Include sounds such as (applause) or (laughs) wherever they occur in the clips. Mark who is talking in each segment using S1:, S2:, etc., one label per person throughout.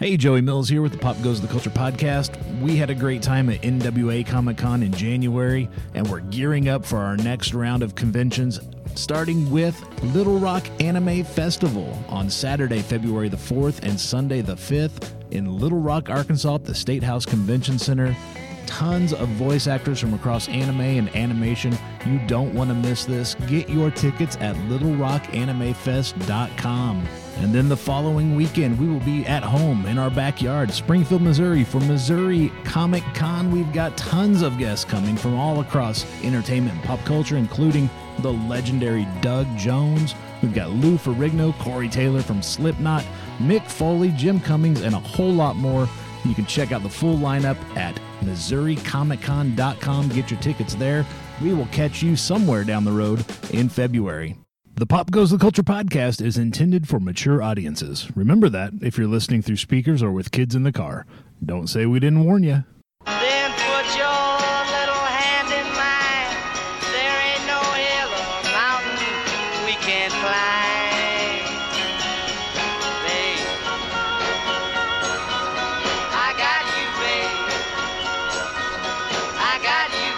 S1: Hey, Joey Mills here with the Pop Goes the Culture podcast. We had a great time at NWA Comic Con in January, and we're gearing up for our next round of conventions, starting with Little Rock Anime Festival on Saturday, February the 4th, and Sunday the 5th in Little Rock, Arkansas at the State House Convention Center. Tons of voice actors from across anime and animation. You don't want to miss this. Get your tickets at littlerockanimefest.com. And then the following weekend, we will be at home in our backyard, Springfield, Missouri, for Missouri Comic Con. We've got tons of guests coming from all across entertainment and pop culture, including the legendary Doug Jones. We've got Lou Ferrigno, Corey Taylor from Slipknot, Mick Foley, Jim Cummings, and a whole lot more. You can check out the full lineup at MissouriComicCon.com. Get your tickets there. We will catch you somewhere down the road in February. The Pop Goes the Culture podcast is intended for mature audiences. Remember that if you're listening through speakers or with kids in the car. Don't say we didn't warn you.
S2: Then put your little hand in mine. There ain't no hill or mountain we can't climb. Babe, I got you, babe. I got you,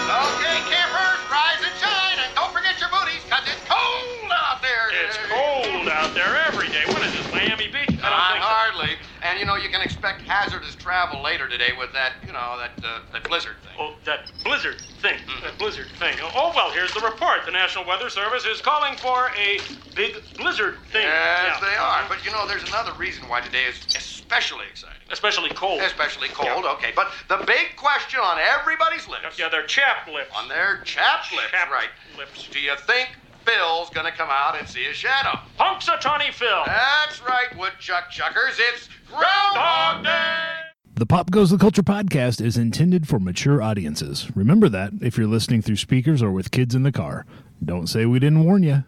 S2: babe.
S3: Okay, campers, rise and shine, and don't forget your booties, cause it's cold out there.
S4: It's
S3: today.
S4: cold out there every day. What is this, Miami Beach?
S3: Uh,
S4: I
S3: hardly. And you know you can expect hazardous travel later today with that, you know, that uh, that blizzard thing.
S4: don't think so. Oh, that blizzard thing.
S3: Mm.
S4: That blizzard thing. Oh, well, here's the report. The National Weather Service is calling for a big blizzard thing.
S3: yes,
S4: Yeah.
S3: they are. But you know, there's another reason why today is especially exciting,
S4: Especially cold.
S3: especially cold. Okay, but the big question on everybody's lips,
S4: Yeah, they're chap lips.
S3: on their chap lips,
S4: Chap
S3: right?
S4: lips.
S3: Do you think Phil's gonna come out and see his shadow?
S4: Punxsutawney Phil.
S3: That's right, woodchuck chuckers. It's Groundhog Day.
S1: The Pop Goes the Culture podcast is intended for mature audiences. Remember that if you're listening through speakers or with kids in the car. Don't say we didn't warn you.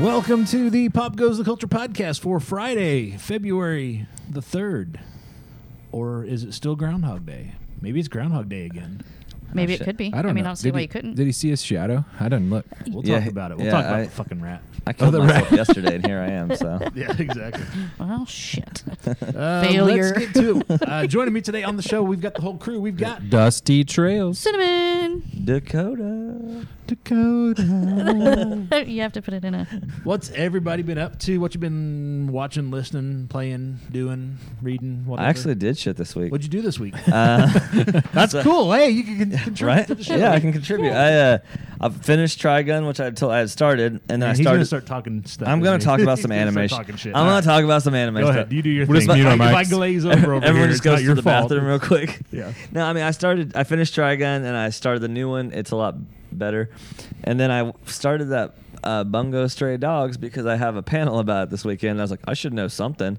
S1: Welcome to the Pop Goes the Culture podcast for Friday, February the 3rd. Or is it still Groundhog Day? Maybe it's Groundhog Day again.
S5: Maybe it could be.
S6: Oh, I don't
S5: mean,
S6: know.
S5: I don't see
S6: Did
S5: why
S6: he-
S5: you couldn't.
S6: Did he see his shadow? I didn't look.
S1: We'll
S7: Yeah,
S1: talk about it. We'll
S7: yeah,
S1: talk about
S7: I-
S1: the fucking rat. Oh,
S7: I killed
S1: the
S7: myself
S1: rat.
S7: yesterday, and here I am. So
S1: (laughs) Yeah, exactly.
S5: well, shit.
S1: (laughs) Uh,
S5: Failure.
S1: Let's get to
S5: (laughs)
S1: it. Uh, joining me today on the show, we've got the whole crew. We've got
S6: Dusty trails.
S5: Cinnamon.
S1: (laughs)
S7: Dakota,
S1: Dakota.
S5: you have to put it in a.
S1: What's everybody been up to? What you been watching, listening, playing, doing, reading? Whatever.
S7: (laughs) I actually did shit this week.
S1: What'd you do this week?
S7: Uh,
S1: (laughs) That's cool. Hey, you can con- contribute
S7: (laughs)
S6: (laughs)
S7: right?
S1: to the show.
S7: Yeah, I can contribute. I uh, I finished Trigun, which I told I had started, and then I
S1: Man, he's
S7: started.
S1: gonna start talking stuff.
S7: I'm gonna
S1: isn't he?
S7: talk about
S1: (laughs)
S7: some
S1: He's gonna start
S7: animation.
S1: talking shit.
S7: I'm
S1: All
S7: gonna
S1: right.
S7: talk about some animation.
S1: Go
S7: stuff.
S1: ahead. You do your
S6: We're just
S1: thing.
S6: mute
S1: If
S6: our
S1: I- if I
S6: mics.
S1: glaze
S7: (laughs)
S1: over over
S7: Everyone
S1: here,
S7: just
S1: it's not
S7: goes to
S1: your
S7: the
S1: fault.
S7: bathroom real quick.
S1: (laughs) Yeah.
S7: No, I mean I started. I finished Trigun, and I started the new one. It's a lot better. And then I started that uh, Bungo Stray Dogs because I have a panel about it this weekend. And I was like, I should know something.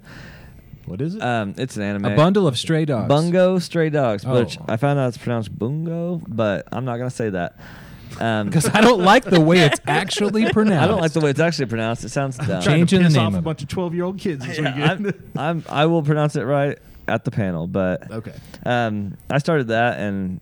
S1: What is it?
S7: Um, it's an anime.
S6: A bundle of stray dogs.
S7: Bungo Stray Dogs, which
S6: Oh.
S7: I found out it's pronounced Bungo, but I'm not going to say that.
S1: (laughs)
S7: Um,
S6: Because I don't like the way it's actually
S7: (laughs)
S6: pronounced.
S7: I don't like the way it's actually pronounced.
S1: (laughs)
S7: It sounds dumb.
S6: Trying
S1: Trying to
S6: changing the
S1: piss
S6: name
S1: off a
S6: of it.
S1: bunch of twelve-year-old kids this
S7: Yeah,
S1: weekend. (laughs)
S7: I'm, I'm, I will pronounce it right at the panel, but
S1: Okay.
S7: um, I started that and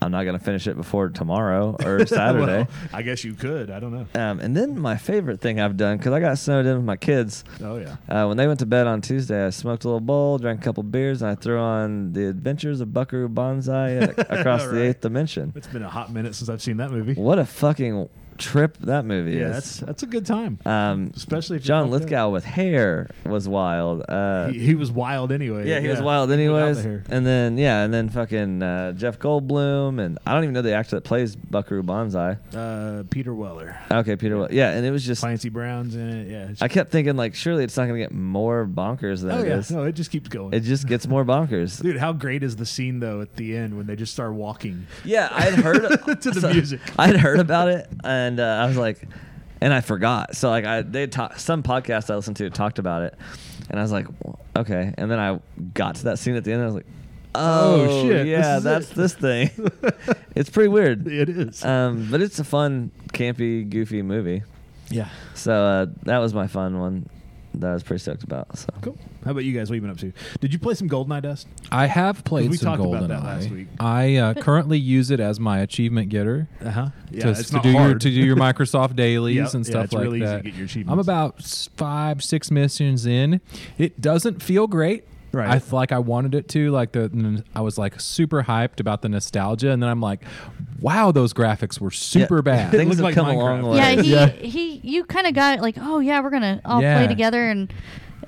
S7: I'm not going to finish it before tomorrow or
S1: (laughs)
S7: Saturday.
S1: Well, I guess you could. I don't know.
S7: um, and then my favorite thing I've done, because I got snowed in with my kids.
S1: Oh yeah.
S7: Uh, when they went to bed on Tuesday, I smoked a little bowl, drank a couple beers, and I threw on The Adventures of Buckaroo Banzai
S1: (laughs)
S7: at- across the
S1: Right.
S7: eighth dimension.
S1: It's been a hot minute since I've seen that movie.
S7: What a fucking trip that movie
S1: Yeah,
S7: is.
S1: that's that's a good time.
S7: um,
S1: Especially if you're
S7: John
S1: fucked up.
S7: Lithgow with hair was wild. Uh,
S1: he, he was wild anyway.
S7: yeah, he was wild anyways.
S1: Without the hair.
S7: And then yeah, and then fucking uh, Jeff Goldblum and I don't even know the actor that plays Buckaroo Banzai.
S1: Uh, Peter Weller,
S7: Okay, Peter. Wel- Yeah, and it was just
S1: Clancy Brown's in it. Yeah. it's-
S7: I kept thinking like surely it's not gonna get more bonkers than
S1: oh
S7: it
S1: yeah.
S7: is.
S1: No, it just keeps going.
S7: It just gets more bonkers.
S1: Dude, how great is the scene though at the end when they just start walking?
S7: Yeah,
S1: (laughs)
S7: I'd heard
S6: (laughs)
S1: To the
S7: so-
S1: music.
S7: I'd heard about it, and uh, I was like, and I forgot. So like, I they talked some podcast I listened to talked about it, and I was like, "Well, okay. And then I got to that scene at the end. And I was like, Oh,
S8: shit, this
S7: Yeah,
S8: is
S7: that's
S8: it."
S7: this thing. it's pretty weird.
S8: It is.
S6: Uh,
S7: Um, but it's a fun, campy, goofy movie.
S8: yeah.
S7: So uh, that was my fun one that I was pretty stoked about. So
S1: Cool. How about you guys? What you been up to? Did you play some Goldeneye Dust?
S6: I have played
S1: We
S6: some
S1: talked about
S6: Golden
S1: that last week.
S6: I uh, currently use it as my achievement getter.
S1: Uh huh. Yeah,
S6: to,
S1: it's
S6: to
S1: not
S6: do your
S1: hard.
S6: to
S1: (laughs)
S6: do your Microsoft dailies
S1: Yep,
S6: and
S1: yeah,
S6: stuff
S1: it's
S6: like
S1: really easy to
S6: that.
S1: get your
S6: I'm
S1: achievements.
S6: about s- five six missions in. It doesn't feel great.
S1: Right.
S6: I f- like I wanted it to. Like the n- I was like super hyped about the nostalgia, and then I'm like, wow, those graphics were
S7: (laughs)
S6: super
S7: Yeah.
S6: bad.
S7: Things
S1: looked
S7: have
S1: like
S7: come a long
S1: Minecraft.
S5: yeah,
S7: way.
S5: he
S6: Yeah.
S5: he. You kind of got like, oh yeah, we're gonna all
S6: Yeah.
S5: play together, and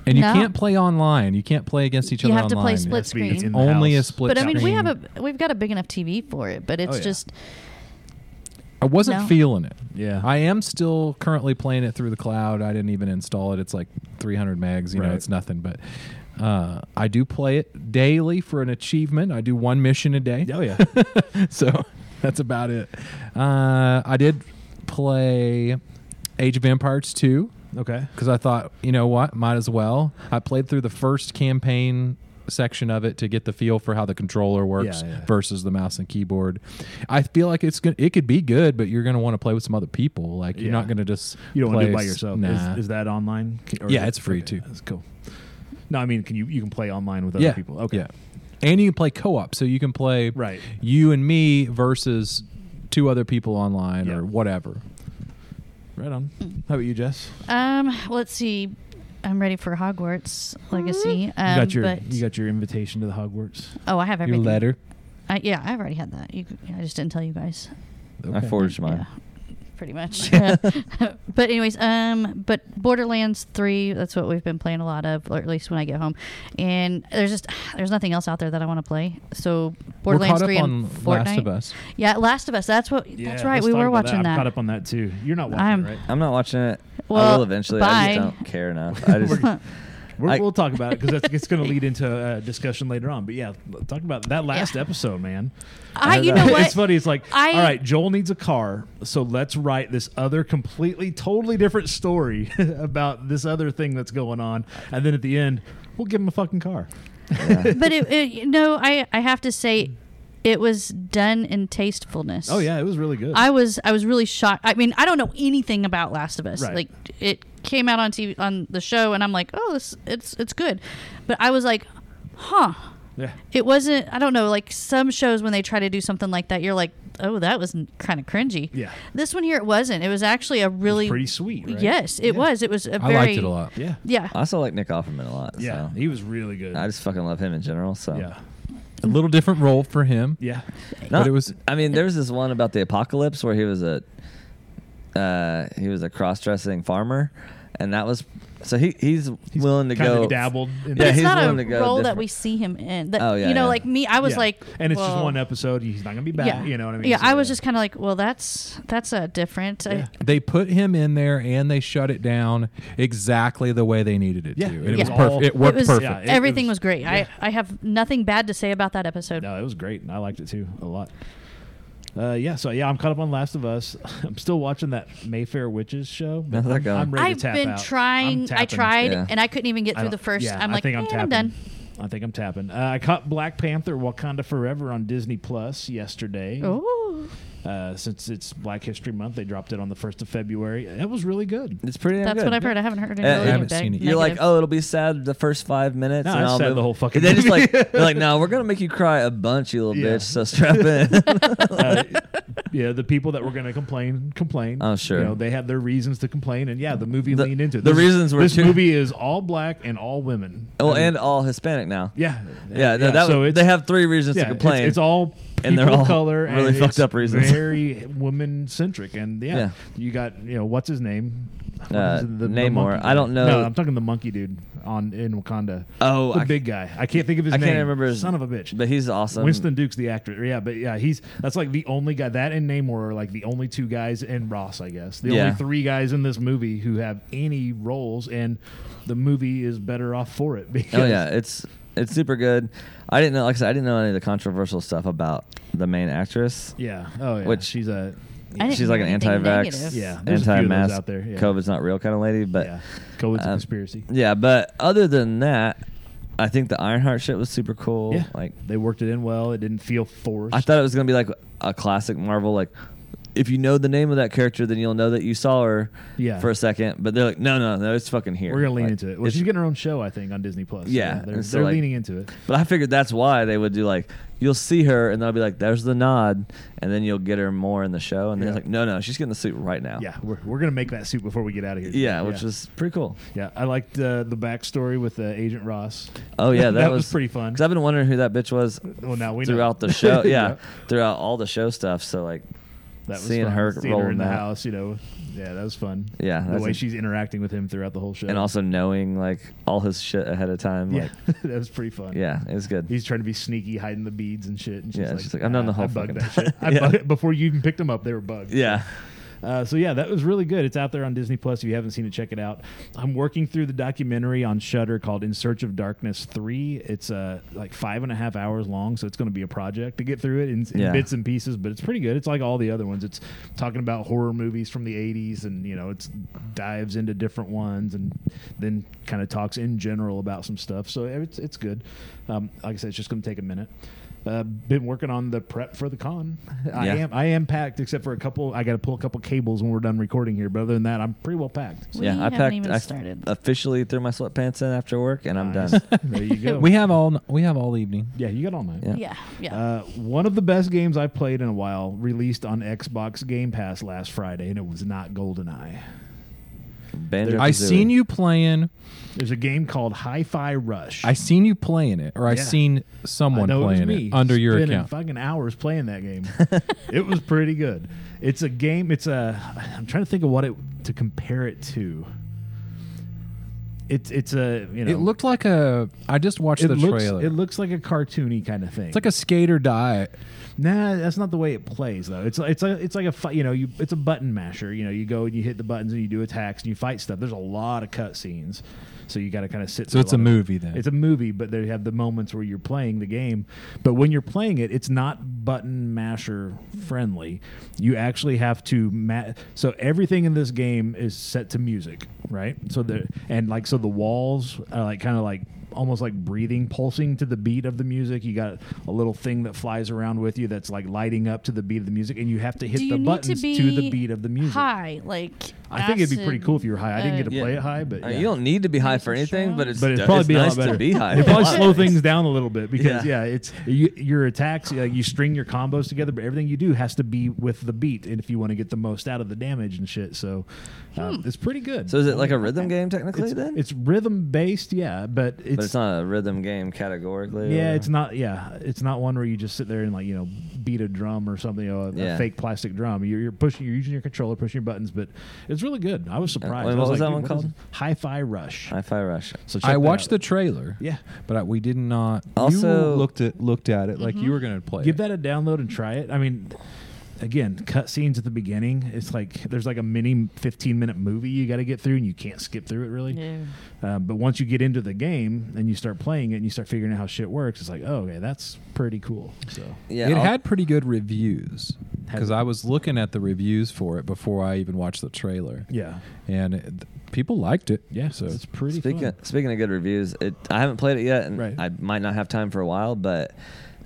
S6: and you
S5: no.
S6: can't play online. You can't play against each
S5: You
S6: other.
S5: have to play
S6: online.
S5: split
S1: to be- it's
S5: screen.
S1: in the
S6: Only a
S1: house.
S6: split.
S5: But I mean, we
S6: screen.
S5: have a we've got a big enough TV for it, but it's
S1: Oh, yeah.
S5: just
S6: I wasn't
S5: No.
S6: feeling it.
S1: Yeah.
S6: I am still currently playing it through the cloud. I didn't even install it. It's like 300 megs. You
S1: Right.
S6: know, it's nothing. But uh, I do play it daily for an achievement. I do one mission a day.
S1: Oh (laughs) yeah.
S6: (laughs) so that's about it. Uh, I did play Age of Empires 2
S1: okay.
S6: because I thought, you know what, might as well. I played through the first campaign section of it to get the feel for how the controller works
S1: Yeah, yeah.
S6: versus the mouse and keyboard. I feel like it's gonna, it could be good, but you're gonna want to play with some other people. Like
S1: Yeah.
S6: you're not gonna just
S1: You don't want to do it by
S6: play s-
S1: yourself.
S6: Nah.
S1: Is, is that online? Can- or
S6: Yeah,
S1: is it-
S6: it's free,
S1: okay,
S6: too.
S1: That's cool. No, I mean, can you you can play online with other
S6: yeah,
S1: people? Okay.
S6: yeah. And you can play co-op, so you can play
S1: Right.
S6: you and me versus two other people online
S1: Yeah.
S6: or whatever.
S1: Right on.
S5: Hmm.
S1: How about you, Jess?
S5: um. Let's see. I'm ready for Hogwarts Legacy. Um,
S1: you got your
S5: but,
S1: you got your invitation to the Hogwarts.
S5: oh, I have
S6: Your
S5: everything.
S6: letter.
S5: I, yeah, I've already had that. You, c- I just didn't tell you guys.
S7: I forged mine.
S5: Yeah, pretty
S6: (laughs)
S5: much. (laughs) but anyways, um, but Borderlands three, that's what we've been playing a lot of, or at least when I get home. And there's just (sighs) there's nothing else out there that I want to play. So
S6: We're
S5: Borderlands
S6: caught up
S5: three
S6: on
S5: and Fortnite.
S6: Last of Us.
S5: Yeah, Last of Us. That's what. that's right. We were watching
S1: I'm
S5: that.
S1: caught up on that too. You're not watching,
S5: I'm-
S1: it, right?
S7: I'm not watching it. I
S5: Well,
S7: will eventually. I
S5: bye.
S7: just don't
S5: (laughs)
S7: care enough. I just
S1: We're,
S7: I-
S1: we'll talk about it because it's going to lead into a discussion later on. But yeah, l- talk about that last episode, man.
S5: I,
S1: (laughs)
S5: you know
S7: It's
S5: what?
S1: it's funny. It's like,
S5: I-
S1: all right, Joel needs a car, so let's write this other completely, totally different story (laughs) about this other thing that's going on, and then at the end, we'll give him a fucking car.
S5: but it, it, no, I I have to say, it was done in tastefulness.
S1: Oh yeah, it was really good.
S5: I was I was really shocked. I mean, I don't know anything about Last of Us.
S1: Right.
S5: Like it came out on TV on the show, and I'm like, oh, this it's it's good, but I was like, huh.
S1: yeah,
S5: It wasn't. I don't know. Like some shows, when they try to do something like that, you're like, "Oh, that was kind of cringy."
S1: Yeah.
S5: This one here, it wasn't. It was actually a really
S1: pretty sweet. right?
S5: Yes, it
S1: Yeah.
S5: was. It was a
S6: I
S5: very.
S6: liked it a lot.
S1: Yeah,
S5: Yeah.
S7: I also like Nick Offerman a lot.
S1: yeah,
S7: so.
S1: he was really good.
S7: I just fucking love him in general. So
S1: yeah,
S6: A little different role for him.
S1: yeah.
S7: No,
S6: But it was-
S7: I mean, there was this one about the apocalypse where he was a uh, he was a cross-dressing farmer, and that was so he he's, willing to
S1: kind
S7: go
S1: of dabbled. In
S5: but
S7: Yeah,
S5: it's
S7: he's
S5: not a
S7: willing to
S5: role
S7: go
S5: that
S7: different.
S5: we see him in. That,
S7: Oh, yeah,
S5: you know,
S7: yeah.
S5: like me, I was
S1: Yeah.
S5: like,
S1: and it's just
S5: "Whoa."
S1: one episode. He's not gonna be back. You know what I mean?
S5: Yeah,
S1: So,
S5: I was just kind of like, well, that's that's uh, different. I-
S1: Yeah.
S6: They put him in there and they shut it down exactly the way they needed it
S1: Yeah.
S6: to. And it
S5: Yeah.
S6: was perfect. It worked
S5: it was,
S6: perfect.
S1: Yeah, it- it
S5: everything
S1: was-
S5: was, great. I, I have nothing bad to say about that episode.
S1: No, it was great, and I liked it too a lot. Uh, yeah, so yeah, I'm caught up on Last of Us. (laughs) I'm still watching that Mayfair Witches show. but
S7: How's that
S1: I'm,
S7: going?
S1: I'm ready
S5: I've
S1: to tap
S5: been
S1: out. I'm
S5: trying. I
S1: tapping.
S5: tried,
S7: Yeah.
S5: and I couldn't even get
S1: I
S5: through
S1: don't-
S5: the first.
S1: yeah,
S5: I'm
S1: I
S5: like,
S1: think I'm,
S5: "Eh,
S1: tapping.
S5: I'm done.
S1: I think I'm tapping. Uh, I caught Black Panther: Wakanda Forever on Disney Plus yesterday.
S5: Oh,
S1: Uh, since it's Black History Month, they dropped it on the first of February. It was really good.
S7: It's pretty. damn
S5: that's
S7: good.
S5: what I've heard. I haven't heard any.
S7: Uh, I
S5: really
S6: haven't
S5: big
S6: seen it.
S7: You're like,
S5: negative.
S7: oh, it'll be sad the first five minutes.
S1: No,
S7: and
S1: it's
S7: I'll
S1: sad
S7: move.
S1: the whole fucking
S7: (laughs) They're just
S1: movie.
S7: like, they're like, no, we're gonna make you cry a bunch, you little
S1: (laughs) Yeah.
S7: bitch. So strap in. (laughs)
S1: yeah, the people that were going to complain complained.
S7: Oh, sure.
S1: You know, they had their reasons to complain, and yeah, the movie
S7: The-
S1: leaned into it.
S7: the
S1: This-
S7: reasons were
S1: this
S7: too-
S1: movie is all black and all women.
S7: well,
S1: I mean,
S7: and all Hispanic now.
S1: yeah,
S7: Yeah, no, that was, they have three reasons
S1: yeah,
S7: to
S1: it's-
S7: complain.
S1: It's, all
S7: and they're
S1: people
S7: all
S1: of color
S7: really
S1: and
S7: fucked
S1: it's
S7: up reasons.
S1: Very woman centric, and yeah,
S7: Yeah.
S1: you got you know what's his name? What
S7: Uh,
S1: is it,
S7: Namor.
S1: monkey
S7: I don't
S1: dude?
S7: know.
S1: No, I'm talking the monkey dude on in Wakanda.
S7: Oh,
S1: the
S7: I-
S1: big guy. I can't think of his
S7: I
S1: name.
S7: can't remember his
S1: Son of a bitch.
S7: but he's awesome.
S1: Winston Duke's the actor. Yeah, but yeah, he's that's like the only guy that and Namor are like the only two guys and Ross, I guess. The
S7: Yeah.
S1: only three guys in this movie who have any roles and the movie is better off for it (laughs) because
S7: Oh yeah, it's it's super good. I didn't know, like I said, I didn't know any of the controversial stuff about the main actress.
S1: Yeah. Oh yeah.
S7: Which-
S1: she's a
S5: I didn't
S7: She's like
S5: hear
S7: an
S5: anything
S7: anti-vax,
S5: negative.
S1: Yeah, there's a few of those
S7: anti-mask,
S1: out there, yeah.
S7: COVID's not real kind of lady. But
S1: yeah. COVID's a
S7: um,
S1: conspiracy.
S7: yeah, but other than that, I think the Ironheart shit was super cool.
S1: Yeah,
S7: Like
S1: they worked it in well. It didn't feel forced.
S7: I thought it was gonna be like a classic Marvel, like if you know the name of that character, then you'll know that you saw her
S1: Yeah.
S7: for a second. But they're like, no, no, no, it's fucking here.
S1: we're gonna lean
S7: Like,
S1: into it. Well,
S7: it's-
S1: she's getting her own show, I think, on Disney Plus.
S7: Yeah,
S1: they're,
S7: and so,
S1: they're
S7: like- uh,
S1: leaning into it.
S7: But I figured that's why they would do like you'll see her and they'll be like, "There's the nod," and then you'll get her more in the show. And
S1: Yeah.
S7: they're like, "No, no, she's getting the suit right now."
S1: Yeah, we're, we're gonna make that suit before we get out of here.
S7: yeah, which was pretty cool.
S1: yeah. I liked uh, the backstory with uh, Agent Ross. (laughs)
S7: Oh yeah, that,
S1: That was pretty fun.
S7: Because I've been wondering who that bitch was
S1: Well, now we know.
S7: throughout
S1: (laughs)
S7: the show. Yeah,
S1: Yeah.
S7: throughout all the show stuff. So like,
S1: That was
S7: Seeing
S1: fun.
S7: her
S1: Seeing her
S7: rolling
S1: in the
S7: that.
S1: house, you know, yeah, that was fun.
S7: Yeah,
S1: the
S7: that's
S1: way
S7: a-
S1: she's interacting with him throughout the whole show,
S7: and also knowing like all his shit ahead of time.
S1: yeah,
S7: Like,
S1: (laughs) that was pretty fun.
S7: yeah, it was good.
S1: He's trying to be sneaky, hiding the beads and shit. And she's
S7: Yeah,
S1: like,
S7: she's like, "I'm not in the
S1: "Nah,
S7: whole
S1: I bugged
S7: fucking
S1: that shit. I
S7: (laughs) Yeah.
S1: bugged it before you even picked them up. They were bugged.
S7: yeah,
S1: Uh, so yeah, that was really good. It's out there on Disney Plus. If you haven't seen it, check it out. I'm working through the documentary on Shutter called "In Search of Darkness 3. It's uh, like five and a half hours long, so it's going to be a project to get through it in, in
S7: Yeah.
S1: bits and pieces. But it's pretty good. It's like all the other ones. It's talking about horror movies from the 80s, and you know, it dives into different ones, and then kind of talks in general about some stuff. So it's it's good. Um, like I said, it's just going to take a minute. Uh, been working on the prep for the con. I
S7: Yeah.
S1: am I am packed, except for a couple. I got to pull a couple cables when we're done recording here. But other than that, I'm pretty well packed.
S6: (laughs)
S5: We
S7: yeah. I
S5: haven't
S7: packed.
S5: even
S7: I
S5: started.
S7: officially threw my sweatpants in after work, and I'm done.
S1: there you go.
S6: We have all we have all evening.
S1: yeah, you got all night.
S7: Yeah.
S5: yeah, yeah.
S1: Uh, one of the best games I've played in a while released on Xbox Game Pass last Friday, and it was not GoldenEye.
S7: (laughs) Banjo
S6: I seen you playing.
S1: There's a game called Hi-Fi Rush.
S6: I seen you playing it, or I
S1: Yeah.
S6: seen someone
S1: I know
S6: playing
S1: it, was me
S6: under your
S1: spending
S6: account.
S1: Fucking hours playing that
S6: (laughs)
S1: game. it was pretty good. It's a game. It's a. I'm trying to think of what it to compare it to. It's it's a you know
S6: It looked like a. I just watched
S1: it
S6: the
S1: looks
S6: trailer.
S1: it looks like a cartoony kind of thing.
S6: it's like a skater die.
S1: Nah, that's not the way it plays though. It's it's a, it's like a fi- you know you it's a button masher. You know you go and you hit the buttons and you do attacks and you fight stuff. There's a lot of cutscenes, so you got to kind of sit.
S6: So
S1: through
S6: it's a
S1: lot of-
S6: movie then.
S1: It's a movie, but they have the moments where you're playing the game. But when you're playing it, it's not button masher friendly. You actually have to ma- so everything in this game is set to music, right? So the and like so the walls are like kind of like almost like breathing pulsing to the beat of the music. You got a little thing that flies around with you that's like lighting up to the beat of the music and you have to hit
S5: Do
S1: the
S5: you need to
S1: buttons
S5: be
S1: the beat of the music.
S5: High, like
S1: I think it'd be pretty
S5: acid,
S1: cool if you were high. I didn't
S5: uh,
S1: get to
S7: Yeah.
S1: play it high, but
S7: Uh,
S1: yeah.
S7: You don't need to be high for
S5: Sure.
S7: anything, but it's
S1: but
S7: d-
S1: it'd probably
S7: it's
S1: be
S7: nice
S1: a lot better.
S7: to be high.
S1: It'd probably
S7: Wow.
S1: slow things down a little bit because yeah,
S7: Yeah.
S1: it's you, your attacks. Like you string your combos together, but everything you do has to be with the beat, and if you want to get the most out of the damage and shit, so um, it's pretty good.
S7: Hmm. So is it like a rhythm game technically
S1: it's,
S7: then?
S1: it's rhythm based, yeah, but it's,
S7: but it's not a rhythm game categorically.
S1: Yeah,
S7: or-
S1: it's not. Yeah, it's not one where you just sit there and like you know beat a drum or something. You know, a, a
S7: Yeah.
S1: fake plastic drum. You're, you're pushing. You're using your controller, pushing your buttons, but it's really good. I was surprised.
S7: wait,
S1: I
S7: Uh, what
S1: was
S7: was
S1: like,
S7: that
S1: dude,
S7: one
S1: what is
S7: called?
S1: it? Hi-Fi Rush.
S7: Hi-Fi Rush.
S1: So check
S6: I
S1: that
S6: watched
S1: out.
S6: the trailer.
S1: Yeah.
S6: but I, we did not.
S7: Also-
S6: you looked at looked at it like you were going to play.
S1: Give
S6: it.
S1: that a download and try it. I mean, again, cutscenes at the beginning. It's like there's like a mini 15 minute movie you got to get through, and you can't skip through it really.
S5: Yeah.
S1: Um, but once you get into the game and you start playing it and you start figuring out how shit works, it's like, oh, okay, that's pretty cool. So
S7: Yeah,
S6: it
S7: I'll-
S6: had pretty good reviews
S1: Had-
S6: because I was looking at the reviews for it before I even watched the trailer.
S1: yeah,
S6: and it, people liked it.
S1: yeah,
S6: so
S1: it's
S6: (laughs)
S1: pretty.
S7: Speaking
S1: fun.
S7: of, speaking of good reviews, it I haven't played it yet, and
S1: Right.
S7: I might not have time for a while. But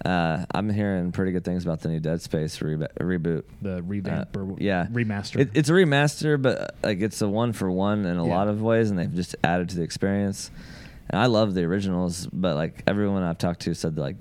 S7: uh, I'm hearing pretty good things about the new Dead Space reba reboot.
S1: the revamp
S7: Uh,
S1: or
S7: yeah,
S1: remaster.
S7: It, it's a remaster, but uh, like it's a one for one in a
S1: Yeah.
S7: lot of ways, and they've just added to the experience. And I love the originals, but like everyone I've talked to said like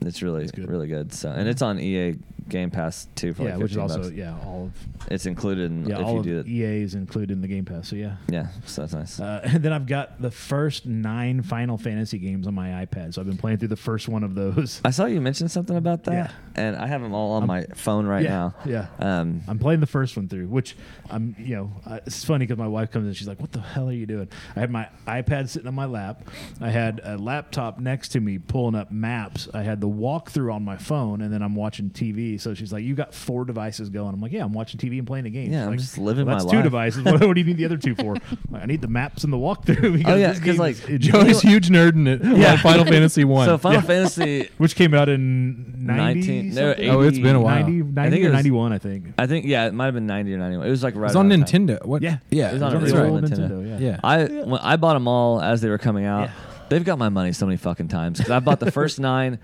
S7: it's really
S1: It's good.
S7: really good. So and it's on EA Game Pass too for
S1: yeah,
S7: like
S1: which is
S7: 15
S1: also
S7: bucks.
S1: yeah, all of
S7: it's included in,
S1: yeah,
S7: if
S1: all
S7: you
S1: of
S7: do it.
S1: EA is included in the Game Pass. So yeah,
S7: Yeah, so that's nice.
S1: Uh, (laughs) and then I've got the first nine Final Fantasy games on my iPad, so I've been playing through the first one of those. (laughs)
S7: I saw you mention something about that,
S1: Yeah.
S7: and I have them all on
S1: I'm-
S7: my phone right
S1: yeah,
S7: now.
S1: yeah.
S7: Um,
S1: I'm playing the first one through, which I'm, you know, uh, it's funny because my wife comes in, she's like, "What the hell are you doing?" I had my iPad sitting on my lap, I had a laptop next to me pulling up maps, I had the walkthrough on my phone, and then I'm watching TV. So she's like, "You got four devices going?" I'm like, "Yeah, I'm watching TV and playing the game."
S7: Yeah,
S1: She's
S7: I'm
S1: like,
S7: just living
S1: well, that's
S7: my
S1: two
S7: life."
S1: devices. (laughs) What, what do you need the other two for? (laughs) I'm like, I need the maps and the walkthrough. (laughs) Because
S7: Oh, yeah,
S1: this
S7: 'cause,
S1: game
S7: like,
S1: is-
S6: Joe is huge nerd in it. Yeah, Final Fantasy One.
S7: so Final Fantasy,
S1: which came out in 90
S7: 19 no,
S1: something?
S7: 80,
S6: Oh, it's been a while.
S1: 90,
S7: I
S1: 90
S7: think it
S1: or
S7: was-
S1: 91 I think
S7: I think yeah, it might have been ninety or ninety-one. It was like right.
S6: it's on
S7: around that time.
S6: Nintendo. What?
S1: yeah
S6: yeah.
S7: it was on
S1: It was
S7: a
S1: on
S7: original
S1: old
S7: Nintendo.
S1: Nintendo, yeah.
S6: yeah.
S7: I when I bought them all as they were coming out, They've got my money so many fucking times 'Cause I bought
S1: (laughs)
S7: the first nine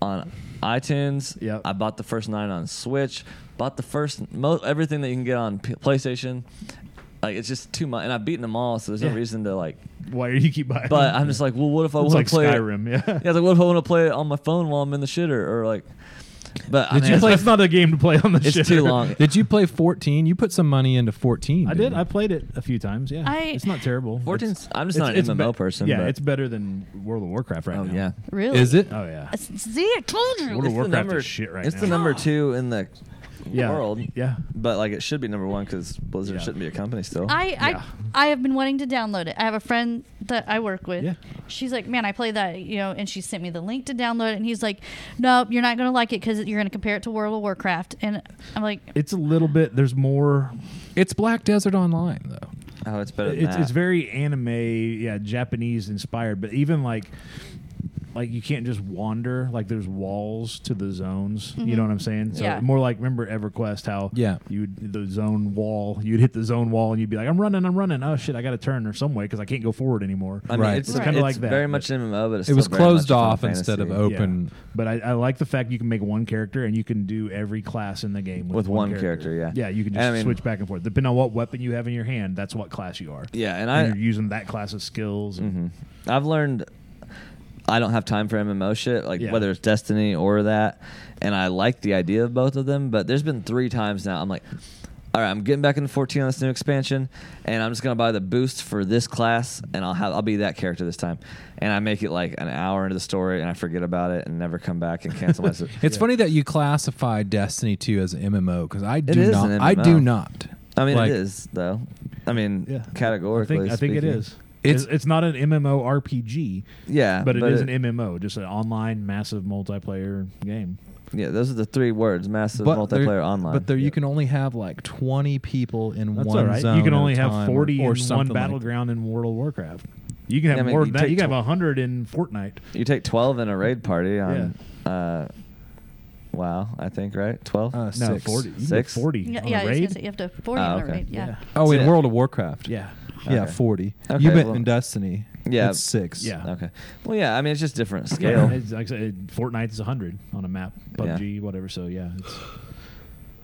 S7: on iTunes.
S1: Yep.
S7: I bought the first nine on Switch. Bought the first mo- everything that you can get on P- PlayStation. Like it's just too much, and I've beaten them all, so there's
S1: Yeah.
S7: no reason to like.
S1: Why do you keep buying?
S7: But
S1: them?
S7: I'm just like, well, what if I
S1: (laughs) It's
S7: want
S1: like
S7: to play it-
S1: Skyrim, yeah.
S7: (laughs) yeah,
S1: (laughs)
S7: it's like what if I want to play it on my phone while I'm in the shitter or like. But I
S1: Did
S7: mean,
S1: you
S7: it's-
S1: play? That's (laughs) not a game to play on the.
S7: It's
S1: shitter.
S7: too long.
S6: Did you play 14? You put some money into
S1: (laughs)
S6: 14.
S1: I did. I played it a few times. Yeah,
S5: I-
S1: it's not terrible.
S7: 14's
S1: It's-
S7: I'm
S1: it's-
S7: just not an
S1: it's
S7: MMO
S1: be-
S7: person,
S1: Yeah,
S7: but-
S1: it's better than World of Warcraft right
S7: Oh
S1: now.
S7: yeah.
S5: Really? Uh,
S6: Is it?
S1: Oh yeah.
S5: See, I told you.
S1: World of
S7: the
S1: Warcraft
S7: number-
S1: is shit right
S7: it's
S1: now.
S7: the
S1: (gasps)
S7: number two in the
S1: yeah.
S7: world.
S1: Yeah.
S7: But like it should be number one because Blizzard
S1: Yeah.
S7: shouldn't be a company still.
S5: I,
S1: Yeah.
S5: I I have been wanting to download it. I have a friend that I work with.
S1: Yeah.
S5: She's like, man, I play that, you know, and she sent me the link to download it. And he's like, no, you're not going to like it because you're going to compare it to World of Warcraft. And I'm like,
S1: It's a little bit. There's more.
S6: It's Black Desert Online though.
S7: oh, it's better. Than
S1: It's
S7: that.
S1: it's very anime. Yeah, Japanese inspired. But even like. Like you can't just wander. Like there's walls to the zones. You know what I'm saying? So
S5: Yeah.
S1: more like remember EverQuest how
S6: Yeah.
S1: you would the zone wall. You'd hit the zone wall and you'd be like, I'm running, I'm running. Oh shit, I got to turn or some way because I can't go forward anymore.
S7: I mean,
S6: Right.
S7: it's,
S5: It's
S1: kinda
S7: it's
S1: like that,
S7: very
S1: but-
S7: much MMO, but it's
S6: It was
S7: still very
S6: closed
S7: much Final
S6: off instead of
S7: Fantasy.
S1: Yeah.
S6: open.
S1: But I, I like the fact you can make one character and you can do every class in the game with,
S7: With one character, yeah.
S1: yeah, you can
S7: And
S1: just
S7: I mean-
S1: switch back and forth depending on what weapon you have in your hand. That's what class you are.
S7: Yeah,
S1: And
S7: and I
S1: you're using that class's skills. And
S7: I've learned I don't have time for MMO shit, like
S1: Yeah.
S7: whether it's Destiny or that. And I like the idea of both of them, but there's been three times now I'm like, all right, I'm getting back into 14 on this new expansion, and I'm just gonna buy the boost for this class, and I'll have I'll be that character this time. And I make it like an hour into the story, and I forget about it, and never come back and cancel my.
S6: It's funny that you classify Destiny 2 as an MMO because I do
S7: is
S6: not.
S7: an
S6: I do
S7: MMO.
S6: not.
S7: I mean,
S6: Like,
S7: it is though. I mean,
S1: Yeah,
S7: categorically,
S1: I think, I think it
S7: speaking.
S1: is. It's,
S6: It's-
S1: it's not an MMORPG,
S7: Yeah,
S1: but it is an MMO, just an online massive multiplayer game.
S7: Yeah, those are the three words: massive
S6: But there-
S7: multiplayer online.
S6: But there, you
S1: Yep.
S6: can only have like 20 people in
S1: That's
S6: one
S1: all right.
S6: zone.
S1: You can
S6: at a
S1: only have
S6: time
S1: forty
S6: or
S1: in
S6: something
S1: one
S6: like
S1: battleground in World of Warcraft. You can have
S7: Yeah, I mean,
S1: more
S7: you
S1: than that.
S7: take
S1: You can
S7: tw-
S1: have hundred in Fortnite.
S7: You take 12 in a raid party on uh wow, I think, right? 12?
S6: that. Uh,
S1: No,
S6: six.
S1: forty. You can get
S7: Six?
S1: Forty.
S5: yeah,
S1: on a
S5: yeah I was gonna
S1: raid?
S5: say, you have to 40
S7: Oh,
S5: on
S7: okay.
S5: a raid. Yeah.
S1: Yeah.
S6: Oh, in
S7: Yeah.
S6: World of Warcraft.
S1: Yeah.
S6: Yeah,
S7: Okay.
S6: 40.
S7: Okay,
S6: you meant
S7: well-
S6: in Destiny.
S7: Yeah.
S6: It's six.
S1: Yeah.
S7: Okay. Well, yeah, I mean it's just different scale.
S1: Yeah, (laughs) it's like I said, Fortnite's 100 on a map,
S7: Yeah.
S1: PUBG, whatever. So yeah. It's,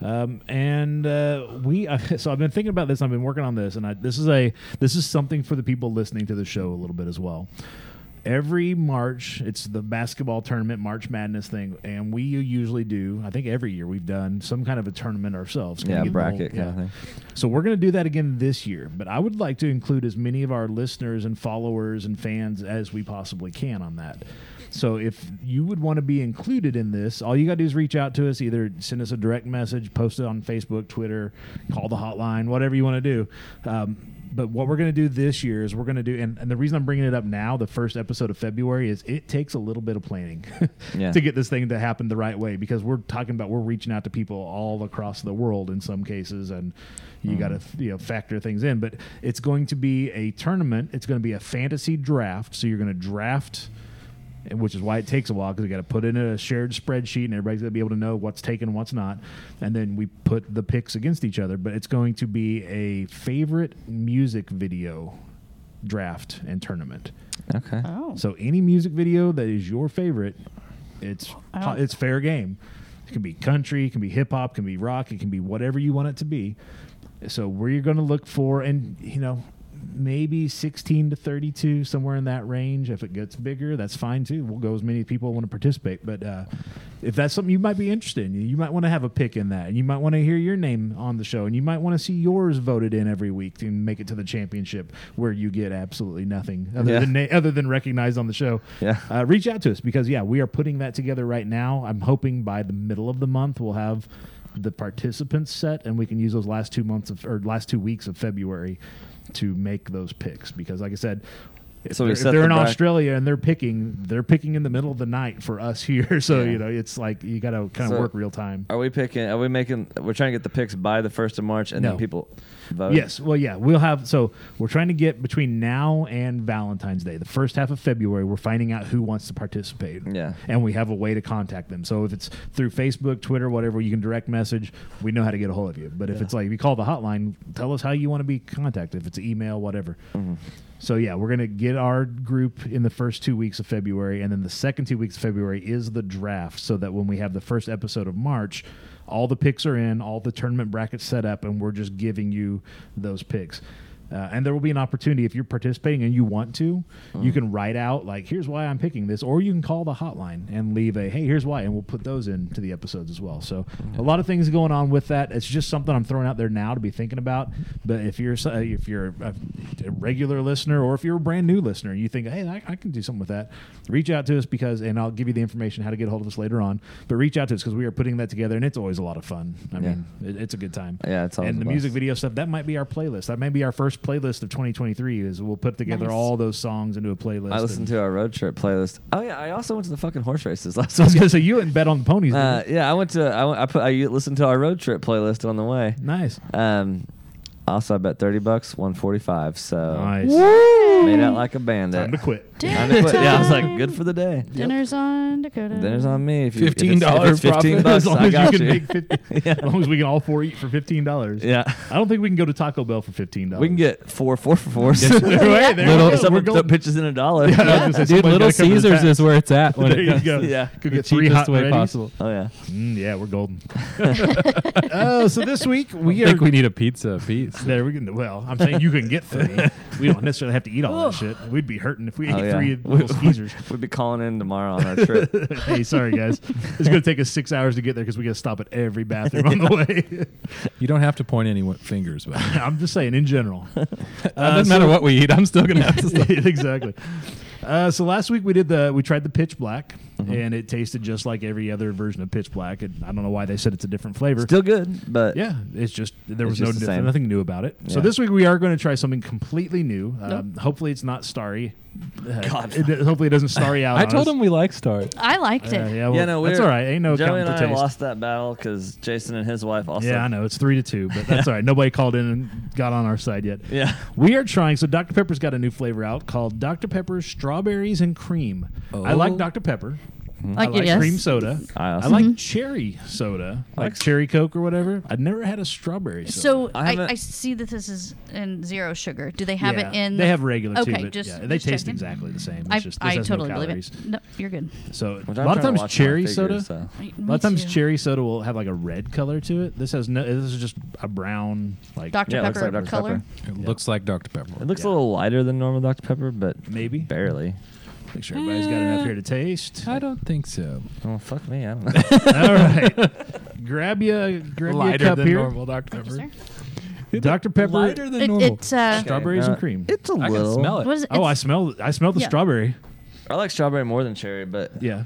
S1: um, and uh, we (laughs) so I've been thinking about this. I've been working on this, and I, this is a this is something for the people listening to the show a little bit as well. Every March, it's the basketball tournament, March Madness thing, and we usually do. I think every year we've done some kind of a tournament ourselves.
S7: Yeah,
S1: Get the
S7: bracket kinda thing.
S1: So we're going to do that again this year, but I would like to include as many of our listeners and followers and fans as we possibly can on that. So if you would want to be included in this, all you got to do is reach out to us, either send us a direct message, post it on Facebook, Twitter, call the hotline, whatever you want to do. Um, but what we're going to do this year is we're going to do, and, and the reason I'm bringing it up now, the first episode of February, is it takes a little bit of planning (laughs)
S7: Yeah.
S1: to get this thing to happen the right way because we're talking about we're reaching out to people all across the world in some cases, and you got to you know factor things in. But it's going to be a tournament. It's going to be a fantasy draft. So you're going to draft and which is why it takes a while because we got to put it in a shared spreadsheet and everybody's going to be able to know what's taken and what's not. And then we put the picks against each other. But it's going to be a favorite music video draft and tournament.
S7: Okay.
S5: Oh.
S1: So any music video that is your favorite, it's
S5: I don't-
S1: it's fair game. It can be country, it can be hip hop, it can be rock, it can be whatever you want it to be. So we're going to look for, and you know, maybe 16 to 32, somewhere in that range. If it gets bigger, that's fine too. We'll go as many people want to participate. But uh, if that's something you might be interested in, you might want to have a pick in that, and you might want to hear your name on the show, and you might want to see yours voted in every week to make it to the championship, where you get absolutely nothing other
S7: Yeah.
S1: than na- other than recognized on the show.
S7: Yeah.
S1: Uh, reach out to us because yeah, we are putting that together right now. I'm hoping by the middle of the month we'll have the participants set and we can use those last two months of or last two weeks of February to make those picks because like I said. If
S7: So we
S1: they're, if
S7: set
S1: they're
S7: the
S1: in
S7: bracket-
S1: Australia and they're picking, they're picking in the middle of the night for us (laughs) here. So
S7: Yeah.
S1: you know, it's like you got to kind of
S7: So-
S1: work real time.
S7: Are we picking are we making we're trying to get the picks by the 1st of March and
S1: No.
S7: then people vote?
S1: Yes. Well, yeah, we'll have. So we're trying to get between now and Valentine's Day, the first half of February, we're finding out who wants to participate.
S7: Yeah.
S1: And we have a way to contact them. So if it's through Facebook, Twitter, whatever, you can direct message. We know how to get a hold of you. But if it's like, if you call the hotline, tell us how you want to be contacted, if it's email, whatever. So yeah, we're gonna get did our group in the first two weeks of February, and then the second two weeks of February is the draft, so that when we have the first episode of March, all the picks are in, all the tournament brackets set up, and we're just giving you those picks. Uh, and there will be an opportunity if you're participating and you want to, you can write out like, "Here's why I'm picking this," or you can call the hotline and leave a, "Hey, here's why," and we'll put those into the episodes as well. So a lot of things going on with that. It's just something I'm throwing out there now to be thinking about. But if you're so- if you're a, a regular listener or if you're a brand new listener, you think, "Hey, I, I can do something with that," reach out to us because, and I'll give you the information how to get a hold of us later on. But reach out to us because we are putting that together, and it's always a lot of fun. I
S7: Yeah.
S1: mean, it, it's a good time.
S7: Yeah, it's always
S1: and
S7: the
S1: the music
S7: best.
S1: video stuff that might be our playlist. That may be our first playlist of 2023. Is we'll put together
S5: Nice.
S1: all those songs into a playlist.
S7: I listened
S1: and-
S7: to our road trip playlist. Oh yeah, I also went to the fucking horse races last
S1: (laughs) So I was
S7: week.
S1: gonna say you and bet on the ponies.
S7: Uh,
S1: didn't you?
S7: yeah, I went to I, went, I put I listened to our road trip playlist on the way.
S1: nice.
S7: Um, also I bet thirty bucks, one forty five. So
S1: Nice.
S7: made out like a bandit.
S1: Time to quit.
S7: Time to quit. Yeah, I was like, good for the day.
S5: Dinner's on Dakota.
S7: Dinner's on me. If you, if it's-
S6: $15
S7: if it's (laughs) fifteen
S6: profit.
S7: bucks,
S1: as long
S7: I
S1: as
S7: got
S1: you can
S7: you.
S1: make 50, as long as we can all four eat for fifteen dollars.
S7: (laughs) Yeah.
S1: I don't think we can go to Taco Bell for fifteen dollars.
S7: We
S1: (laughs)
S7: can get four four for fours.
S1: Right, there
S7: (laughs) Little,
S1: we go. We're
S7: someone
S1: going-
S7: pitches in a
S1: (laughs)
S7: dollar.
S1: I was gonna say,
S6: (laughs) Dude,
S1: somebody's gotta
S6: Little
S1: cover the
S6: Caesars
S1: tax.
S6: is where it's at.
S1: (laughs)
S6: When
S1: There you
S6: it
S1: go.
S7: Yeah.
S1: could
S6: the
S1: get three hot
S6: cheapest way
S1: Reddies.
S6: possible.
S7: Oh yeah.
S1: Mm, yeah, we're golden. (laughs) Oh, so this week we
S6: I
S1: are
S6: think we need a pizza piece.
S1: There we can. Well, I'm saying you can get
S7: (laughs)
S1: three. we don't necessarily have to eat all that shit. We'd be hurting if we ate
S7: Oh, yeah.
S1: three
S7: (laughs)
S1: little Caesars. (laughs)
S7: We'd be calling in tomorrow on our trip.
S1: hey, sorry guys. It's gonna take us six hours to get there because we gotta stop at every bathroom on the
S7: (laughs)
S1: way. (laughs)
S6: You don't have to point any one- fingers, but it
S1: I'm just saying in
S7: (laughs)
S1: general. Uh,
S6: doesn't matter what we eat. I'm still gonna
S1: (laughs)
S6: have to. Stop.
S1: exactly. Uh, so last week we did the we tried the pitch black
S7: Mm-hmm.
S1: and it tasted just like every other version of pitch black. And I don't know why they said it's a different flavor.
S7: Still good, but
S1: Yeah, it's just there
S7: It's
S1: was no
S7: just the
S1: diff-
S7: same.
S1: nothing new about it. So
S7: Yeah.
S1: this week we are going to try something completely new. Um, Hopefully it's not starry. Uh, it- hopefully it doesn't
S7: (laughs)
S1: starry out.
S6: I
S1: on
S6: told
S1: us.
S6: him we like start.
S5: I liked
S1: Uh,
S5: it.
S1: yeah, well,
S7: yeah, no, we're,
S1: that's all right. Ain't no
S7: Joey
S1: counting
S7: and
S1: for
S7: I
S1: taste.
S7: lost that battle because Jason and his wife also.
S1: Yeah, I know it's three to two, but
S7: (laughs)
S1: that's all right. Nobody called in and got on our side yet.
S7: Yeah.
S1: we are trying. So Dr Pepper's got a new flavor out called Dr Pepper Strawberries and Cream. I like
S6: Oh.
S1: Dr Pepper.
S5: Like,
S1: I like
S5: yes. Mm-hmm.
S1: cream soda.
S7: Mm-hmm. I also-
S1: like cherry soda, like
S7: like-
S1: cherry Coke or whatever. I've never had a strawberry. soda.
S5: So
S7: I
S5: I, I,
S7: haven't-
S5: see that this is in zero sugar. Do they have it
S1: Yeah.
S5: in?
S1: They have regular
S5: okay,
S1: too, but
S5: just,
S1: yeah, they
S5: just
S1: taste
S5: checking.
S1: exactly the same. It's
S5: I,
S1: just, this
S5: I
S1: has no
S5: totally believe
S1: calories.
S5: it. No, you're good.
S1: So
S7: Which
S1: a
S7: I'm
S1: lot of
S7: trying to
S1: times
S7: watch my
S1: cherry
S7: figures,
S1: soda.
S7: so.
S1: A lot of times cherry soda will have like a red color to it. This has no. This is just a brown like
S5: Dr
S7: Yeah, it looks
S5: Pepper
S7: like Dr.
S5: color.
S7: Pepper.
S6: It looks like Dr Pepper.
S7: It looks
S1: Yeah.
S7: a little lighter than normal Dr Pepper, but
S1: Maybe.
S7: barely.
S1: Make sure everybody's got enough here to (laughs) taste.
S6: I don't think so.
S7: Oh fuck me, I (laughs) don't know.
S1: All right, grab you grab you a cup here.
S6: Dr
S5: Yes, sir.
S1: Dr Pepper.
S6: Lighter than
S5: It,
S6: normal.
S5: it's uh,
S1: Strawberries
S7: Uh,
S1: and cream.
S7: It's a
S6: I
S7: little.
S6: can smell it.
S5: what is it?
S1: Oh, I
S5: It's-
S1: smell. I smell the
S5: Yeah.
S1: strawberry.
S7: I like strawberry more than cherry, but
S1: Yeah,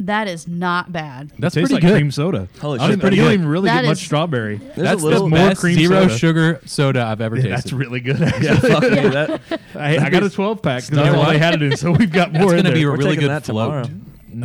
S5: that is not bad.
S6: That's
S1: tastes
S6: pretty
S1: like
S6: good.
S1: cream soda.
S7: Holy
S1: I don't
S7: shit,
S1: even-
S7: pretty
S1: You don't
S7: good.
S1: even really
S5: That
S1: get much
S5: is-
S1: strawberry. That's
S7: a
S1: the
S7: little
S1: more
S6: Best
S1: cream
S6: zero
S1: soda.
S6: sugar soda
S1: (laughs)
S6: I've ever tasted.
S1: That's
S7: (laughs)
S1: really good. Actually.
S7: fuck me, that-
S1: I, I got a 12 pack because that's
S6: know
S1: all they
S6: what?
S1: had it in, so we've got
S6: That's
S1: more in
S6: gonna
S1: there.
S6: be a
S7: We're
S6: really
S7: taking
S6: good
S7: that
S6: float.
S7: tomorrow.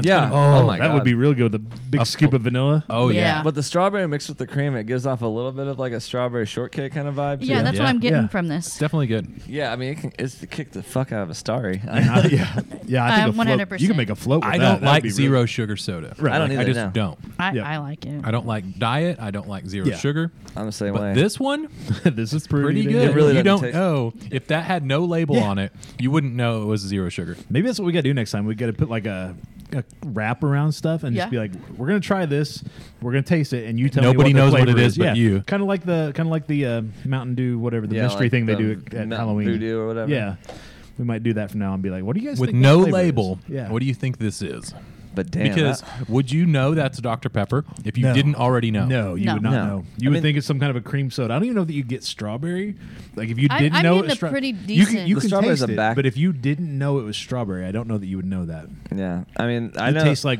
S7: yeah. oh, my
S1: that
S7: god.
S1: would be real good with a big scoop of vanilla.
S6: Oh yeah.
S5: Yeah.
S7: But the strawberry mixed with the cream, it gives off a little bit of like a strawberry shortcake kind of vibe.
S5: Yeah,
S7: too.
S5: that's what
S6: Yeah.
S5: I'm getting
S1: Yeah.
S5: from this.
S6: Definitely good.
S7: yeah. I mean, it can it's to kick the fuck out of a starry. (laughs)
S1: I- yeah, yeah. I
S5: Um,
S1: think a float, you
S5: 100%.
S1: can make a float. With
S6: I
S1: that.
S6: don't
S1: That'd
S6: like
S1: be
S6: zero
S1: really-
S6: sugar soda.
S1: Right.
S7: I don't
S1: like,
S7: either.
S6: I just
S7: now.
S6: don't.
S5: I,
S1: Yeah.
S5: I like it.
S6: I don't like diet. I don't like zero
S1: Yeah.
S6: sugar.
S7: I'm the same
S6: But
S7: way.
S6: this one,
S1: (laughs) this is
S6: pretty
S1: pretty
S6: good.
S7: It really
S6: you
S7: doesn't
S6: don't
S7: taste-
S6: know if that had no label
S1: Yeah.
S6: on it, you wouldn't know it was zero sugar.
S1: Maybe that's what we got to do next time. We got to put like a, a wrap around stuff and
S5: Yeah.
S1: just be like, "We're gonna try this. We're gonna taste it, and you tell
S6: Nobody
S1: me what
S6: knows
S1: the
S6: what
S1: flavor
S6: it is but
S1: yeah.
S6: you.
S1: Kind of like the kind of like the uh, Mountain Dew, whatever the
S7: Yeah,
S1: mystery
S7: like
S1: thing they
S7: the
S1: do at, at
S7: Mountain
S1: Halloween
S7: Voodoo or whatever.
S1: Yeah, we might do that from now and be like, "What do you guys
S6: With
S1: think
S6: no
S1: that flavor is?"
S6: label,
S1: Yeah,
S6: what do you think this is?
S7: but damn,
S6: because
S7: that-
S6: would you know that's Dr. Pepper if you
S1: No.
S6: didn't already know?
S1: No, you
S5: No.
S1: would not
S7: No.
S1: know. You
S7: I
S1: would
S7: mean-
S1: think it's some kind of a cream soda. I don't even know that you get strawberry. Like if you
S5: I-
S1: didn't
S5: I'm
S1: know, it
S5: getting
S1: was
S5: a
S1: stra-
S5: pretty
S1: You can,
S5: decent-
S1: you
S7: The
S1: can
S7: strawberry's
S1: taste
S7: a
S1: it,
S7: back-
S1: but if you didn't know it was strawberry, I don't know that you would know that. It
S7: yeah. I mean, I know.
S1: tastes like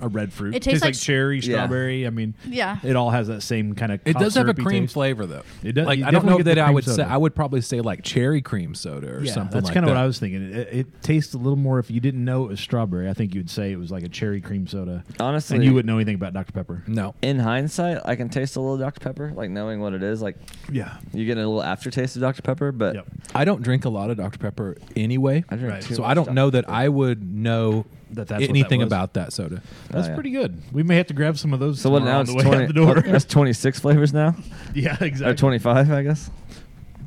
S1: a red fruit.
S5: It tastes like s-
S1: cherry,
S7: Yeah.
S1: strawberry. I mean,
S5: Yeah.
S1: it all has that same kind of.
S6: It does have a
S1: syrup-y
S6: cream
S1: taste.
S6: flavor though.
S1: It does-
S6: Like
S1: you
S6: I don't
S1: definitely
S6: know
S1: get
S6: that
S1: the
S6: I
S1: cream
S6: would say
S1: soda.
S6: I would probably say like cherry cream soda or
S1: Yeah,
S6: something.
S1: that's
S6: like
S1: kind of what
S6: that.
S1: I was thinking. It, it tastes a little more. If you didn't know it was strawberry, I think you'd say it was like a cherry cream soda.
S7: Honestly-
S1: and you wouldn't know anything about Dr Pepper.
S6: No,
S7: in hindsight, I can taste a little Dr Pepper, like knowing what it is. Like
S1: Yeah.
S7: you get a little aftertaste of Dr Pepper, but
S1: Yep.
S6: I don't drink a lot of Dr. Pepper anyway.
S7: I drink
S1: Right.
S7: too
S6: so
S7: much
S6: I don't
S7: Dr.
S6: know that I would know
S1: That that's what that
S6: anything
S1: was.
S6: about that soda.
S1: That's
S7: yeah.
S1: pretty good. We may have to grab some of those.
S7: So what
S1: tomorrow
S7: now?
S1: on (laughs)
S7: It's (laughs)
S1: the way out
S7: twenty.
S1: the door.
S7: That's twenty six flavors now,
S1: yeah, exactly.
S7: or twenty five, I guess.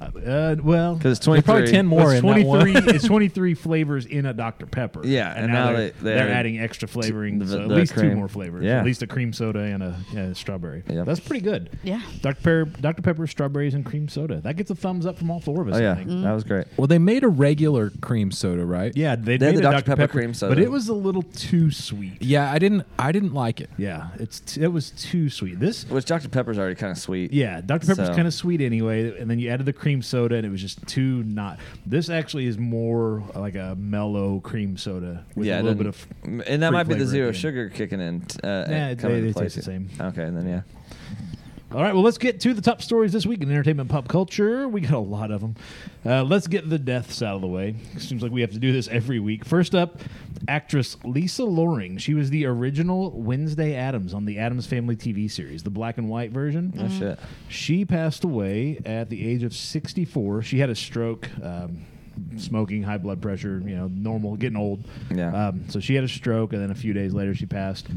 S1: Uh, Uh, well,
S7: 'Cause it's
S6: There's probably
S7: 23.
S6: 10
S1: Well,
S6: more
S1: it's
S6: in that one.
S1: 23 it's 23 flavors in a Dr. Pepper.
S7: Yeah,
S1: and, now, they're,
S7: they- they
S1: they're
S7: added
S1: adding extra flavoring,
S7: the-
S1: so at
S7: the
S1: least two
S7: cream.
S1: more flavors.
S7: Yeah.
S1: At least a cream soda and a, yeah, a strawberry.
S7: Yep.
S1: That's pretty good.
S5: Yeah.
S1: Dr. Pepper, Dr. Pepper, strawberries, and cream soda. That gets a thumbs up from all four of us.
S7: Oh
S1: I
S7: yeah,
S1: think.
S6: Mm.
S7: that was great.
S6: (laughs) Well, they made a regular cream soda, right?
S1: Yeah, they
S7: They had
S1: made
S7: the
S1: a
S7: Dr.
S1: Dr.
S7: Pepper cream soda.
S1: But it was a little too sweet.
S6: Yeah, I didn't. I didn't like it.
S1: Yeah, it's t- it was too sweet. This
S7: Which Dr Pepper's already kind of sweet.
S1: Yeah, Dr. Pepper's
S7: So-
S1: kind of sweet anyway, and then you added the cream soda, and it was just too not. This actually is more like a mellow cream soda with
S7: yeah,
S1: a little
S7: then-
S1: bit of.
S7: m- and that
S1: fruit
S7: might be the
S1: flavor
S7: zero
S1: at the end.
S7: sugar kicking in. t- Uh,
S1: Yeah,
S7: and
S1: they-
S7: coming
S1: they
S7: into play
S1: taste the
S7: too.
S1: same.
S7: Okay, and then yeah,
S1: All right, well, let's get to the top stories this week in entertainment pop culture. We got a lot of them. Uh, let's get the deaths out of the way. Seems like we have to do this every week. First up, actress Lisa Loring. She was the original Wednesday Adams on the Adams Family TV series, the black and white version.
S7: no Oh, shit.
S1: She passed away at the age of 64. She had a stroke, um, smoking, high blood pressure, you know, normal, getting old.
S7: Yeah.
S1: Um, so she had a stroke, and then a few days later, she passed.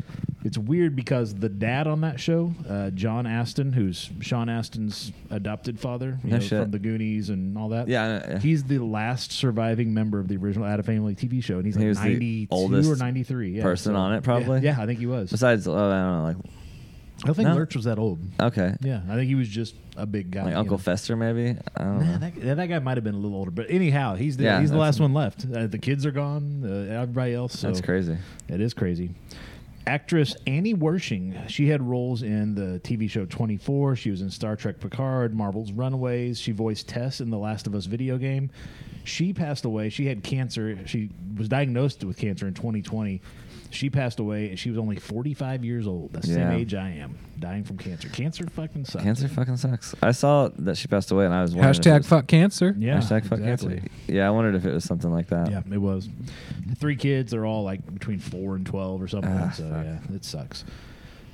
S1: It's weird because the dad on that show, uh, John Aston, who's Sean Aston's adopted father, you
S7: No
S1: know,
S7: shit.
S1: from the Goonies and all that.
S7: Yeah, I know, yeah.
S1: He's the last surviving member of the original Out of Family TV show, and he's
S7: He
S1: like
S7: was the
S1: 92 or
S7: oldest
S1: 93. Yeah,
S7: person on it, probably?
S1: Yeah, yeah, I think he was.
S7: Besides, oh, I don't know, like
S1: I don't think
S7: No.
S1: Lurch was that old.
S7: okay,
S1: Yeah, I think he was just a big guy.
S7: like
S1: you
S7: Uncle
S1: know.
S7: Fester maybe. I don't know.
S1: Man, that, yeah, that guy might have been a little older, but anyhow, he's the
S7: Yeah,
S1: he's the
S7: that's-
S1: last one left. Uh, the kids are gone. Uh, everybody else. So
S7: That's crazy.
S1: It is crazy. Actress Annie Wershing. She had roles in the TV show 24. She was in Star Trek Picard, Marvel's Runaways. She voiced Tess in the Last of Us video game. She passed away. She had cancer. She was diagnosed with cancer in 2020. She passed away, and she was only 45 years old. That's the
S7: Yeah.
S1: same age I am, dying from cancer. Cancer fucking sucks.
S7: Cancer fucking sucks. I saw that she passed away, and I was wondering if it
S6: Hashtag
S7: was-
S6: fuck cancer.
S1: Yeah,
S7: Hashtag fuck
S1: exactly.
S7: cancer. Yeah, I wondered if it was something like that.
S1: Yeah, it was. Three kids. They're all like between four and twelve or something.
S7: Ah,
S1: so
S7: fuck.
S1: yeah, it sucks.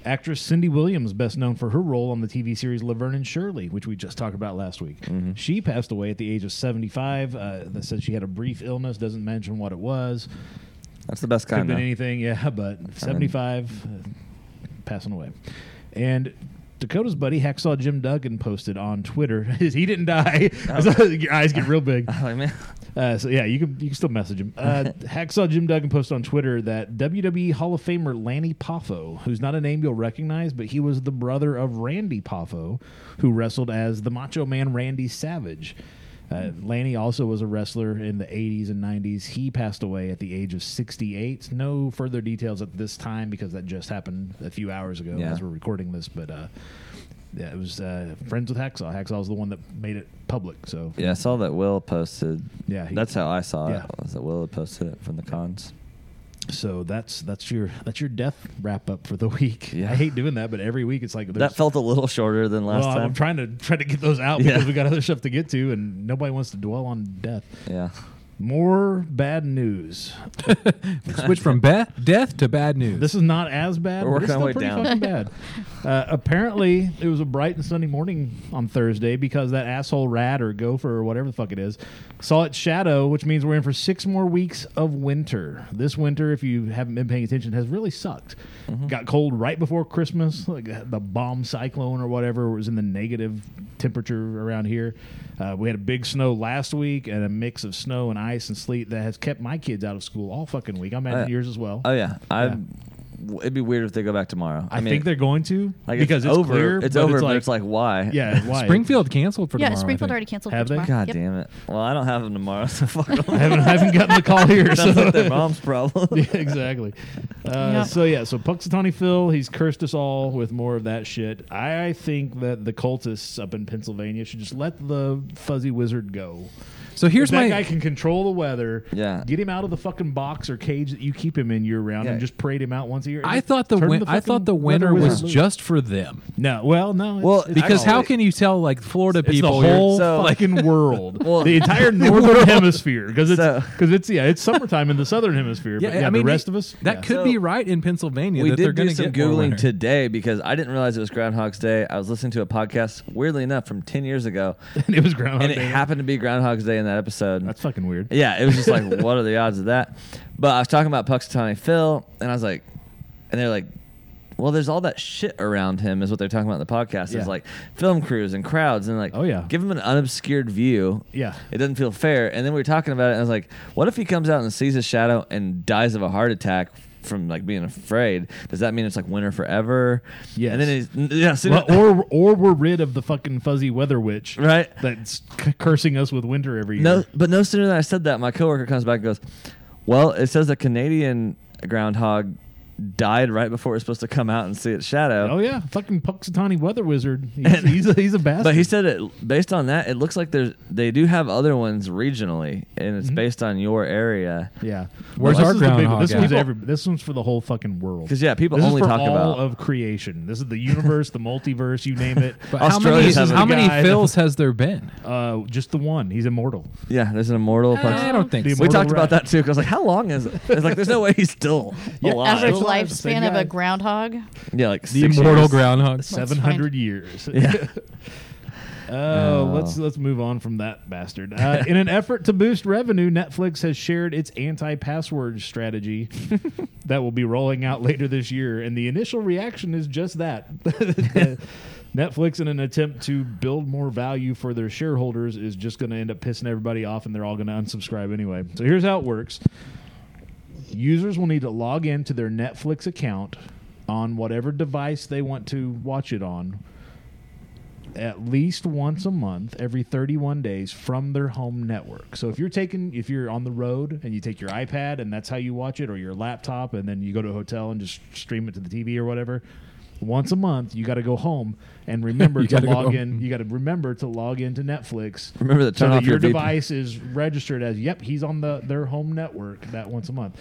S1: Actress Cindy Williams, best known for her role on the TV series Laverne and Shirley, which we just talked about last week.
S7: Mm-hmm.
S1: She passed away at the age of 75. Uh, that said, she had a brief illness. Doesn't mention what it was.
S7: That's the best
S1: Could have
S7: kind.
S1: been
S7: though. (laughs)
S1: anything, yeah, (laughs) but 75 uh, passing away. And Dakota's buddy, Hacksaw Jim Duggan, posted on Twitter, (laughs) he didn't die. (laughs)
S7: Oh.
S1: Your eyes get real
S7: (laughs)
S1: big.
S7: like man,
S1: Uh, so yeah, you can you can still message him. Uh, Hacksaw Jim Duggan posted on Twitter that WWE Hall of Famer Lanny Poffo, who's not a name you'll recognize, but he was the brother of Randy Poffo, who wrestled as the Macho Man Randy Savage. Uh, Lanny also was a wrestler in the 80s and 90s. He passed away at the age of 68. No further details at this time because that just happened a few hours ago
S7: Yeah.
S1: as we're recording this. But uh, yeah, it was uh, friends with Hacksaw. Hacksaw's the one that made it public. So
S7: yeah, I saw that Will posted.
S1: Yeah, he-
S7: that's how I saw
S1: Yeah.
S7: it. Was that Will had posted it from the cons?
S1: So that's that's your that's your death wrap up for the (laughs) week.
S7: Yeah.
S1: I hate doing that, but every week it's like there's-
S7: That felt a little shorter than last
S1: Well, I'm-
S7: time.
S1: I'm trying to try to get those out
S7: Yeah.
S1: because we got other stuff to get to, and nobody wants to dwell on death.
S7: yeah,
S1: More bad news.
S6: (laughs) Switch from be- death to bad news.
S1: This is not as bad.
S7: We're
S1: but it's
S7: working
S1: still
S7: our way
S1: pretty
S7: down.
S1: fucking bad.
S7: (laughs)
S1: Uh, apparently, it was a bright and sunny morning on Thursday because that asshole rat or gopher or whatever the fuck it is saw its shadow, which means we're in for six more weeks of winter. This winter, if you haven't been paying attention, has really sucked.
S7: Mm-hmm.
S1: Got cold right before Christmas, like uh, the bomb cyclone or whatever was in the negative temperature around here. Uh, we had a big snow last week and a mix of snow and ice and sleet that has kept my kids out of school all fucking week. I'm at
S7: Uh,
S1: yours as well.
S7: Oh yeah, I. w It'd be weird if they go back tomorrow.
S1: I, think they're going to
S7: like
S1: because
S7: it's, over.
S1: clear,
S7: it's
S1: but
S7: over, but (laughs) it's like why?
S6: (laughs)
S1: yeah, why?
S6: Springfield canceled for
S5: yeah,
S6: tomorrow. I
S5: Springfield
S6: think.
S5: already canceled.
S1: Have
S5: for
S1: they?
S5: tomorrow.
S7: God
S5: Yep.
S7: damn it. Well, I don't have them tomorrow, (laughs)
S1: (laughs)
S7: so fuck 'em.
S1: I haven't, I haven't gotten the call
S6: (laughs)
S1: here. so.
S7: Sounds like their mom's problem.
S1: (laughs) yeah, exactly. Uh,
S5: Yeah.
S1: So yeah, so Puxatawny Phil, he's cursed us all with more of that shit. I think that the cultists up in Pennsylvania should just let the fuzzy wizard go.
S6: So here's
S1: if that
S6: my
S1: guy can control the weather.
S7: Yeah.
S1: get him out of the fucking box or cage that you keep him in year round, and
S7: Yeah.
S1: just parade him out once a year.
S6: I thought the,
S1: Turn
S6: win- I
S1: fucking
S6: thought the
S1: weather
S6: winter was
S1: wizard loose.
S6: just for them
S1: no. Well, no. it's-
S7: Well,
S1: it's-
S6: because how
S7: Actually-
S6: can you tell like Florida
S1: It's
S6: people
S1: the
S6: you're-
S1: whole
S7: So-
S1: fucking world,
S7: (laughs) Well-
S1: the entire northern hemisphere, because it's
S7: So-
S1: because it's yeah, it's summertime in the southern hemisphere.
S6: Yeah,
S1: but yeah,
S6: I mean
S1: the rest
S6: it-
S1: of us
S6: that
S1: yeah.
S6: could
S7: So-
S6: be right in
S7: (laughs)
S6: Pennsylvania.
S7: we
S6: that they're
S7: did do
S6: gonna
S7: some
S6: get more
S7: googling
S6: winter.
S7: today because I didn't realize it was Groundhog's Day. I was listening to a podcast, weirdly enough, from ten
S1: (laughs)
S7: years ago,
S1: (laughs) And it was groundhog.
S7: and it
S1: Day.
S7: happened to be Groundhog's Day in that episode.
S1: That's fucking weird.
S7: Yeah, it was
S1: (laughs)
S7: just like, what are the odds of that? But I was talking about Puxatawny Phil, and I was like, and they're like, Well, there's all that shit around him, is what they're talking about in the podcast.
S1: Yeah.
S7: It's like film crews and crowds, and like,
S1: Oh, yeah.
S7: give him an unobscured view.
S1: Yeah.
S7: it doesn't feel fair. And then we were talking about it, and I was like, what if he comes out and sees his shadow and dies of a heart attack from like being afraid? Does that mean it's like winter forever?
S1: Yes.
S7: And then he's yeah, so-
S1: Well, or or we're rid of the fucking fuzzy weather witch,
S7: Right.
S1: That's c- cursing us with winter every year.
S7: No, but no sooner than I said that, my coworker comes back and goes, "Well, it says a Canadian groundhog died right before it was supposed to come out and see its shadow."
S1: Oh
S7: (laughs)
S1: yeah, fucking Puxatani weather wizard. He's, he's, a, he's a bastard.
S7: But he said it based on that. It looks like there's they do have other ones regionally, and
S1: Mm-hmm.
S7: it's based on your area.
S1: yeah.
S6: Where's
S1: this
S6: our
S1: is the big one.
S6: groundhog
S1: This
S6: at?
S1: one's
S6: People-
S1: every, This one's for the whole fucking world.
S7: 'Cause, yeah, people
S1: This is
S7: only
S1: for
S7: talk
S1: all
S7: about-
S1: of creation. This is the universe, the multiverse, you name
S7: (laughs)
S1: it.
S6: But
S7: Australia's
S6: how
S7: having a
S6: many, how many
S1: guy-
S6: fills has
S7: (laughs)
S6: there been?
S1: uh, just the one. He's immortal.
S7: Yeah, there's an immortal.
S6: I
S7: person.
S6: don't think
S1: the
S7: we
S6: so.
S1: immortal
S7: talked about
S1: rat.
S7: that too. Because like, how long is it? It's like there's no way he's still
S1: (laughs) Yeah,
S7: alive.
S5: Average
S1: Still alive, same
S5: lifespan of
S1: guy.
S5: a groundhog.
S7: yeah, like
S6: The
S7: six
S6: immortal
S7: years.
S6: groundhog.
S1: Seven hundred years. (laughs)
S7: Yeah.
S1: Oh, let's let's move on from that bastard. Uh, in an effort to boost revenue, Netflix has shared its anti-password strategy that will be rolling out later this year, and the initial reaction is just that. (laughs) Netflix, in an attempt to build more value for their shareholders, is just going to end up pissing everybody off, and they're all going to unsubscribe anyway. So here's how it works: users will need to log into their Netflix account on whatever device they want to watch it on at least once a month every 31 days from their home network. So if you're taking if you're on the road and you take your iPad and that's how you watch it or your laptop and then you go to a hotel and just stream it to the TV or whatever, once a month you got to go home
S7: (laughs)
S1: and remember
S6: You
S1: to
S6: gotta go
S1: log
S6: home.
S1: in. You got to remember to log into Netflix.
S7: Remember to
S1: so
S7: turn
S1: that
S7: off your
S1: your
S7: VPN.
S1: device device is registered as yep he's on the their home network that once a month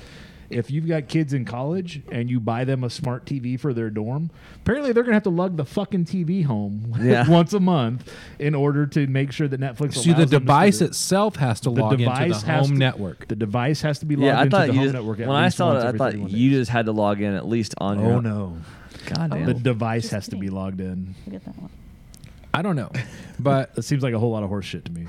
S1: if you've got kids in college and you buy them a smart TV for their dorm, apparently they're gonna have to lug the fucking TV home (laughs)
S7: Yeah.
S1: once a month in order to make sure that Netflix.
S6: See, the
S1: allows them to
S6: device
S1: do-
S6: itself has to
S1: the
S6: log into
S1: device
S6: the
S1: has
S6: home
S1: to-
S6: network.
S1: The device has to be logged
S7: Yeah, I
S1: into the
S7: thought
S1: home
S7: you just,
S1: network. At
S7: when I
S1: least
S7: saw
S1: once
S7: it, I
S1: every
S7: thought
S1: 31
S7: you
S1: days.
S7: just had to log in at least on your.
S1: Oh no,
S7: God damn.
S1: the device has to
S5: kidding.
S1: be logged in.
S5: Look at that one.
S6: I don't know,
S7: (laughs)
S6: but
S1: That seems like a whole lot of horse shit to me.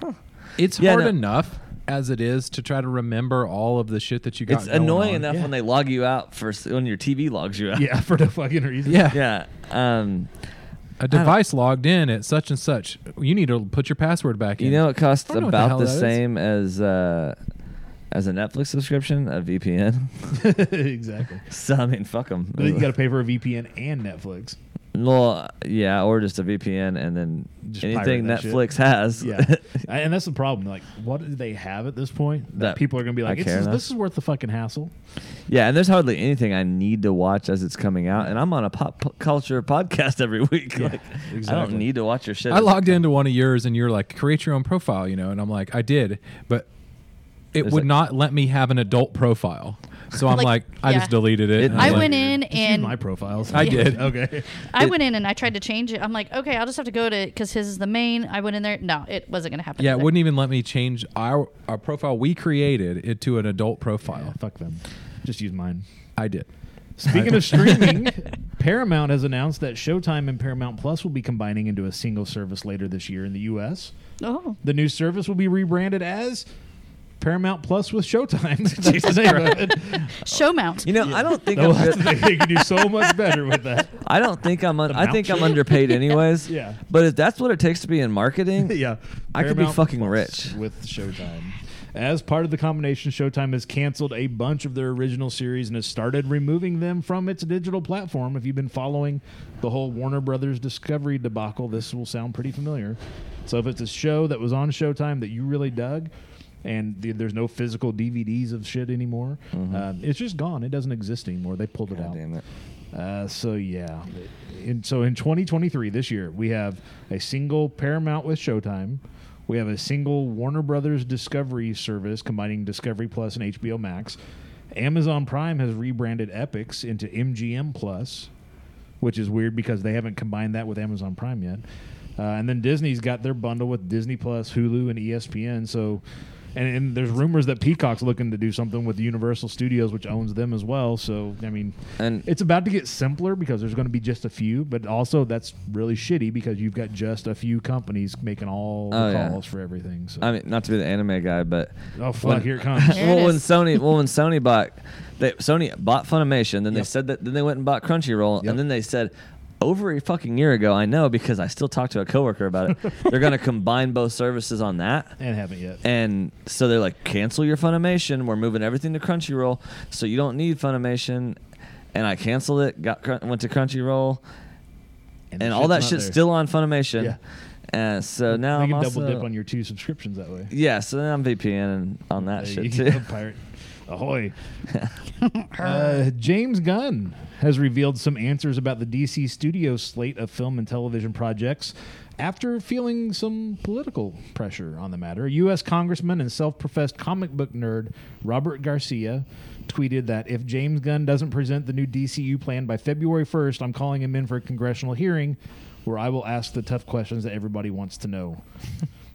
S6: it's
S7: Yeah,
S6: hard
S7: no.
S6: enough as it is to try to remember all of the shit that you got.
S7: It's
S6: going
S7: annoying
S6: on.
S7: enough
S1: Yeah.
S7: when they log you out for s- when your TV logs you out.
S1: Yeah, (laughs) for no fucking reason.
S6: Yeah.
S7: (laughs) yeah. Um,
S6: A device logged in at such and such. You need to put your password back in.
S7: you know, it costs
S6: I don't know what the
S7: about
S6: hell
S7: the,
S6: that is.
S7: same as uh, as a Netflix subscription, a VPN.
S1: (laughs) exactly.
S7: (laughs) so I mean, fuck them.
S1: But you got to pay for a VPN and Netflix.
S7: (laughs) Well, yeah, or just a VPN, and then
S1: Just pirate
S7: anything
S1: that shit.
S7: Netflix (laughs) has.
S1: Yeah, I- and that's the problem. Like, what do they have at this point that,
S7: That
S1: people are going to be
S7: I
S1: like,
S7: care
S1: it's,
S7: enough?
S1: "This is worth the fucking hassle."
S7: yeah, and there's hardly anything I need to watch as it's coming out, and I'm on a pop p- culture podcast every (laughs) week.
S1: Yeah,
S7: like, I
S1: exactly.
S7: don't need to watch your shit.
S6: I logged into one of yours and you're like, create your own profile, you know, and I'm like, I did, but it
S7: There's
S6: would
S7: like-
S6: not let me have an adult profile. So I'm like,
S5: Like,
S6: I
S5: yeah.
S6: just deleted it.
S7: It-
S6: and
S5: I
S6: I'm like-
S5: went in
S1: Just use
S5: and
S1: my profiles.
S6: I did.
S1: okay.
S5: I went in and I tried to change it. I'm like, okay, I'll just have to go to because his is the main. I went in there. No, it wasn't gonna happen.
S6: Yeah, it
S5: either.
S6: wouldn't even let me change our our profile we created it to an adult profile.
S1: Fuck them. Just use mine.
S6: I did.
S1: Speaking of streaming, (laughs) Paramount has announced that Showtime and Paramount Plus will be combining into a single service later this year in the U.S.
S5: Oh,
S1: The new service will be rebranded as Paramount Plus with Showtime. (laughs) That's the name of it.
S5: show mount.
S7: You know,
S1: (laughs)
S7: I don't think
S1: They'll
S7: I'm
S1: have
S7: good.
S1: to- they can do so much better with that.
S7: I don't think I'm. Un- I
S1: mount
S7: think I'm
S1: shit?
S7: underpaid
S1: (laughs)
S7: anyways.
S1: Yeah.
S7: But if that's what it takes to be in marketing,
S1: (laughs) yeah,
S7: I could be fucking rich.
S1: with Showtime. As part of the combination, Showtime has canceled a bunch of their original series and has started removing them from its digital platform. If you've been following the whole Warner Brothers Discovery debacle, this will sound pretty familiar. So, if it's a show that was on Showtime that you really dug, and th- there's no physical DVDs of shit anymore, uh, it's just gone. It doesn't exist anymore. They pulled it
S7: Mm-hmm. God
S1: out.
S7: damn it.
S1: Uh, so yeah, in, so in 2023 this year we have a single Paramount with Showtime, we have a single Warner Brothers Discovery service combining Discovery Plus and HBO Max. Amazon Prime has rebranded Epics into MGM Plus, which is weird because they haven't combined that with Amazon E Prime yet. Uh, and then Disney's got their bundle with Disney Plus, Hulu, and ESPN. So And, and there's rumors that Peacock's looking to do something with Universal Studios, which owns them as well. So I mean,
S7: And-
S1: it's about to get simpler because there's going to be just a few, but also that's really shitty because you've got just a few companies making all the
S7: Oh, yeah.
S1: calls for everything. So
S7: I mean, not to be the anime guy, but
S1: oh fuck,
S7: when-
S1: here it comes.
S5: There it
S7: (laughs) well, when
S5: is.
S7: Sony, well, when Sony bought, they, Sony bought Funimation, then they
S1: Yep.
S7: said that, then they went and bought Crunchyroll,
S1: Yep.
S7: and then they said, over a fucking year ago, I know because I still talked to a
S1: (laughs)
S7: coworker about it. they're going to combine both services on that.
S1: and haven't yet.
S7: And so they're like, cancel your Funimation. We're moving everything to Crunchyroll, so you don't need Funimation. And I canceled it. Got crun- went to Crunchyroll, and, all that shit's
S1: still.
S7: still on Funimation.
S1: Yeah.
S7: And so now
S1: you
S7: I'm
S1: can
S7: also,
S1: double dip on your two subscriptions that way.
S7: yeah. So then I'm VPN on that
S1: There
S7: shit
S1: you go,
S7: too.
S1: pirate. Ahoy. (laughs) uh, James Gunn has revealed some answers about the DC studio slate of film and television projects after feeling some political pressure on the matter. U.S. Congressman and self professed comic book nerd Robert Garcia tweeted that if James Gunn doesn't present the new DCU plan by February 1st, I'm calling him in for a congressional hearing where I will ask the tough questions that everybody wants to know.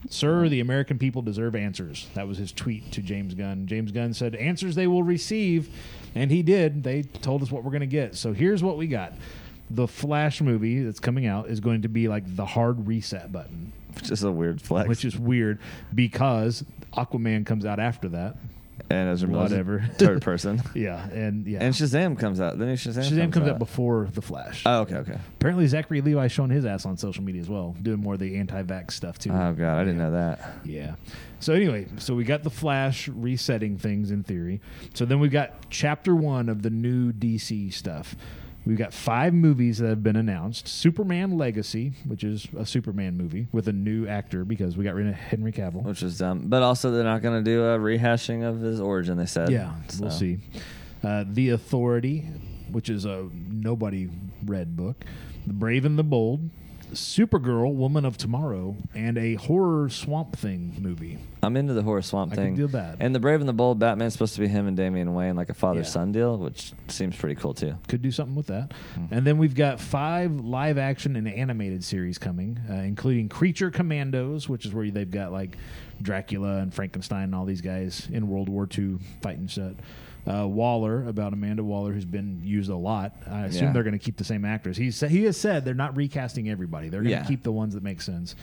S1: Sir, the American people deserve answers. That was his tweet to James Gunn. James Gunn said, Answers they will receive. And he did. They told us what we're going to get. So here's what we got The Flash movie that's coming out is going to be like the hard reset button,
S7: (laughs) Which is a weird flex.
S1: which is weird because Aquaman comes out after that.
S7: and Ezra Miller's
S1: Whatever. (laughs)
S7: a third person.
S1: Yeah. And yeah.
S7: And Shazam comes out. Then Shazam,
S1: Shazam comes out before The Flash.
S7: Oh, okay, okay.
S1: Apparently, Zachary Levi's showing his ass on social media as well, doing more of the anti vax stuff too.
S7: Oh god, I didn't
S1: Yeah.
S7: know that.
S1: Yeah. So anyway, so we got the Flash resetting things in theory. So then we've got chapter one of the new DC stuff. We've got five movies that have been announced. Superman Legacy, which is a Superman movie with a new actor because we got rid of Henry Cavill.
S7: Which is dumb. But also, they're not going to do a rehashing of his origin. They said.
S1: Yeah, we'll
S7: So,
S1: see. Uh, the Authority, which is a nobody read book. The Brave and the Bold. Supergirl, Woman of Tomorrow, and a horror swamp thing movie.
S7: I'm into the horror swamp
S1: I could
S7: thing.
S1: do that.
S7: And the Brave and the Bold Batman's supposed to be him and Damian Wayne, like a father
S1: Yeah.
S7: son deal, which seems pretty cool too.
S1: could do something with that.
S7: Hmm.
S1: And then we've got five live action and animated series coming, uh, including Creature Commandos, which is where they've got like Dracula and Frankenstein and all these guys in World War II fighting shit. Uh, Waller about Amanda Waller, who's been used a lot. I assume
S7: Yeah.
S1: they're going to keep the same actors. He's sa- he has said they're not recasting everybody. They're going to
S7: Yeah.
S1: keep the ones that make sense.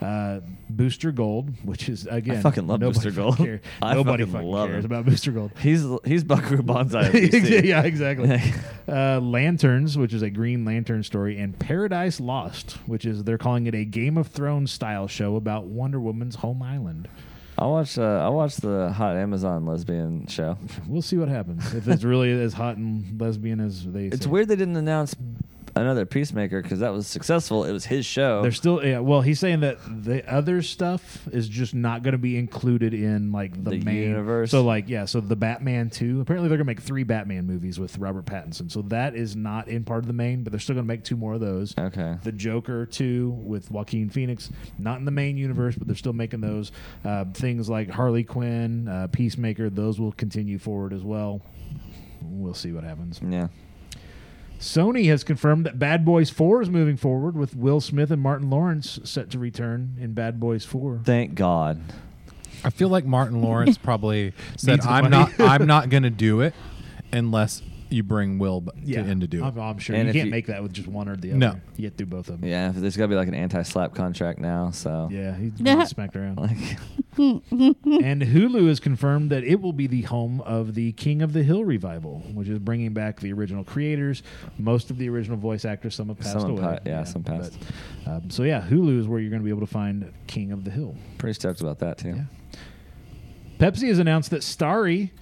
S1: Uh, Booster Gold, which is again,
S7: fucking love
S1: nobody
S7: Booster Gold.
S1: fucking cares.
S7: (laughs) I
S1: Nobody
S7: fucking
S1: fucking
S7: love
S1: cares
S7: him.
S1: about Booster Gold.
S7: He's he's
S1: (laughs)
S7: Buckaroo Banzai. of DC.
S1: yeah,
S7: (laughs)
S1: exactly. uh, Lanterns, which is a Green Lantern story, and Paradise Lost, which is they're calling it a Game of Thrones style show about Wonder Woman's home island.
S7: I watched uh, I watched the hot Amazon lesbian
S1: (laughs)
S7: show.
S1: We'll see what happens if it's
S7: (laughs)
S1: really as hot and lesbian as they.
S7: It's
S1: say.
S7: weird they didn't announce another Peacemaker because that was successful. It was his show.
S1: They're still yeah. Well, he's saying that the other stuff is just not going to be included in like the,
S7: The
S1: main
S7: universe.
S1: So like yeah, so the Batman two. Apparently they're going to make three Batman movies with Robert Pattinson. So that is not in part of the main, but they're still going to make two more of those.
S7: Okay.
S1: The Joker two with Joaquin Phoenix, not in the main universe, but they're still making those uh, things like Harley Quinn, uh, Peacemaker. Those will continue forward as well. We'll see what happens.
S7: yeah.
S1: Sony has confirmed that Bad Boys 4 is moving forward with Will Smith and Martin Lawrence set to return in Bad Boys 4.
S7: Thank God.
S6: I feel like Martin
S5: (laughs)
S6: Lawrence probably said,
S1: Needs the
S6: "I'm
S1: money."
S6: not, (laughs) I'm not going to do it unless you bring Will b- to, in to do it."
S1: I'm, I'm sure.
S7: And
S1: you
S7: if
S1: can't
S7: you-
S1: make that with just one or the other.
S6: No.
S1: You get through both of them.
S7: Yeah, there's got to be like an anti-slap contract now. So
S1: Yeah,
S7: (laughs)
S1: he's been smacked around.
S7: Like, (laughs)
S1: and Hulu has confirmed that it will be the home of the King of the Hill revival, which is bringing back the original creators, most of the original voice actors. Some have passed
S7: Some have
S1: away.
S7: pa- yeah, some passed.
S1: but, um, so yeah, Hulu is where you're going to be able to find King of the Hill.
S7: pretty stoked about that too.
S1: Yeah. Pepsi has announced that Starry,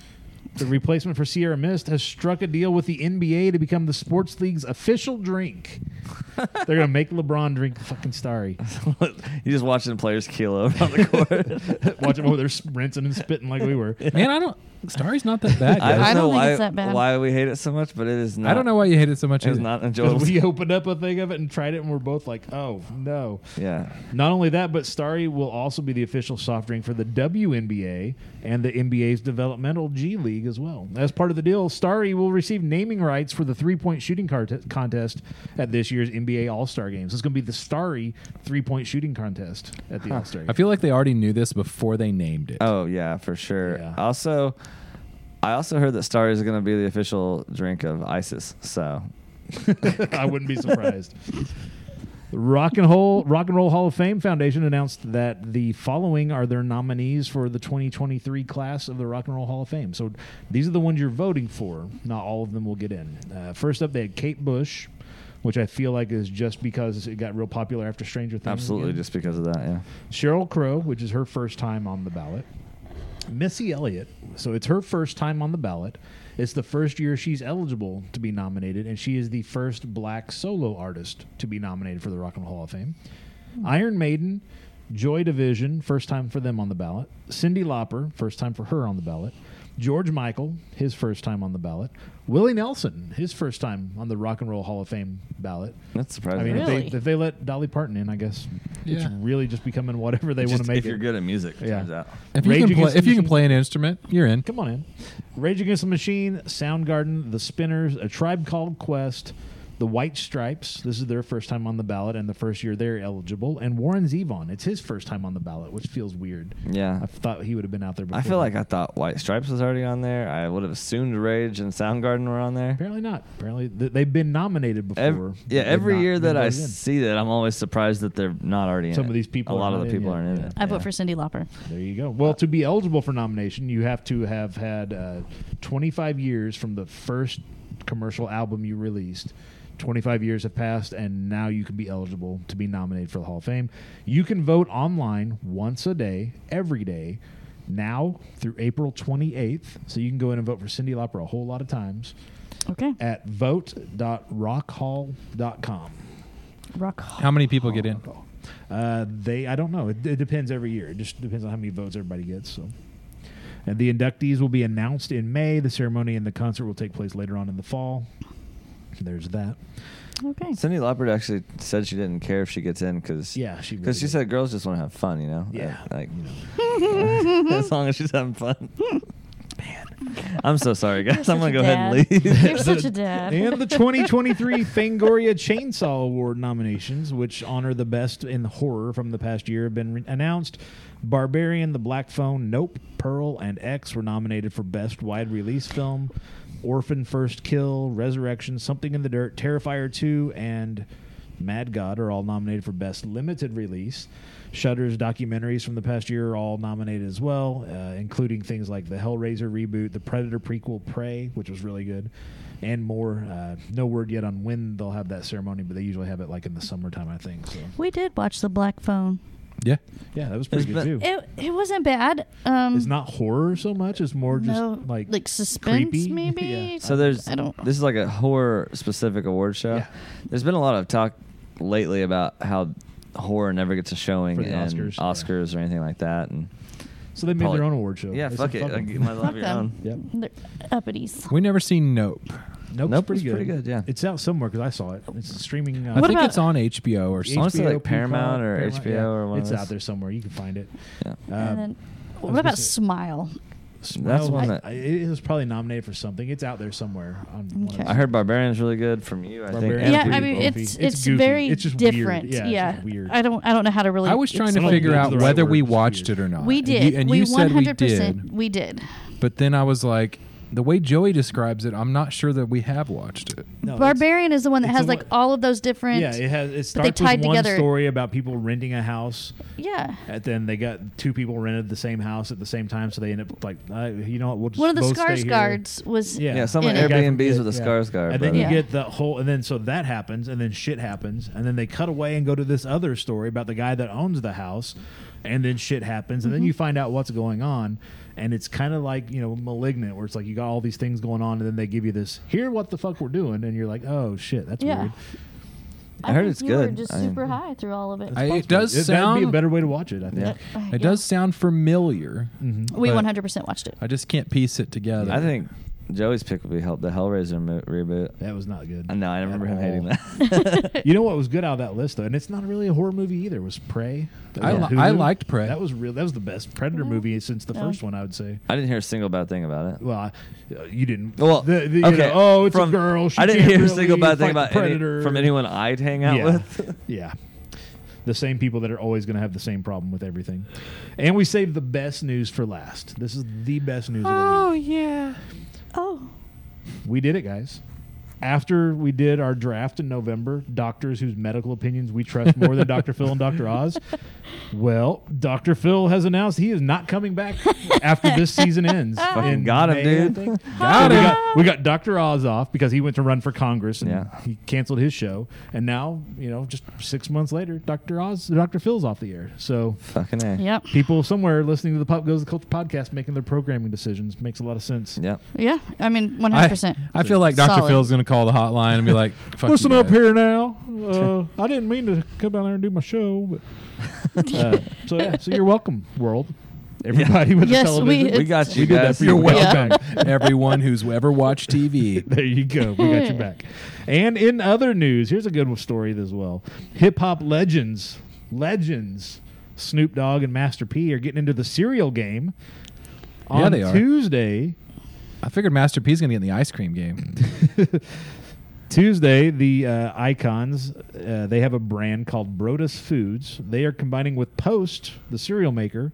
S1: the replacement for Sierra Mist, has struck a deal with the NBA to become the sports league's official drink.
S7: (laughs)
S1: They're going to make LeBron drink fucking Starry.
S7: you just watching players keel
S1: (laughs)
S7: over on the court.
S1: Watch him over there rinsing and spitting like we were.
S6: Man, I don't. Starry's not that (laughs) bad.
S7: I
S5: I
S7: don't,
S6: guys.
S5: don't
S7: know
S5: think
S7: why,
S5: it's that bad.
S7: why we hate it so much, but it is not.
S6: I don't know why you hate it so much.
S7: It's
S6: either.
S7: not
S1: 'Cause
S7: enjoyable.
S1: we opened up a thing of it and tried it, and we're both like, oh, no.
S7: yeah.
S1: Not only that, but Starry will also be the official soft drink for the WNBA and the NBA's developmental G League as well. As part of the deal, Starry will receive naming rights for the three point shooting cart- contest at this year's NBA All Star games. It's going to be the Starry three point shooting contest at the All Star.
S6: I feel like they already knew this before they named it.
S7: Oh yeah, for sure.
S1: Yeah.
S7: Also, I also heard that Star is going to be the official drink of ISIS. So
S1: (laughs) I wouldn't be surprised. The Rock and Roll Rock and Roll Hall of Fame Foundation announced that the following are their nominees for the 2023 class of the Rock and Roll Hall of Fame. So these are the ones you're voting for. Not all of them will get in. Uh, first up, they had Kate Bush, which I feel like is just because it got real popular after Stranger Things.
S7: absolutely,
S1: again.
S7: just because of that, yeah.
S1: Cheryl Crow, which is her first time on the ballot. Missy Elliott, so it's her first time on the ballot. It's the first year she's eligible to be nominated, and she is the first black solo artist to be nominated for the Rock and Roll Hall of Fame. Iron Maiden, Joy Division, first time for them on the ballot. Cindy Lauper, first time for her on the ballot. George Michael, his first time on the ballot. Willie Nelson, his first time on the Rock and Roll Hall of Fame ballot.
S7: That's surprising.
S1: I mean, if,
S5: Really?
S1: they, if they let Dolly Parton in, I guess it's
S6: Yeah.
S1: really just becoming whatever they want to
S7: Just
S1: make
S7: if
S1: it.
S7: you're good at music, it
S1: Yeah.
S7: turns out.
S6: If you
S1: Rage
S6: can play,
S1: Against the
S6: if you can
S1: Machine.
S6: play an instrument, you're in.
S1: Come on in. Rage Against the Machine, Soundgarden, The Spinners, A Tribe Called Quest, The White Stripes. This is their first time on the ballot and the first year they're eligible. And Warren Zevon. It's his first time on the ballot, which feels weird.
S7: Yeah.
S1: I thought he would have been out there before.
S7: I feel like I thought White Stripes was already on there. I would have assumed Rage and Soundgarden were on there.
S1: Apparently not. Apparently th- they've been nominated before.
S7: Every,
S1: but
S7: yeah,
S1: they've
S7: every
S1: not
S7: year
S1: been
S7: that I
S1: voted in.
S7: see that, I'm always surprised that they're not already in
S1: Some
S7: it.
S1: of these people
S7: A
S1: are
S7: lot of
S1: not
S7: the
S1: in
S7: people
S1: yet.
S7: aren't in
S1: Yeah.
S7: it.
S5: I vote
S7: yeah.
S5: for Cindy Lauper.
S1: There you go. Well, to be eligible for nomination, you have to have had uh, 25 years from the first commercial album you released. 25 years have passed, and now you can be eligible to be nominated for the Hall of Fame. You can vote online once a day, every day, now through April 28th. So you can go in and vote for Cindy Lauper a whole lot of times
S5: Okay.
S1: at vote.rockhall.com.
S5: Rock Hall.
S6: How many people get
S1: Oh,
S6: in?
S1: Uh, they, I don't know. It, it depends every year. It just depends on how many votes everybody gets. So, and the inductees will be announced in May. The ceremony and the concert will take place later on in the fall. There's that.
S6: (laughs)
S5: Okay.
S7: Cindy Lauper actually said she didn't care if she gets in because
S1: Yeah, she really
S7: she
S1: did.
S7: said girls just want to have fun, you know.
S1: Yeah.
S7: Uh, like
S5: (laughs)
S7: as long as she's having fun. Man, I'm so sorry, guys. I'm gonna go ahead and
S5: (laughs)
S1: (laughs)
S7: leave.
S5: You're such a dad.
S1: and the
S5: (laughs)
S1: 2023 Fangoria Chainsaw Award nominations, which honor the best in horror from the past year, have been re- announced. Barbarian, The Black Phone, Nope, Pearl, and X were nominated for Best Wide Release Film. Orphan First Kill, Resurrection, Something in the Dirt, Terrifier 2, and Mad God are all nominated for Best Limited Release. Shudder's documentaries from the past year are all nominated as well, uh, including things like the Hellraiser reboot, the Predator prequel Prey, which was really good, and more. Uh, no word yet on when they'll have that ceremony, but they usually have it like in the summertime, I think. So
S5: We did watch The Black Phone.
S6: Yeah.
S1: yeah, that was pretty
S7: It's
S1: good too.
S5: It, it wasn't bad. Um,
S1: It's not horror so much; it's more just
S5: no,
S1: like
S5: suspense,
S1: creepy. (laughs)
S5: maybe.
S1: Yeah.
S7: So there's
S5: I don't.
S7: this is like a horror specific award show.
S1: Yeah.
S7: There's been a lot of talk lately about how horror never gets a showing
S1: For the
S7: and
S1: Oscars, yeah.
S7: Oscars or anything like that. And
S1: So they made
S7: Probably-
S1: their own award show.
S7: yeah,
S1: They
S7: fuck
S1: said,
S7: it. Like,
S1: them.
S7: you might as well
S1: (laughs)
S7: have your own.
S1: Yep.
S5: They're uppities.
S6: We never seen Nope.
S1: Nope's
S7: Nope
S1: pretty
S7: was
S1: good.
S7: pretty good, yeah.
S1: it's out somewhere because I saw it. It's streaming. Uh,
S6: I think
S5: about-
S6: it's on HBO or
S7: I
S6: something.
S7: wanna say,
S1: HBO,
S7: like, Paramount or
S1: Peacock,
S7: HBO or one of
S1: It's
S7: those.
S1: out there somewhere. You can find it.
S7: Yeah.
S1: Um,
S5: and then,
S1: was
S5: what
S1: gonna
S5: about
S1: say-
S5: Smile?
S1: Smile
S7: one
S1: was-
S7: that-
S1: I- it was probably nominated for something. It's out there somewhere. On one of
S5: Okay.
S1: those-
S7: I heard Barbarian's really good from you. I
S1: Barbarian.
S7: think.
S5: Yeah,
S7: and
S1: goofy,
S5: I
S7: Creed.
S5: mean
S1: goofy.
S5: it's
S1: It's
S5: it's,
S1: goofy.
S5: very
S1: It's just weird.
S5: different.
S1: Yeah, it's
S5: Yeah,
S1: just weird.
S5: I don't I don't know how to really.
S6: I was trying to
S1: It's-
S6: figure
S1: it's
S6: out
S1: the right
S6: whether
S1: word,
S6: we
S1: it's
S6: watched it
S1: weird.
S6: or not.
S5: We
S6: And
S5: did.
S6: you- And
S5: we
S6: you said we
S5: 100%
S6: did.
S5: We did.
S6: But then I was like, the way Joey describes it, I'm not sure that we have watched it.
S1: No, it's-
S5: Barbarian is the one that
S1: it's
S5: has
S1: a
S5: like
S1: what-
S5: all of those different.
S1: Yeah, it has. It
S5: but they
S1: starts
S5: tied
S1: with one
S5: together.
S1: story about people renting a house,
S5: Yeah.
S1: and then they got two people rented the same house at the same time, so they end up like, uh, you know, what, we'll just
S5: One of the
S1: both stay
S5: scars
S1: here.
S5: guards was.
S1: Yeah,
S7: Yeah, some
S5: of
S1: The guy from
S7: Airbnbs
S1: It,
S7: with the
S1: yeah.
S7: scars guard,
S1: And then you
S5: brother.
S1: get the whole, and then so that happens, and then shit happens, and then they cut away and go to this other story about the guy that owns the house, and then shit happens, and then you find out what's going on, and it's kind of like you know malignant, where it's like you got all these things going on, and then they give you this here, what the fuck we're doing, and you're like, oh shit, that's
S5: Yeah.
S1: weird.
S7: I heard
S5: think
S7: it's
S5: you
S7: good.
S5: Were just
S7: I mean-
S5: super high through all of it.
S6: I- it
S1: Possibly.
S6: does
S1: that'd be
S6: sound.
S1: a better way to watch it, I think.
S7: Yeah.
S5: Uh,
S6: It
S5: yeah.
S6: does sound familiar.
S5: We
S1: Mm-hmm.
S6: but
S5: 100% watched it.
S6: I just can't piece it together.
S7: I think Joey's pick would be help the Hellraiser mo- reboot.
S1: That was not good.
S7: I know. I
S1: At
S7: remember him
S1: all.
S7: hating that. (laughs)
S1: you know what was good out of that list though, and it's not really a horror movie either. Was Prey? That
S6: I
S1: was on
S6: li- I
S1: Hulu.
S6: liked Prey.
S1: That was real. That was the best Predator movie since the
S5: No.
S1: first one. I would say.
S7: I didn't hear a single bad thing about it.
S1: Well, I, uh, you didn't.
S7: Well,
S1: the, the, you
S7: okay.
S1: know, oh, it's
S7: from,
S1: a girl. She
S7: I didn't
S1: can't
S7: hear a
S1: really
S7: single bad thing
S1: fight the
S7: about any-
S1: Predator
S7: from anyone I'd hang out
S1: Yeah.
S7: with. (laughs)
S1: (laughs) yeah. The same people that are always going to have the same problem with everything. And we saved the best news for last. This is the best news of the week.
S6: yeah.
S5: Oh.
S1: We did it, guys. After we did our draft in November, doctors whose medical opinions we trust more than Dr. Phil and Dr. Oz. Well, Dr. Phil has announced he is not coming back after this season ends.
S7: (laughs) Fucking
S1: in
S7: got him,
S1: May, I
S7: dude.
S1: think.
S6: Got
S1: we,
S6: him.
S1: got, we got Dr. Oz off because he went to run for Congress and
S7: Yeah.
S1: he canceled his show. And now, you know, just six months later, Dr. Oz, Dr. Phil's off the air. So
S7: Fucking a.
S5: Yep.
S1: people somewhere listening to the Pop Goes the Culture podcast making their programming decisions makes a lot of sense.
S7: Yep.
S5: Yeah. I mean, one hundred
S6: I,
S5: percent.
S6: I feel like Dr.
S5: Solid.
S6: Phil's going to call the hotline and
S1: (laughs)
S6: be like, Fuck
S1: Listen
S6: you
S1: up
S6: guys.
S1: here (laughs) now. Uh, I didn't mean to come down there and do my show, but uh, so yeah, so you're welcome, world. Everybody with the
S5: Yes,
S1: television.
S5: we-
S7: We got you
S1: did that
S7: guys.
S1: for you.
S7: You're
S1: You're
S7: welcome.
S1: welcome.
S6: (laughs) Everyone who's ever watched TV.
S1: (laughs) There you go. We got your back. And in other news, here's a good story as well. Hip hop legends, legends, Snoop Dogg and Master P are getting into the cereal game on
S6: Yeah, they are.
S1: Tuesday.
S6: I figured Master P's going to get in the ice cream game.
S1: Tuesday, the uh, icons uh, they have a brand called Brodus Foods. They are combining with Post, the cereal maker,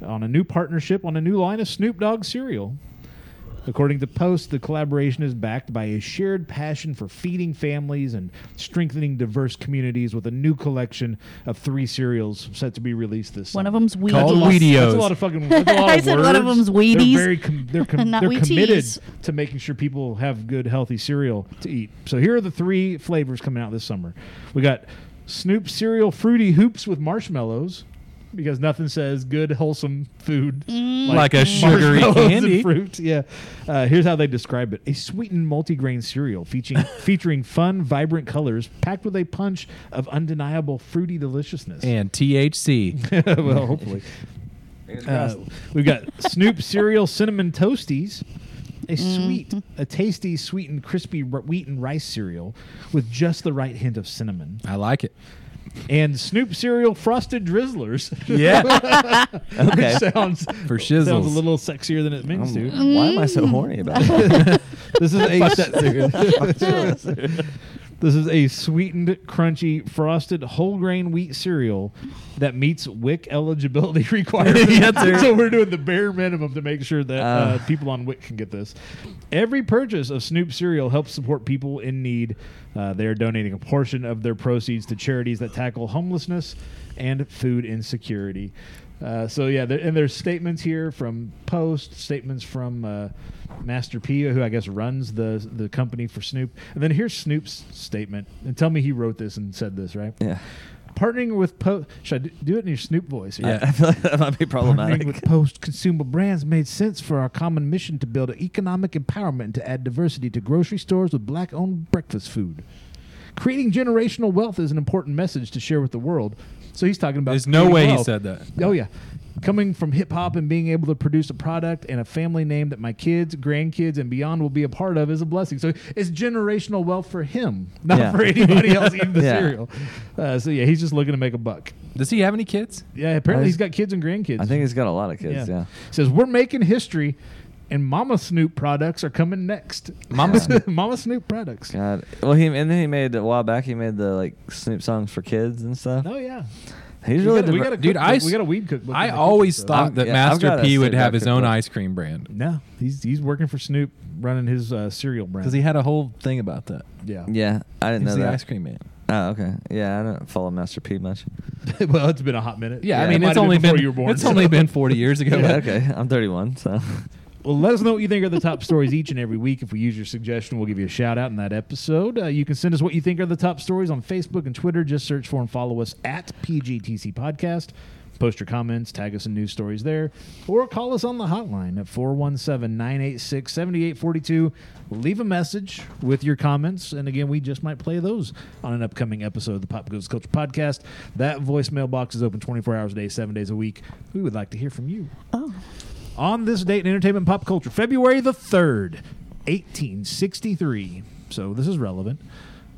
S1: on a new partnership on a new line of Snoop Dogg cereal. According to Post, the collaboration is backed by a shared passion for feeding families and strengthening diverse communities with a new collection of three cereals set to be released this
S5: One
S1: summer.
S5: of them's weed.
S6: Called
S1: That's a lot-
S6: Wheaties.
S1: That's a lot of fucking. That's
S5: (laughs)
S1: a lot
S5: E I
S1: of
S5: said
S1: words.
S5: one of them's Wheaties.
S1: They're very com-
S5: (laughs)
S1: they're, com-
S5: Not
S1: they're
S5: Wheaties.
S1: committed to making sure people have good healthy cereal to eat. So here are the three flavors coming out this summer. We got Snoop cereal fruity hoops with marshmallows. Because nothing says good wholesome food
S5: Mm.
S6: Like a sugary
S1: marshmallows and (laughs)
S6: candy.
S1: fruit. Yeah, uh, here's how they describe it: a sweetened multigrain cereal
S5: (laughs)
S1: featuring featuring fun, vibrant colors, packed with a punch of undeniable fruity deliciousness.
S6: And THC.
S1: (laughs) well, hopefully. Uh, we've got Snoop
S6: (laughs)
S1: cereal cinnamon toasties, a sweet, a tasty, sweet and crispy r- wheat and rice cereal with just the right hint of cinnamon,
S6: I like it.
S1: and Snoop cereal frosted drizzlers.
S6: Yeah.
S1: (laughs)
S7: Okay.
S1: sounds
S6: For
S1: sounds a
S6: shizzles. Um, mm-hmm.
S1: little sexier than it means to.
S7: Why am I so horny about (laughs) it?
S1: (laughs) This is a (laughs) This is a sweetened, crunchy, frosted whole grain wheat cereal that meets WIC eligibility (laughs) requirements. so we're doing the bare minimum to make sure that uh,
S7: Uh.
S1: people on WIC can get this. Every purchase of Snoop cereal helps support people in need. Uh, they are donating a portion of their proceeds to charities that tackle homelessness and food insecurity. Uh, so yeah, there, and there's statements here from Post, statements from uh, Master P, who I guess runs the the company for Snoop, and then here's Snoop's statement. And tell me he wrote this and said this, right?
S7: (laughs) yeah. (laughs)
S1: Partnering with Post, should I do- do it in your Snoop voice?
S6: Yeah.
S7: I feel like that might be
S1: Partnering
S7: problematic.
S1: with Post consumer brands made sense for our common mission to build economic empowerment and to add diversity to grocery stores with black owned breakfast food. Creating generational wealth is an important message to share with the world. So he's talking about.
S6: There's no
S1: creating
S6: way he
S1: wealth.
S6: said that.
S1: Oh yeah. Coming from hip hop and being able to produce a product and a family name that my kids, grandkids, and beyond will be a part of is a blessing. So it's generational wealth for him, not
S7: Yeah.
S1: for anybody else eating the
S7: (laughs) Yeah.
S1: cereal. Uh, so yeah, he's just looking to make a buck.
S6: Does he have any kids?
S1: Yeah, apparently
S7: I-
S1: he's got kids and grandkids.
S7: I think he's got a lot of kids. Yeah.
S1: Says we're making history, and Mama Snoop products are coming next. (laughs)
S6: Mama Snoop.
S1: Mama Snoop products.
S7: God. Well, he and then he made a while back. He made the like Snoop songs for kids and stuff.
S1: Oh yeah.
S7: He's
S1: We
S7: really
S1: got, a- we
S7: diver-
S1: got a
S6: Dude,
S1: cookbook-
S6: I s-
S1: we got a weed cookbook.
S6: I
S1: in the
S6: always
S1: cookbook, so-
S6: thought
S7: I'm-
S6: that
S7: yeah, I've
S6: Master
S7: got
S6: P
S7: a
S6: would have his
S7: Snoop
S6: own
S7: Dogg.
S6: ice cream brand
S1: No, he's he's working for Snoop, running his uh, cereal brand.
S6: because he had a whole thing about that.
S1: yeah.
S7: Yeah, I didn't
S6: He's
S7: know
S6: the
S7: that.
S6: ice cream man.
S7: Oh, okay. Yeah, I don't follow Master P much.
S1: (laughs) well, it's been a hot minute.
S6: Yeah,
S7: Yeah,
S6: I
S7: it
S6: mean
S1: might
S6: it's
S1: have
S6: only
S1: been before
S6: been
S1: you were born,
S6: it's
S1: so.
S6: only been 40
S1: (laughs)
S6: years ago.
S7: Yeah, (laughs)
S6: but-
S7: okay. I'm 31, so
S1: Well, let us know what you think are the top stories each and every week. If we use your suggestion, we'll give you a shout out in that episode. Uh, you can send us what you think are the top stories on Facebook and Twitter. Just search for and follow us at PGTC Podcast. Post your comments, tag us in news stories there, or call us on the hotline at 417 986 7842. Leave a message with your comments. And again, we just might play those on an upcoming episode of the Pop Goes the Culture podcast. That voicemail box is open 24 hours a day, seven days a week. We would like to hear from you on this date in entertainment and pop culture, February the 3rd, 1863. So this is relevant.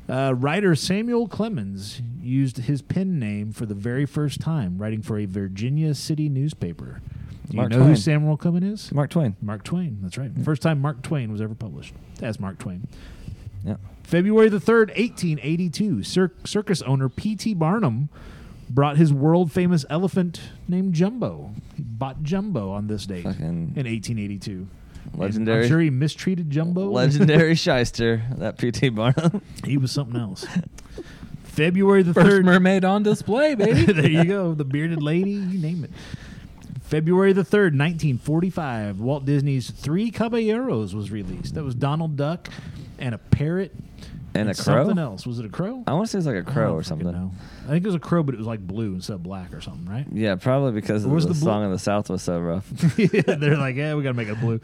S1: Uh, writer Samuel Clemens used his pen name for the very first time, writing for a Virginia city newspaper. Do you
S7: Mark
S1: know who
S7: Twain.
S1: Samuel Clemens is?
S7: Mark Twain.
S1: Mark Twain. That's right. First time Mark Twain was ever published as Mark Twain.
S7: Yeah.
S1: February the 3rd, 1882, cir- circus owner P.T. Barnum brought his world famous elephant named Jumbo. He bought Jumbo on this date
S7: Fucking-
S1: in 1882. And
S7: Legendary.
S1: I'm sure he mistreated Jumbo. (laughs)
S7: (laughs) Legendary shyster, that PT Barnum.
S1: he was something else. February the
S6: First
S1: 3rd.
S6: mermaid on display, baby.
S1: (laughs) there you go. The bearded lady, you name it. February the 3rd, 1945, Walt Disney's Three Caballeros was released. That was Donald Duck and a parrot
S7: (laughs) And a
S1: Something
S7: crow?
S1: else. Was it a crow?
S7: I want to say it's like a
S1: I
S7: crow
S1: don't
S7: or
S1: fucking
S7: something.
S1: know. I think it was a crow, but it was like blue instead of black or something, right?
S7: Yeah, probably because
S1: What was
S7: the,
S1: the blue-
S7: song in the South was so rough.
S1: They're like, (laughs) eh. yeah, we got to make it blue.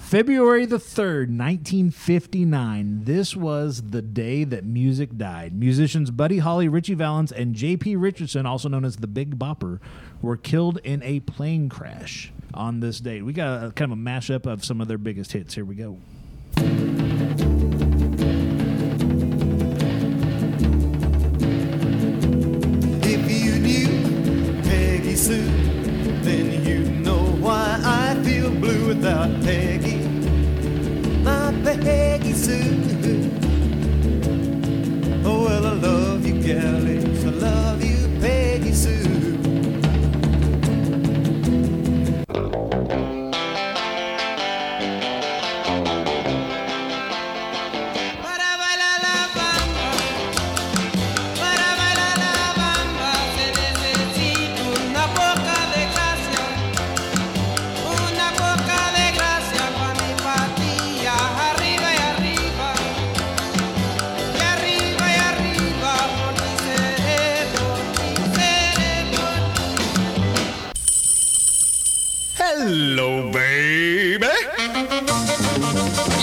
S1: February the 3rd, 1959. This was the day that music died. Musicians Buddy Holly, Richie Valens, and J.P. Richardson, also known as the Big Bopper, were killed in a plane crash on this date. We got a, kind of a mashup of some of their biggest hits. Here we go.
S8: If you knew Peggy Sue, then you know why I feel blue without Peggy. My Peggy Sue. Oh, well, I love you, galleys. I love you, Peggy Sue.
S9: Una poca de gracia pa' mi patilla, arriba y arriba, y arriba y arriba, por mi cerebro, mi cerebro.
S10: Hello, baby.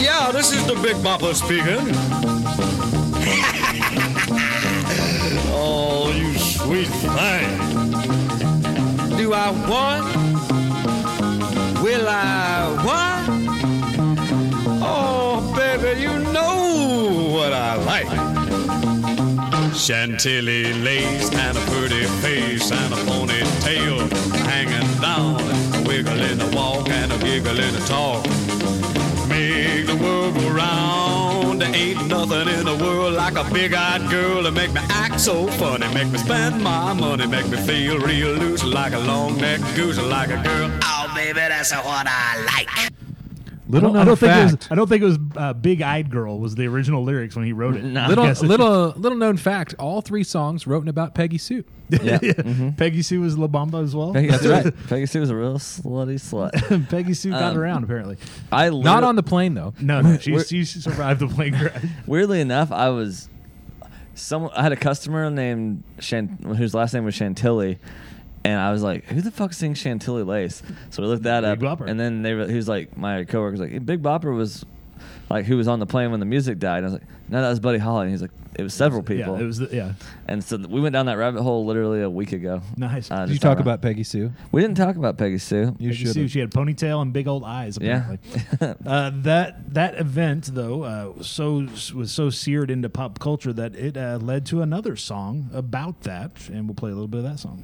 S10: Yeah, this is the Big Bopper speaking. oh, you sweet thing.
S9: Do I want? Will I want?
S10: Oh, baby, you know what I like. Chantilly lace and a pretty face and a ponytail hanging down, a wiggle and a walk and a giggle and a talk. Make the world go round. There ain't nothing in the world like a big-eyed girl to make me act so funny, make me spend my money, make me feel real loose like a long-necked goose, like a girl.
S9: Oh, baby, that's what I like.
S6: Little
S1: I
S6: known
S1: don't think it was,
S6: fact.
S1: I don't think it was uh, Big Eyed Girl was the original lyrics when he wrote it. (laughs)
S7: No.
S6: Little
S1: Yes.
S6: little little known fact. All three songs written about Peggy Sue.
S7: (laughs) Yeah.
S1: (laughs) Peggy Sue was La Bamba as well.
S7: Peggy Mm-hmm. That's right. Peggy Sue was a real slutty slut.
S1: (laughs) Peggy Sue got
S7: Um,
S1: around apparently.
S7: I
S6: Not
S7: literally-
S6: on the plane though.
S1: No, no, she,
S7: We're-
S1: she survived the plane
S7: (laughs)
S1: crash.
S7: Weirdly enough, I was someone. I had a customer named Shan, whose last name was Chantilly, and I was like, "Who the fuck sings Chantilly Lace?" So we looked that
S1: Big
S7: up,
S1: Bopper.
S7: and then they were, he was like, my coworker was like, "Hey, "Big Bopper was like who was on the plane when the music died." And I was like, "No, that was Buddy Holly." And he's like, "It was several people."
S1: Yeah, it was. The, yeah,
S7: and so th- we went down that rabbit hole literally a week ago.
S1: Nice.
S7: Uh,
S1: Did
S6: Did you
S7: just not
S6: talk
S7: around-
S6: about Peggy Sue?
S7: We didn't talk about Peggy Sue.
S6: You
S1: Peggy
S6: should.
S1: Sue, she had ponytail and big old eyes.
S7: Yeah.
S1: Apparently.
S7: (laughs)
S1: uh, that that event though uh, was so was so seared into pop culture that it uh, led to another song about that, and we'll play a little bit of that song.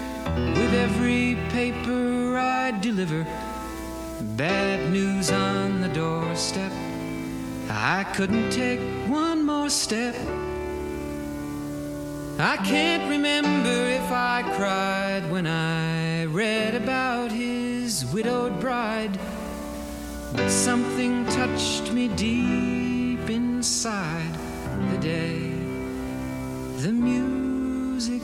S9: with every paper I deliver. Bad news on the doorstep. I couldn't take one more step. I can't remember if I cried when I read about his widowed bride. But something touched me deep inside the day the music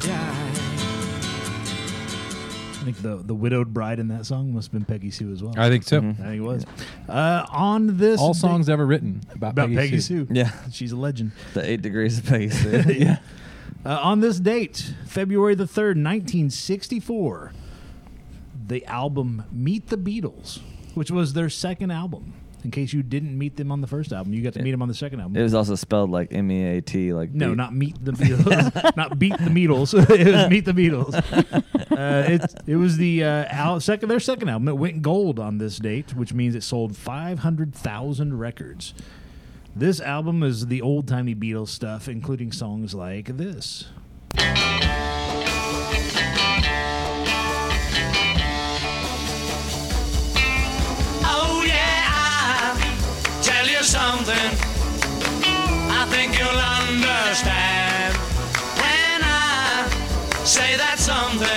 S9: die.
S1: I think the, the widowed bride in that song must have been Peggy Sue as well.
S6: I think so.
S1: I think it was. Uh, on this
S6: All
S1: day-
S6: songs ever written about,
S1: about Peggy, Sue.
S7: Yeah.
S1: she's a legend.
S7: The eight degrees of Peggy Sue.
S1: (laughs) yeah. Uh, on this date, February the 3rd, 1964, the album Meet the Beatles, which was their second album. In case you didn't meet them on the first album, you got to meet them on the second album.
S7: It was also spelled like M E A T, like
S1: no,
S7: beat.
S1: not meet the Beatles, (laughs) not beat the Beatles. it was meet the Beatles. Uh, it, it was the uh, al- second their second album. It went gold on this date, which means it sold five hundred thousand records. This album is the old timey Beatles stuff, including songs like this.
S9: Oh yeah, I'll tell you something. I think you'll understand when I say that something.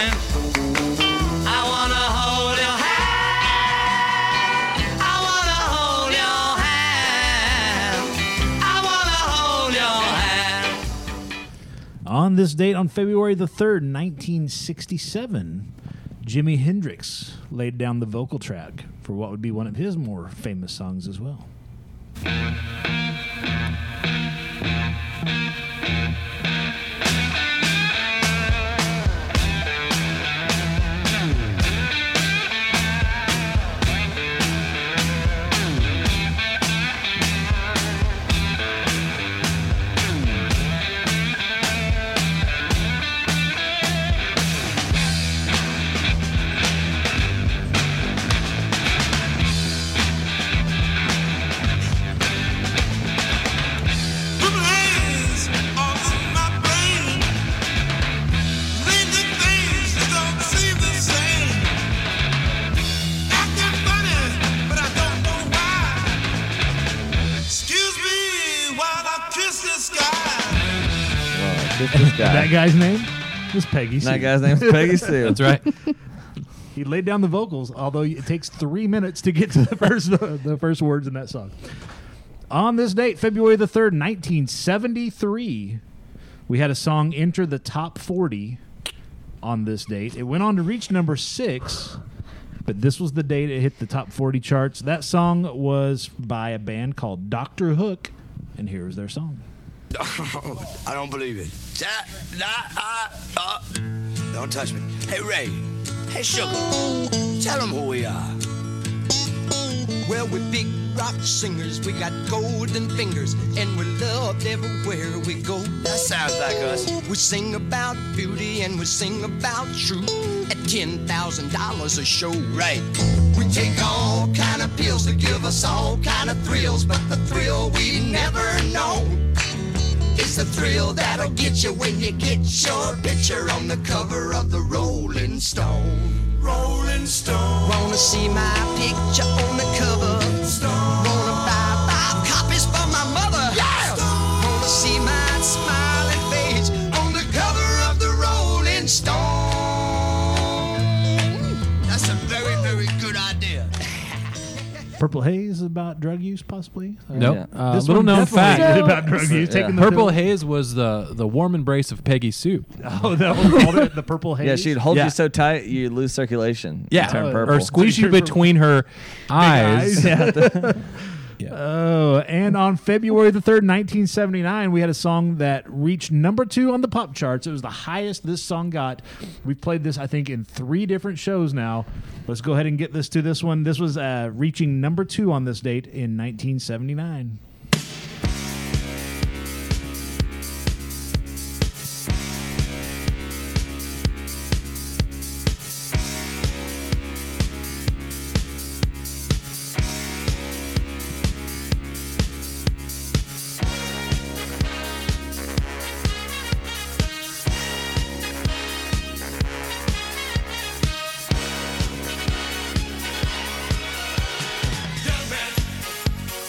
S9: I wanna hold your hand. I wanna hold your hand. I wanna hold your hand.
S1: On this date, on February the 3rd, 1967, Jimi Hendrix laid down the vocal track for what would be one of his more famous songs as well.
S9: The blaze of my brain leads to things that don't seem the same. Acting funny, but I don't know why. Excuse me while I kiss the sky.
S1: (laughs)
S7: Well, this, this guy.
S1: That guy's name was Peggy Sue.
S7: that guy's name's Peggy Sue.
S6: That's right.
S1: He laid down the vocals, although it takes three minutes to get to the first the first words in that song. On this date, February the third, nineteen seventy three, we had a song enter the top forty. On this date, it went on to reach number six, but this was the date it hit the top forty charts. That song was by a band called Doctor Hook, and here is their song.
S11: I don't believe it. Da- da- ah, ah. Don't touch me. Hey, Ray. Hey, Sugar. Tell them who we are.
S9: Well, we're big rock singers, we got golden fingers, and we're loved everywhere we go.
S11: That sounds like us.
S9: We sing about beauty and we sing about truth at ten thousand dollars a show.
S11: Right. We take all kind of pills to give us all kind of thrills, but the thrill we never know is the thrill that'll get you when you get your picture on the cover of the Rolling Stone. Rolling Stone.
S9: Wanna see my picture on the cover? Wanna buy five copies for my mother?
S11: Yeah!
S9: Wanna see my smiling face?
S11: on the cover of the Rolling Stone. That's a very, very good idea.
S1: Purple Haze about drug use, possibly.
S6: Nope. Uh,
S1: This
S6: little
S1: one
S6: known
S1: definitely
S6: fact.
S5: So-
S1: about drug use. Taking the
S6: Purple
S1: pill.
S6: Haze was the the warm embrace of Peggy Sue.
S1: Oh, that was called it the purple haze.
S7: Yeah,
S1: (laughs)
S7: she'd hold
S6: (laughs) Yeah.
S7: you so tight you lose circulation. You
S6: Yeah,
S7: turn
S1: Oh,
S7: purple.
S6: or squeeze you
S1: Picture from-
S6: between her eyes. (laughs)
S1: (laughs)
S6: Yeah.
S1: Oh, and on February the third, nineteen seventy nine, we had a song that reached number two on the pop charts. It was the highest this song got. We've played this, I think, in three different shows now. Let's go ahead and get this to this one. This was uh, reaching number two on this date in nineteen seventy nine.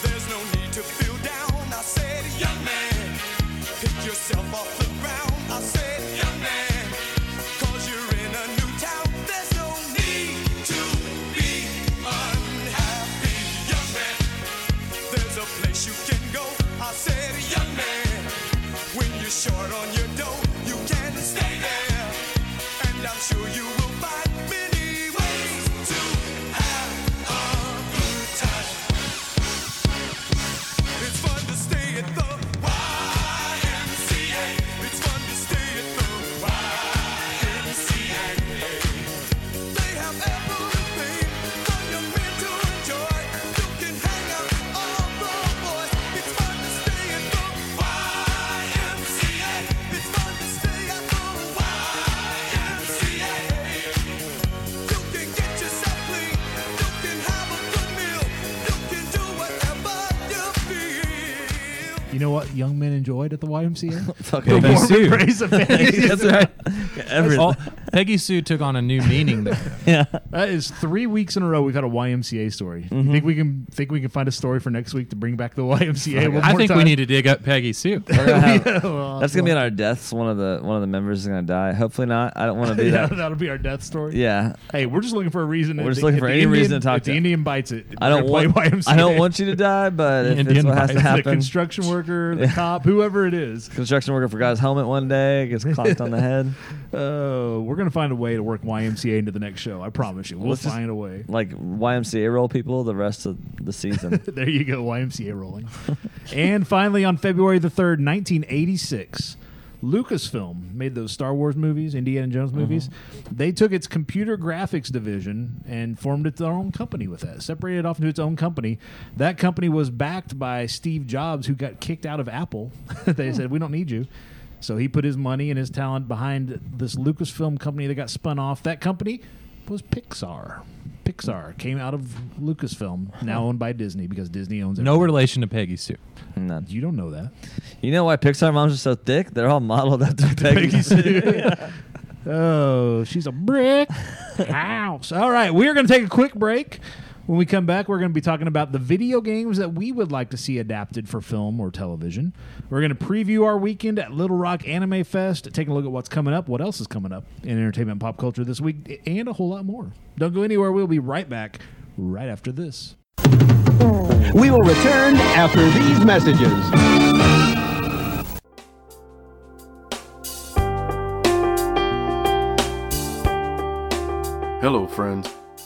S9: There's no need to short on your dough, you can stay there. And I'm sure you will find many ways to have a good time. It's fun to stay at the YMCA. It's fun to stay at the YMCA. They have everything for your men to enjoy. You can hang out with all the boys. It's fun to stay at the YMCA. It's fun to stay at the YMCA. You can get yourself clean. You can have a good meal. You can do whatever you feel.
S1: You know what young men enjoyed at the
S6: (laughs)
S1: YMCA?
S6: Peggy
S1: the warm
S6: Sue. (laughs)
S1: embrace of Peggy Sue.
S7: (laughs)
S6: All- Peggy Sue took on a new meaning there.
S7: yeah.
S1: That is three weeks in a row we've had a YMCA story. You
S7: Mm-hmm.
S6: Mhm.
S1: think we can think we can find a story for next week to bring back the YMCA? one
S6: I
S1: more
S6: think we
S1: time?
S6: need to dig up Peggy Sue.
S7: We're gonna have-
S1: Yeah, well,
S7: that's gonna be
S1: well.
S7: in our deaths. One of the one of the members is gonna die. Hopefully not. I don't want to be
S1: (laughs) yeah,
S7: that.
S1: that'll be our death story.
S7: Yeah.
S1: Hey, we're just looking for a reason.
S7: We're
S1: If
S7: just
S1: the-
S7: looking
S1: if
S7: for
S1: the
S7: any reason
S1: Indian-
S7: to talk
S1: If
S7: to.
S1: the Indian bites it,
S7: I don't
S1: we're gonna
S7: want.
S1: (laughs) play YMCA.
S7: I
S1: (laughs)
S7: don't want you to die, but if it's
S1: Indian
S7: what has
S1: bites
S7: to happen.
S1: The construction
S7: (laughs)
S1: worker, the
S7: Yeah.
S1: cop, whoever it is.
S7: Construction worker forgot his helmet one day, gets clocked
S1: (laughs)
S7: on the head.
S1: Oh, we're gonna find a way to work YMCA into the next show. I promise you, we'll
S7: Let's just-
S1: find a way.
S7: Like YMCA roll people the rest of the season. (laughs)
S1: (laughs) there you go, YMCA rolling. and finally, on February the 3rd, 1986, Lucasfilm made those Star Wars movies, Indiana Jones movies. They took its computer graphics division and formed it their own company with that, separated it off into its own company. That company was backed by Steve Jobs, who got kicked out of Apple. (laughs) they said, We don't need you. So he put his money and his talent behind this Lucasfilm company that got spun off. That company was Pixar. Pixar came out of Lucasfilm, now owned by Disney because Disney owns it.
S6: No relation to Peggy Sue.
S7: None.
S1: You don't know that.
S7: You know why Pixar moms are so thick? They're all
S1: (laughs)
S7: modeled after Peggy Sue.
S1: oh, she's a brick house. All right, we're going to take a quick break. When we come back, we're going to be talking about the video games that we would like to see adapted for film or television. We're going to preview our weekend at Little Rock Anime Fest, taking a look at what's coming up, what else is coming up in entertainment and pop culture this week, and a whole lot more. Don't go anywhere. We'll be right back right after this.
S12: We will return after these messages.
S3: Hello, friends.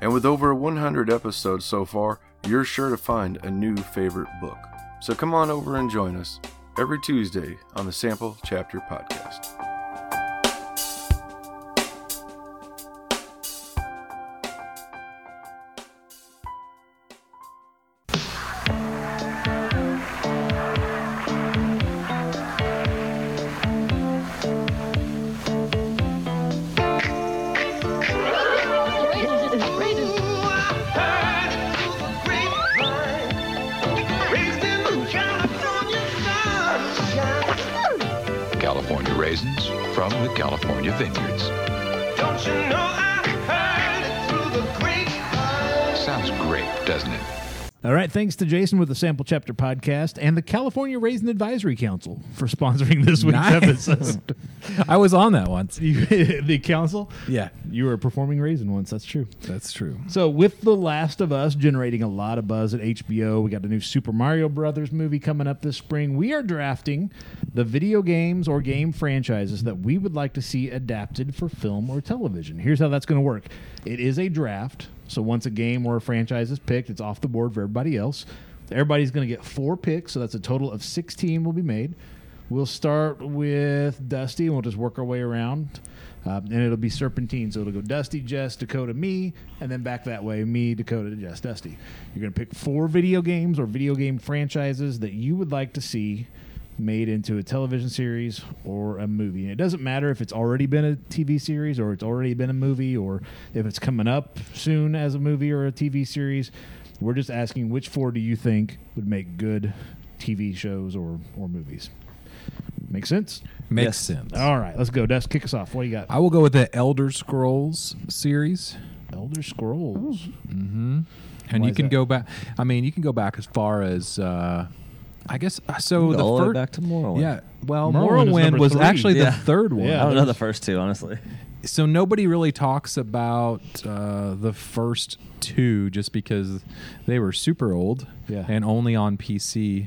S3: And with over 100 episodes so far, you're sure to find a new favorite book. So come on over and join us every Tuesday on the Sample Chapter Podcast.
S5: California raisins from the California vineyards.
S13: Don't you know I heard it through the grapevine?
S5: Sounds great, doesn't it?
S1: All right, thanks to Jason with the Sample Chapter Podcast and the California Raisin Advisory Council for sponsoring this week's
S6: Nice.
S1: episode. (laughs)
S6: I was on that once.
S1: the council?
S6: Yeah.
S1: You were performing Raisin once. That's true.
S6: That's true.
S1: So, with The Last of Us generating a lot of buzz at HBO, we got the new Super Mario Brothers movie coming up this spring. We are drafting the video games or game franchises that we would like to see adapted for film or television. Here's how that's going to work it is a draft. So, once a game or a franchise is picked, it's off the board for everybody else. Everybody's going to get four picks, so that's a total of 16 will be made. We'll start with Dusty, and we'll just work our way around. Um, and it'll be serpentine, so it'll go Dusty, Jess, Dakota, me, and then back that way, me, Dakota, Jess, Dusty. You're going to pick four video games or video game franchises that you would like to see made into a television series or a movie. And it doesn't matter if it's already been a TV series or it's already been a movie or if it's coming up soon as a movie or a TV series. We're just asking which four do you think would make good TV shows or, or movies? Make sense?
S6: Makes sense.
S1: All right, let's go. Dust, kick us off. What do you got?
S6: I will go with the Elder Scrolls series.
S1: Elder Scrolls.
S6: Mm-hmm. And
S1: Why
S6: you
S1: is
S6: can
S1: that?
S6: go back. I mean, you can go back as far as. Uh, I guess uh, so.
S7: Go
S6: the
S7: all the way
S6: fir-
S7: back to Morrowind.
S6: Yeah. Well,
S7: Morrowind is
S6: Morrowind,
S7: number
S6: was
S7: three.
S6: actually
S7: Yeah.
S6: the third one.
S7: Yeah, I don't know the first two, honestly.
S6: So nobody really talks about uh, the first two just because they were super old
S1: Yeah.
S6: and only on PC.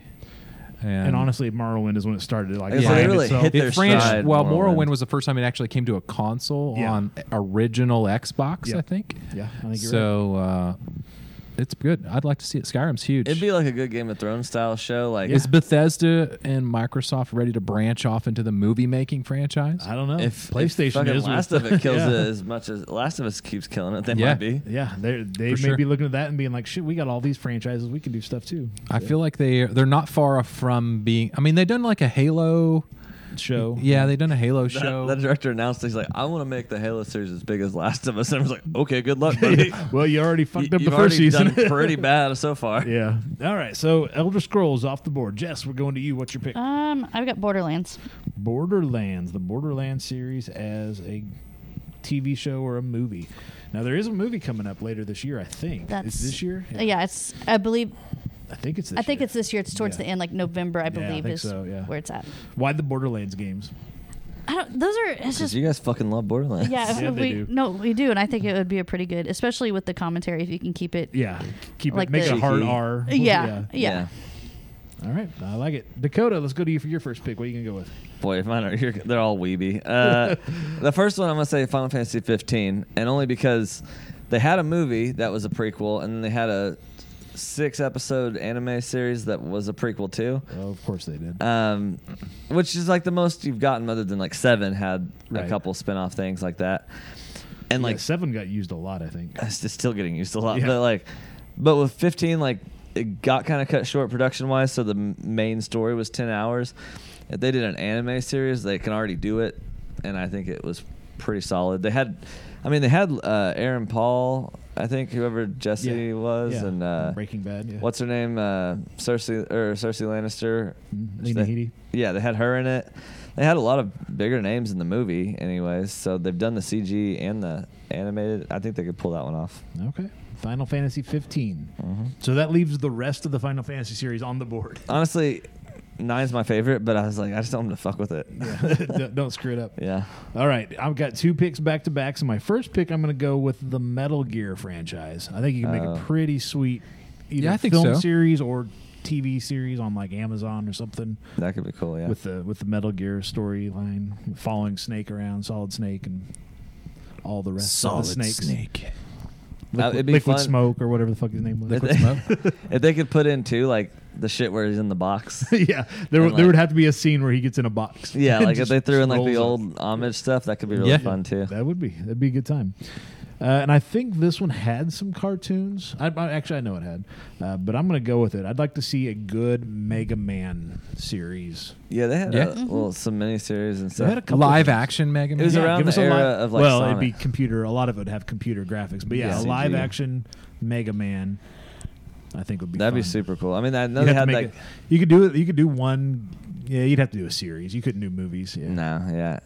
S6: And,
S1: And honestly, Morrowind is when it started. Like,
S6: Yeah,
S1: buying
S6: it
S1: itself.
S6: it branched- Well, Morrowind was the first time it actually came to a console
S1: Yeah.
S6: on original Xbox,
S1: Yeah.
S6: I think.
S1: Yeah, I think you're
S6: so uh, it's good. I'd like to see it. Skyrim's huge.
S7: It'd be like a good Game of Thrones style show. Like
S6: Is Bethesda and Microsoft ready to branch off into the movie making franchise?
S1: I don't know.
S7: if
S1: PlayStation
S7: if fucking
S1: is with- (laughs)
S7: Last of It kills
S1: Yeah.
S7: it as much as Last of Us keeps killing it, they
S6: Yeah.
S7: might be.
S1: Yeah, they they may
S6: For sure.
S1: be looking at that and being like, "Shit, we got all these franchises. We can do stuff too."
S6: I feel like they they're not far off from being. I mean, they've done like a Halo
S1: show.
S6: Yeah, they've done a Halo
S7: That-
S6: show.
S7: That, director announced he's like, I want to make the Halo series as big as Last of Us, and I was like, okay,
S1: (laughs)
S7: good luck, buddy.
S1: Well, you already fucked up
S7: You've
S1: the first
S7: already
S1: season. (laughs)
S7: done pretty bad so far.
S1: Yeah. All right. So Elder Scrolls off the board. Jess, we're going to you. What's your pick?
S5: Um, I've got Borderlands.
S1: Borderlands, the Borderlands series as a TV show or a movie. Now there is a movie coming up later this year, I think.
S5: That's Uh,
S1: is it this year?
S5: Yeah, it's. I believe.
S1: I think it's. This
S5: I think
S1: year.
S5: it's this year. It's towards
S1: Yeah.
S5: the end, like November, I
S1: Yeah, I
S5: believe,
S1: think
S5: is
S1: so, yeah.
S5: where it's at.
S1: Why the Borderlands games?
S5: I don't. Those are. It's just.
S7: Because you guys fucking love Borderlands. (laughs)
S5: Yeah,
S1: Yeah,
S5: if
S1: they
S5: we
S1: do.
S5: no, we do, and I think it would be a pretty good, especially with the commentary. If you can keep it,
S1: Yeah, keep it.
S5: Like
S1: make it
S5: the-
S1: a hard
S5: Cheeky.
S1: R.
S5: Yeah, yeah.
S1: All right, I like it. Dakota, let's go to you for your first pick. What are you gonna go with?
S7: Boy, if mine are (laughs) you're, they're all weeby.
S1: (laughs)
S7: Uh, the first one I'm gonna say Final Fantasy 15, and only because they had a movie that was a prequel, and then they had a six episode anime series that was a prequel too.
S1: Oh, of course they did.
S7: Um, which is like the most you've gotten, other than like Seven had
S1: Right.
S7: a couple spin off things like that, and
S1: Yeah,
S7: like
S1: seven got used a lot, I think.
S7: (laughs) it's just still getting used a lot.
S1: Yeah.
S7: But like, but with 15, like it got kind of cut short production wise. So the m- main story was 10 hours. If they did an anime series, they can already do it, and I think it was pretty solid. They had, I mean, they had uh, Aaron Paul, I think whoever Jesse
S1: Yeah.
S7: was,
S1: Yeah.
S7: and uh,
S1: Breaking Bad, yeah.
S7: What's her name? Uh, Cersei or Cersei Lannister.
S1: Mhm. Lena
S7: They-
S1: Headey.
S7: Yeah, they had her in it. They had a lot of bigger names in the movie, anyways. So they've done the CG and the animated. I think they could pull that one off.
S1: Okay. Final Fantasy 15.
S7: Mm-hmm.
S1: So that leaves the rest of the Final Fantasy series on the
S7: (laughs)
S1: board. (laughs)
S7: Honestly, nine's my favorite, but I was like, I just don't want to fuck with it.
S1: don't, don't screw it up.
S7: (laughs) yeah.
S1: All right, I've got two picks back to back. So my first pick, I'm going to go with the Metal Gear franchise. I think you can make
S7: Oh.
S1: a pretty sweet either
S6: Yeah, I think
S1: film
S6: so.
S1: series or TV series on like Amazon or something
S7: That could be cool. Yeah.
S1: with the with the Metal Gear storyline, following Snake around, Solid Snake, and all the rest of the snakes.
S7: Uh,
S1: Liquid,
S7: it'd be
S1: Liquid
S7: fun.
S1: Smoke or whatever the fuck his name was.
S7: If they, (laughs) if they could put in too, like the shit where he's in the box.
S1: (laughs) yeah, there,
S7: And,
S1: there
S7: like-
S1: would have to be a scene where he gets in a box.
S7: (laughs) Yeah,
S1: and
S7: like if
S1: just
S7: they threw in like the
S1: rolls up.
S7: old homage stuff, that could be really
S6: Yeah.
S7: fun too.
S1: That would be that'd be a good time. Uh, and I think this one had some cartoons. I, I- actually I know it had, uh, but I'm gonna go with it. I'd like to see a good Mega Man series.
S7: Yeah, they had
S6: Yeah.
S7: A, well some miniseries and
S1: They
S7: stuff.
S1: had a couple
S6: Live
S1: things.
S6: action Mega
S7: It
S6: Man.
S7: was
S1: Yeah,
S7: around
S1: give
S7: the
S1: us a
S7: era
S1: live-
S7: of, like,
S1: well,
S7: Sonic.
S1: it'd be computer. A lot of it would have computer graphics, but yeah,
S7: Yeah.
S1: a
S7: CG.
S1: live action Mega Man. I think would be
S7: That'd be
S1: fun.
S7: super cool. I mean, I know
S1: You'd
S7: they
S1: have to
S7: had
S1: make
S7: like,
S1: it- you could do it. You could do one. Yeah, you'd have to do a series. You couldn't do movies. Yeah.
S7: no, yeah,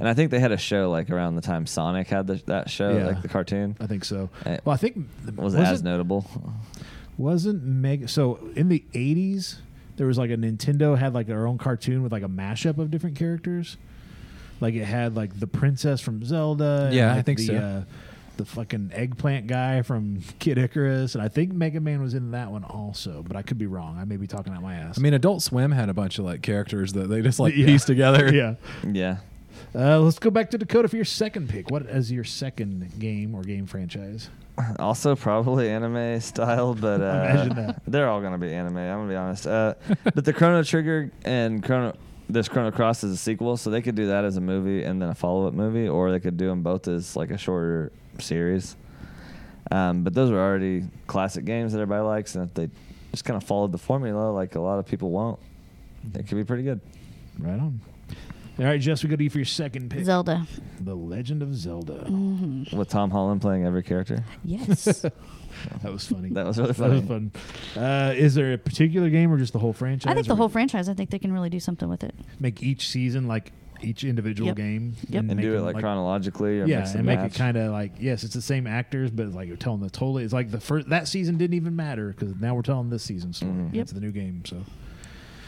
S7: and I think they had a show like around the time Sonic had the, that show,
S1: Yeah.
S7: like the cartoon.
S1: I think so.
S7: Uh,
S1: Well, I think was
S7: was, as
S1: it-
S7: notable.
S1: Wasn't Mega so in the eighties? There was like a Nintendo had like their own cartoon with like a mashup of different characters. Like it had like the princess from Zelda. and,
S6: Yeah, I
S1: like,
S6: think
S1: the,
S6: so.
S1: Uh, the fucking eggplant guy from (laughs) Kid Icarus, and I think Mega Man was in that one also, but I could be wrong. I may be talking out my ass.
S6: I mean, Adult Swim had a bunch of like characters that they just like
S1: (laughs) Yeah.
S6: pieced
S1: (laughs)
S6: together.
S1: yeah.
S7: Yeah,
S1: Uh, let's go back to Dakota for your second pick. What is your second game or game franchise?
S7: (laughs) also probably anime style, but uh,
S1: Imagine that.
S7: (laughs) they're all gonna be anime. I'm gonna be honest. Uh, but the Chrono Trigger and Chrono. This Chrono Cross is a sequel, so they could do that as a movie and then a follow-up movie, or they could do them both as like a shorter series. Um, but those are already classic games that everybody likes, and if they just kind of followed the formula, like a lot of people won't, it could be pretty good.
S1: Right on. All right, Jess, we go to you for your second pick.
S5: Zelda.
S1: The Legend of Zelda.
S5: Mhm.
S1: Mm-hmm.
S7: With Tom Holland playing every character.
S5: Yes.
S1: (laughs) that was funny.
S7: That was really
S1: That was fun. Uh, is there a particular game or just the whole franchise?
S5: I think
S1: or
S5: the whole franchise. I think they can really do something with it.
S1: make each season like each individual
S5: Yep.
S1: game
S5: Yep.
S7: And
S1: make
S7: do it
S1: them,
S7: like, chronologically or
S1: yeah,
S7: mix
S1: and make
S7: match.
S1: it kind of like yes, it's the same actors, but like you're telling the totally. It's like the first that season didn't even matter because now we're telling this season's story.
S7: Mhm.
S1: It's the new game, so.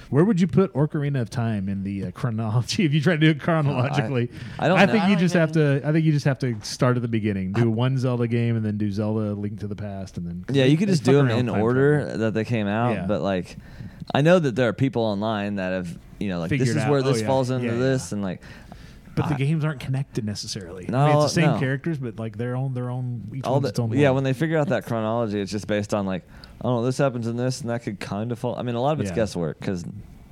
S1: Where would you put Ocarina of Time in the uh, chronology (laughs) if you try to do it chronologically?
S7: I- I don't know.
S1: think
S7: I
S1: you
S7: don't
S1: just have to. I think you just have to start at the beginning, do one Zelda game, and then do Zelda: Link to the Past, and then
S7: Yeah, you could
S1: they
S7: just
S1: fuck
S7: do them
S1: around
S7: in
S1: with time
S7: order that they came out.
S1: Yeah.
S7: But like, I know that there are people online that have you know like
S1: Figured
S7: this is
S1: out,
S7: where
S1: oh,
S7: this
S1: yeah,
S7: falls into
S1: yeah,
S7: this and like.
S1: But the
S7: I-
S1: games aren't connected necessarily. I mean,
S7: No,
S1: it's the same
S7: no.
S1: characters, but like their own, their own, each
S7: all
S1: one's
S7: the,
S1: its own.
S7: yeah,
S1: one.
S7: when they figure out that chronology, it's just based on like, oh, this happens in this, and that could kind of fall. I mean, a lot of it's
S1: Yeah.
S7: guesswork because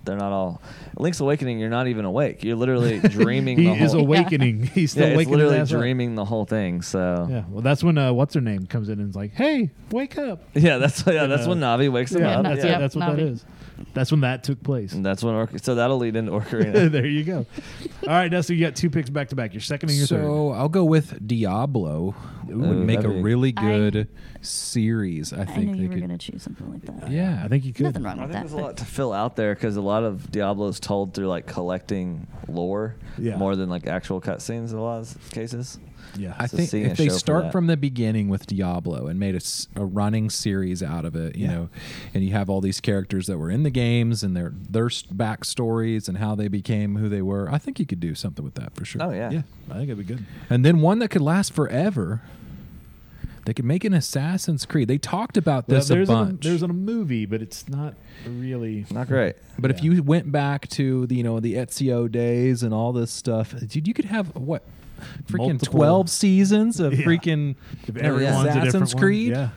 S7: they're not all. Link's Awakening, you're not even awake.
S1: (laughs)
S7: You're literally dreaming.
S1: He
S7: the
S1: is
S7: whole,
S1: awakening.
S7: (laughs)
S1: He's still
S7: yeah, it's
S1: waking his
S7: literally
S1: ass up.
S7: dreaming the whole thing. So
S1: Yeah, well, that's when uh, what's her name comes in and is like, "Hey, wake up!"
S7: (laughs) Yeah, that's yeah,
S1: You
S7: that's
S1: know?
S7: when Navi wakes him
S1: Yeah,
S7: up.
S1: That's,
S7: yeah. Mm,
S1: it, that's what that
S5: Navi.
S1: is. That's when that took place. (laughs)
S7: And that's when Orc- so that'll lead into Ocarina.
S1: there you go. All right, Dusty, you got two picks back to back. Your second and your third.
S7: uh,
S6: So I'll go with Diablo. It would
S7: Ooh,
S6: make a
S7: that'd be-
S6: really
S5: I-
S6: good series. I
S5: I knew
S6: think they
S5: you were
S6: could.
S5: gonna choose something like that.
S6: Yeah,
S1: I think you could.
S5: Nothing wrong
S7: I
S5: with
S7: think
S5: that.
S7: there's
S5: but-
S7: a
S5: (laughs)
S7: lot to fill out there because a lot of Diablo is told through like collecting lore
S1: Yeah.
S7: more than like actual cutscenes in a lot of cases.
S1: Yeah,
S6: I
S7: So
S6: think
S7: seeing a
S6: if they
S7: show for
S6: start
S7: that.
S6: from the beginning with Diablo and made a, s- a running series out of it, you know, and you have all these characters that were in the games and their their s- backstories and how they became who they were, I think you could do something with that for sure.
S7: Oh yeah.
S1: yeah, I think it'd be good.
S6: And then one that could last forever. They could make an Assassin's Creed. They talked about
S1: Well,
S6: this a
S1: there's
S6: bunch.
S1: there's a movie, but it's not really.
S7: Not great.
S6: But if
S1: Yeah.
S6: you went back to the you know the Ezio days and all this stuff, dude, you could have what freaking
S1: Multiple-
S6: twelve seasons of
S1: Yeah.
S6: freaking
S1: If everyone's a different
S6: Assassin's
S1: one,
S6: Creed.
S1: Yeah.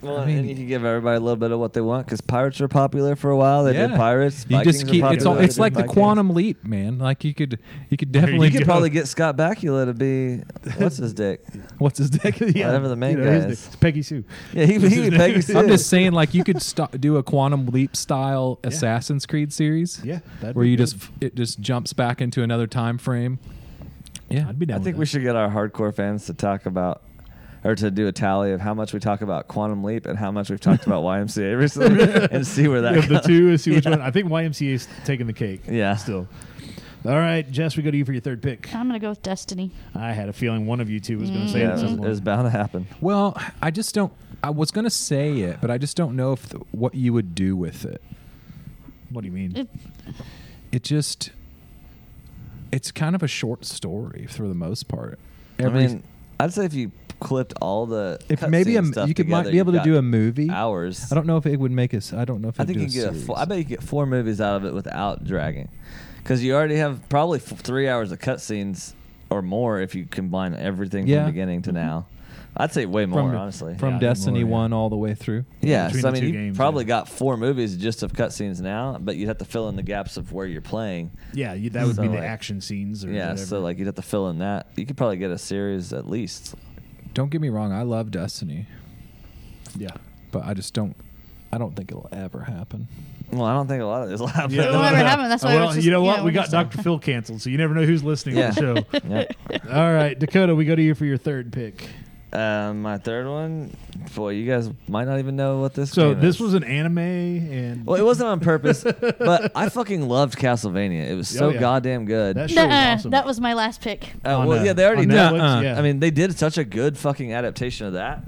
S7: Well,
S6: I mean-
S7: and you can give everybody a little bit of what they want because pirates were popular for a while. They did pirates.
S6: You
S7: Vikings
S6: just
S7: were
S6: keep it's all,
S7: popular,
S6: it's
S7: they
S6: like
S7: did
S6: the
S7: Vikings.
S6: quantum leap, man. Like you could you could definitely
S7: You
S1: go.
S6: (laughs)
S7: could probably get Scott Bakula to be what's his dick?
S6: what's his dick?
S1: yeah,
S7: Whatever the main
S1: you know, his
S7: guy
S1: name-
S7: is.
S1: It's Peggy Sue.
S7: (laughs) Yeah, he,
S1: That's
S7: he
S1: his
S7: would
S1: (laughs)
S7: Peggy
S1: name.
S7: Sue.
S6: I'm just saying, like you could stop, do a quantum leap style Assassin's Creed series.
S1: Yeah, that'd
S6: where
S1: be
S6: you
S1: good.
S6: just it just jumps back into another time frame. Yeah,
S1: I'd be down.
S7: I
S1: with
S7: think
S1: that.
S7: we should get our hardcore fans to talk about or to do a tally of how much we talk about Quantum Leap and how much we've talked
S6: (laughs)
S7: about YMCA
S1: (laughs)
S7: recently and see where that
S1: Of the
S7: goes.
S1: two, and see which
S7: (laughs) Yeah.
S1: one. I think YMCA's taking the cake.
S7: Yeah.
S1: Still. All right, Jess, we go to you for your third pick.
S5: (laughs) I'm gonna go with Destiny.
S1: I had a feeling one of you two was going to say
S7: Yeah,
S1: it.
S7: it was, it was
S1: someone.
S7: bound to happen.
S6: Well, I just don't. I was gonna say it, but I just don't know if the, what you would do with it.
S1: What do you mean?
S5: (laughs) It,
S6: It just, it's kind of a short story for the most part.
S7: I mean, I'd say if you clipped all the
S6: if maybe
S7: cutscene
S6: a,
S7: stuff
S6: you could might
S7: together,
S6: be able to
S7: you've
S6: do
S7: got
S6: a movie.
S7: hours.
S6: I don't know if it would make us. I don't know if
S7: I
S6: it'd
S7: think
S6: do
S7: you
S6: a
S7: get. A
S6: series.
S7: four, I bet you get four movies out of it without dragging, because you already have probably f- three hours of cutscenes or more if you combine everything
S6: Yeah.
S7: from beginning to now. I'd say way more,
S6: the-
S7: honestly.
S6: from
S1: Mm-hmm. Yeah, I think
S6: Destiny
S1: more, yeah.
S6: One all the way through.
S7: yeah,
S1: between
S7: so I
S1: the
S7: mean,
S1: two
S7: you
S1: games,
S7: probably
S1: yeah.
S7: got four movies just of cutscenes now, but you'd have to fill in the gaps of where you're playing.
S1: yeah, you, that would
S7: So,
S1: be the
S7: like-
S1: action scenes. Or
S7: yeah,
S1: whatever.
S7: so like
S1: (laughs)
S7: you'd have to fill in that. You could probably get a series at least.
S6: Don't get me wrong. I love Destiny,
S1: yeah.
S6: but I just don't. I don't think it'll ever happen.
S7: Well, I don't think a lot of this (laughs) will happen.
S5: It'll never happen. That's why I
S1: well,
S5: was just-
S1: you know
S5: yeah,
S1: what?
S5: I
S1: we
S5: was
S1: got
S5: just-
S1: Dr. Phil canceled, so you never know who's listening
S7: Yeah.
S1: to the show.
S7: Yep.
S1: All right, Dakota, we go to you for your third pick.
S7: Uh, my third one, boy, you guys might not even know what this.
S1: So
S7: game
S1: this
S7: is.
S1: was an anime, and
S7: Well, it wasn't
S1: (laughs)
S7: on purpose, but I fucking loved Castlevania. It was
S1: Oh,
S7: so
S1: yeah.
S7: goddamn good.
S1: That
S7: Uh,
S1: sh- Sure was
S5: Nuh-uh.
S1: awesome.
S5: That was my last pick.
S1: on,
S7: well,
S1: uh,
S7: yeah, they already
S1: on
S7: did.
S1: Netflix, yeah.
S7: I mean, they did such a good fucking adaptation of that.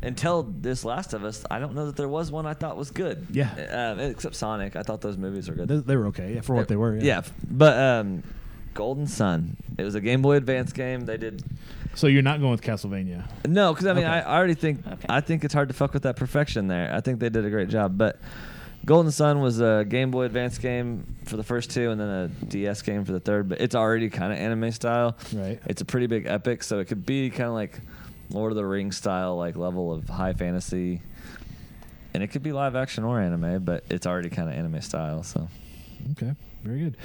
S7: Until this Last of Us, I don't know that there was one I thought was good.
S1: Yeah.
S7: Uh, except Sonic, I thought those movies were good.
S1: they, they were okay yeah, for what they were.
S7: yeah, f- but um, Golden Sun. It was a Game Boy Advance game. They did
S1: So you're not going with Castlevania.
S7: No, because I mean,
S1: Okay.
S7: I already think
S5: Okay.
S7: I think it's hard to fuck with that perfection there. I think they did a great job, but Golden Sun was a Game Boy Advance game for the first two, and then a DS game for the third. But it's already kind of anime style.
S1: Right.
S7: It's a pretty big epic, so it could be kind of like Lord of the Rings style, like level of high fantasy, and it could be live action or anime. But it's already kind of anime style, so
S1: Okay, very good.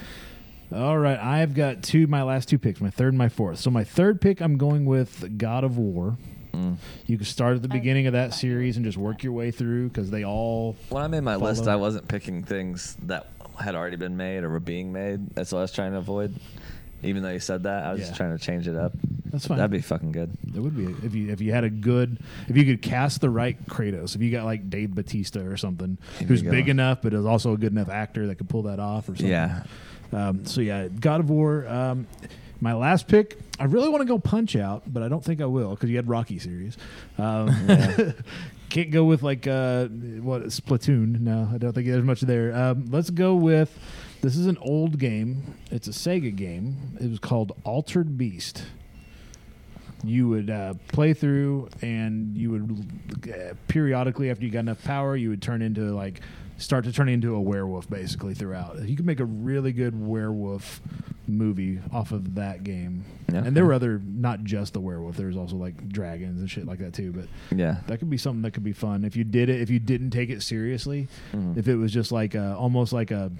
S1: All right, I've got two my last two picks, my third and my fourth. So my third pick, I'm going with God of War.
S7: mm.
S1: You can start at the
S5: I-
S1: beginning of that series and just work your way through because they all.
S7: when I made my
S1: follow-
S7: list, I wasn't picking things that had already been made or were being made. That's what I was trying to avoid. Even though you said that, I was just
S1: Yeah.
S7: trying to change it up.
S1: That's fine.
S7: That'd be fucking good.
S1: It would be if you if you had a good if you could cast the right Kratos. If you got like Dave Batista or something,
S7: There
S1: who's
S7: you go.
S1: big enough but is also a good enough actor that could pull that off or something.
S7: Yeah.
S1: Um, so yeah, God of War. Um, my last pick. I really want to go Punch Out, but I don't think I will because you had Rocky series. Um,
S7: Oh,
S1: (laughs) can't go with like uh, what Splatoon. No, I don't think there's much there. Um, let's go with. This is an old game. It's a Sega game. It was called Altered Beast you would uh, play through and you would uh, periodically after you got enough power you would turn into like start to turn into a werewolf basically throughout you could make a really good werewolf movie off of that game
S7: Yeah.
S1: and there were other not just the werewolf there was also like dragons and shit like that too but
S7: Yeah.
S1: that could be something that could be fun if you did it if you didn't take it seriously
S7: Mhm.
S1: if it was just like a, almost like a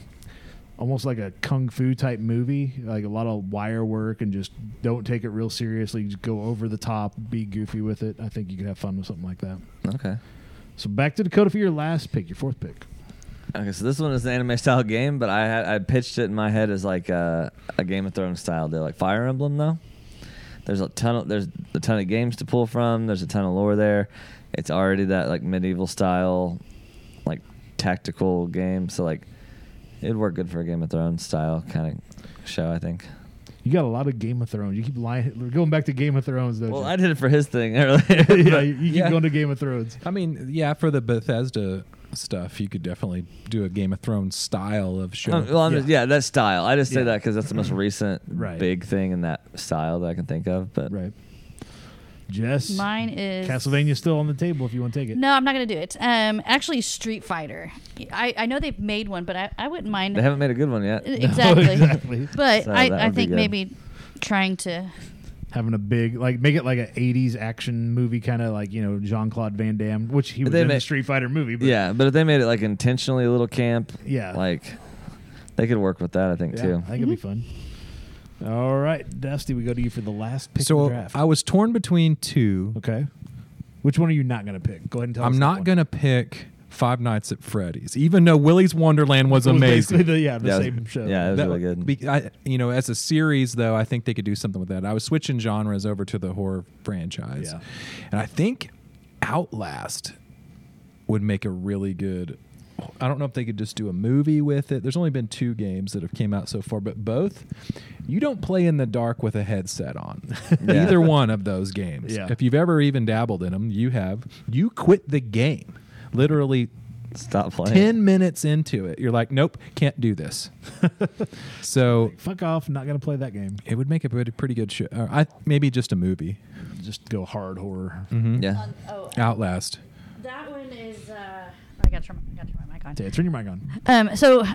S1: almost like a kung fu type movie like a lot of wire work and just don't take it real seriously just go over the top be goofy with it i think you could have fun with something like that
S7: Okay.
S1: so back to dakota for your last pick your fourth pick
S7: Okay, so this one is an anime style game, but I had I pitched it in my head as like uh, a Game of Thrones style deal, like Fire Emblem though. There's a ton of there's a ton of games to pull from. There's a ton of lore there. It's already that like medieval style, like tactical game. So like, it'd work good for a Game of Thrones style kind of show, I think.
S1: you got a lot of game of thrones you keep lying we're going back to game of thrones though
S7: Well, I did it for his
S1: (laughs)
S7: thing (laughs) earlier.
S1: yeah
S7: but- (laughs)
S1: you keep
S6: Yeah.
S1: going to game of thrones
S6: I mean, yeah, for the Bethesda stuff, you could definitely do a Game of Thrones style of
S1: Oh,
S6: show.
S7: Um, well, I'm just- yeah. that style. I just say
S6: Yeah.
S7: that because that's the
S1: (clears throat)
S7: most recent
S1: Right.
S7: big thing in that style that I can think of. But
S1: right, jess
S5: Mine is
S1: castlevania's still on the table if you want to take it
S5: No, I'm not going to do it. Um, actually, Street Fighter. I, I know they've made one, but I, I wouldn't mind.
S7: they haven't made a good one yet.
S1: (laughs)
S5: Exactly.
S1: Oh, exactly.
S5: But
S7: So that
S5: I, I
S7: would be
S5: think
S7: good.
S5: maybe trying to.
S1: having a big like make it like an 80s action movie kind of like you know jean-claude van damme which he was
S7: They
S1: in the
S7: ma-
S1: street fighter movie but
S7: Yeah, but if they made it like intentionally a little camp,
S1: Yeah.
S7: like they could work with that. I think
S1: yeah,
S7: too.
S1: i think it'd be fun all right dusty we go to you for the last pick of the
S6: so
S1: draft
S6: I was torn between two.
S1: okay which one are you not going to pick go ahead and tell us
S6: I'm
S1: that
S6: not
S1: one.
S6: gonna pick Five Nights at Freddy's, even though Willy's Wonderland
S1: (laughs)
S6: was
S1: It was
S6: amazing.
S1: basically the- yeah, the Yeah, it was- same show. yeah, it was
S6: That-
S1: really good.
S6: be- I- you know, as a series though, I think they could do something with that. I was switching genres over to the horror franchise,
S1: Yeah.
S6: and I think Outlast would make a really good. I don't know if they could just do a movie with it. There's only been two games that have came out so far, but both you don't play in the dark with a headset
S1: (laughs)
S6: on. (laughs)
S7: Yeah.
S6: Either one of those games.
S1: Yeah.
S6: If you've ever even dabbled in them, you have. You quit the game. Literally
S7: Stop
S1: Oh,
S7: playing.
S6: 10 minutes into it, you're like, "Nope, can't
S1: (laughs)
S6: do this." so
S1: fuck off not going to play that game
S6: it would make a pretty pretty good show. Or I maybe just a movie.
S1: just go hard horror
S6: Mhm.
S7: Yeah. On-
S5: oh,
S6: Outlast.
S5: That one is. Uh, I got to turn, I gotta turn my mic on.
S1: Yeah, turn your mic on
S5: Um, so uh,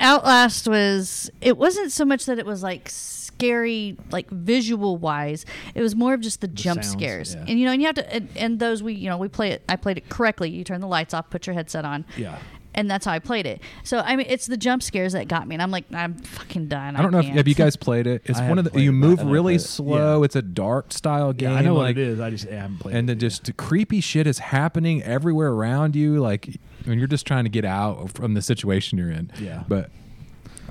S5: Outlast was it wasn't so much that it was like scary like visual wise it was more of just the, jump
S14: sounds,
S5: scares
S14: yeah.
S5: and you know and you have to and, and those we you know we play it I played it correctly you turn the lights off put your headset on
S6: Yeah.
S5: and that's how I played it so I mean it's the jump scares that got me and I'm like I'm fucking done
S6: I don't know if
S5: can't.
S6: have
S5: (laughs)
S6: you guys played it. It's
S1: I
S6: one
S1: haven't
S6: of the
S1: played
S6: you
S1: it, but
S6: move
S1: I know I
S6: really
S1: played it.
S6: slow. It's a dark style game.
S1: yeah i know
S6: like-
S1: what it is i just I haven't played
S6: and then just creepy shit is happening everywhere around you like when you're just trying to get out from the situation you're in
S1: Yeah.
S6: but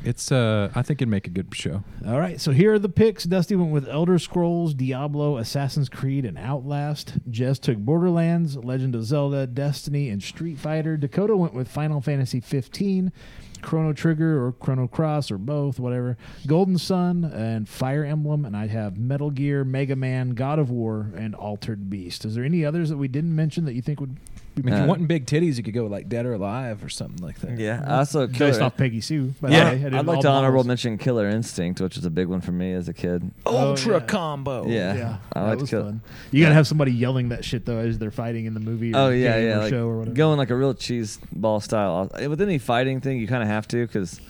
S6: it's uh i think it'd make a good show
S1: All right, so here are the picks. Dusty went with Elder Scrolls, Diablo, Assassin's Creed, and Outlast. Jess took Borderlands, Legend of Zelda, Destiny, and Street Fighter. Dakota went with Final Fantasy 15, Chrono Trigger, or Chrono Cross, or both, whatever. Golden Sun and Fire Emblem, and I have Metal Gear, Mega Man, God of War, and Altered Beast. Is there any others that we didn't mention that you think would?
S6: I mean, if
S1: Uh,
S6: you're wanting big titties you could go with like dead or alive or something like that
S7: Yeah. I Also, Killer.
S1: based off Peggy Sue. By
S7: yeah.
S1: the way. I did
S7: I'd like
S1: all
S7: to honorable
S1: models.
S7: mention Killer Instinct, which was a big one for me as a kid.
S6: ultra combo
S7: yeah.
S1: (laughs)
S7: I
S1: Oh, that
S7: liked
S1: was
S7: Kill-
S1: fun. You gotta have somebody yelling that shit though as they're fighting in the movie. Or
S7: Oh yeah,
S1: game
S7: yeah.
S1: Or
S7: like,
S1: show or whatever.
S7: Going like a real cheese ball style. Uh, With any fighting thing, you kind of have to because.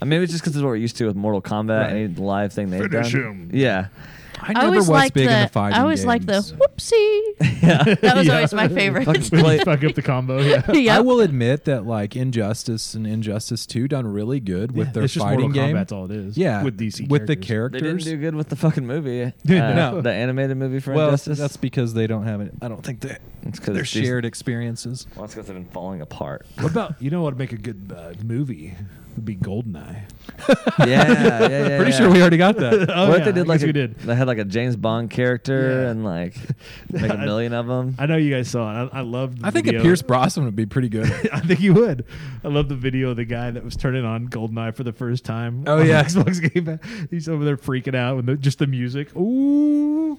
S7: I mean, it's just because it's what we're used to with Mortal Kombat,
S1: Right.
S7: any live thing they've
S1: Finish
S7: done.
S1: him.
S7: Yeah,
S6: I
S5: always liked I always liked the
S6: (laughs)
S5: whoopsie
S1: (laughs)
S5: that was always my favorite
S1: Fucking play- fuck up the combo.
S5: (laughs)
S1: Yeah.
S5: Yeah.
S6: I will admit that like Injustice and Injustice Two done really good with
S1: Yeah,
S6: their
S1: it's just
S6: fighting
S1: Mortal
S6: game.
S1: Kombat's all it is,
S6: Yeah,
S1: with DC
S6: with
S7: they
S6: the characters.
S7: didn't do good with the fucking movie. Uh,
S6: No.
S7: the animated movie for
S6: well,
S7: Injustice.
S6: (laughs) that's because they don't have it. I don't think that
S7: It's 'cause
S6: their
S7: it's these-
S6: shared experiences.
S7: Well, that's because they've been falling apart.
S1: What about you know what would make a good uh, movie? would be Goldeneye.
S7: (laughs) yeah, yeah,
S1: (laughs)
S7: yeah.
S1: Pretty
S7: yeah.
S1: sure we already got that.
S7: what
S1: Oh,
S7: if
S1: yeah,
S7: they
S1: I
S7: did like
S1: guess
S7: a,
S1: we did.
S7: they had like a James Bond character and
S1: (laughs)
S7: like make a
S1: I-
S7: million of them?
S1: I know you guys saw it. I, I loved. The
S6: (laughs) I think a
S1: video.
S6: Pierce Brosnan would be pretty good.
S1: (laughs) I think you would. I love the video of the guy that was turning on Goldeneye for the first time.
S6: Oh,
S1: on
S6: yeah.
S1: (laughs) Xbox Game Pass. He's over there freaking out with the, just the music. Ooh,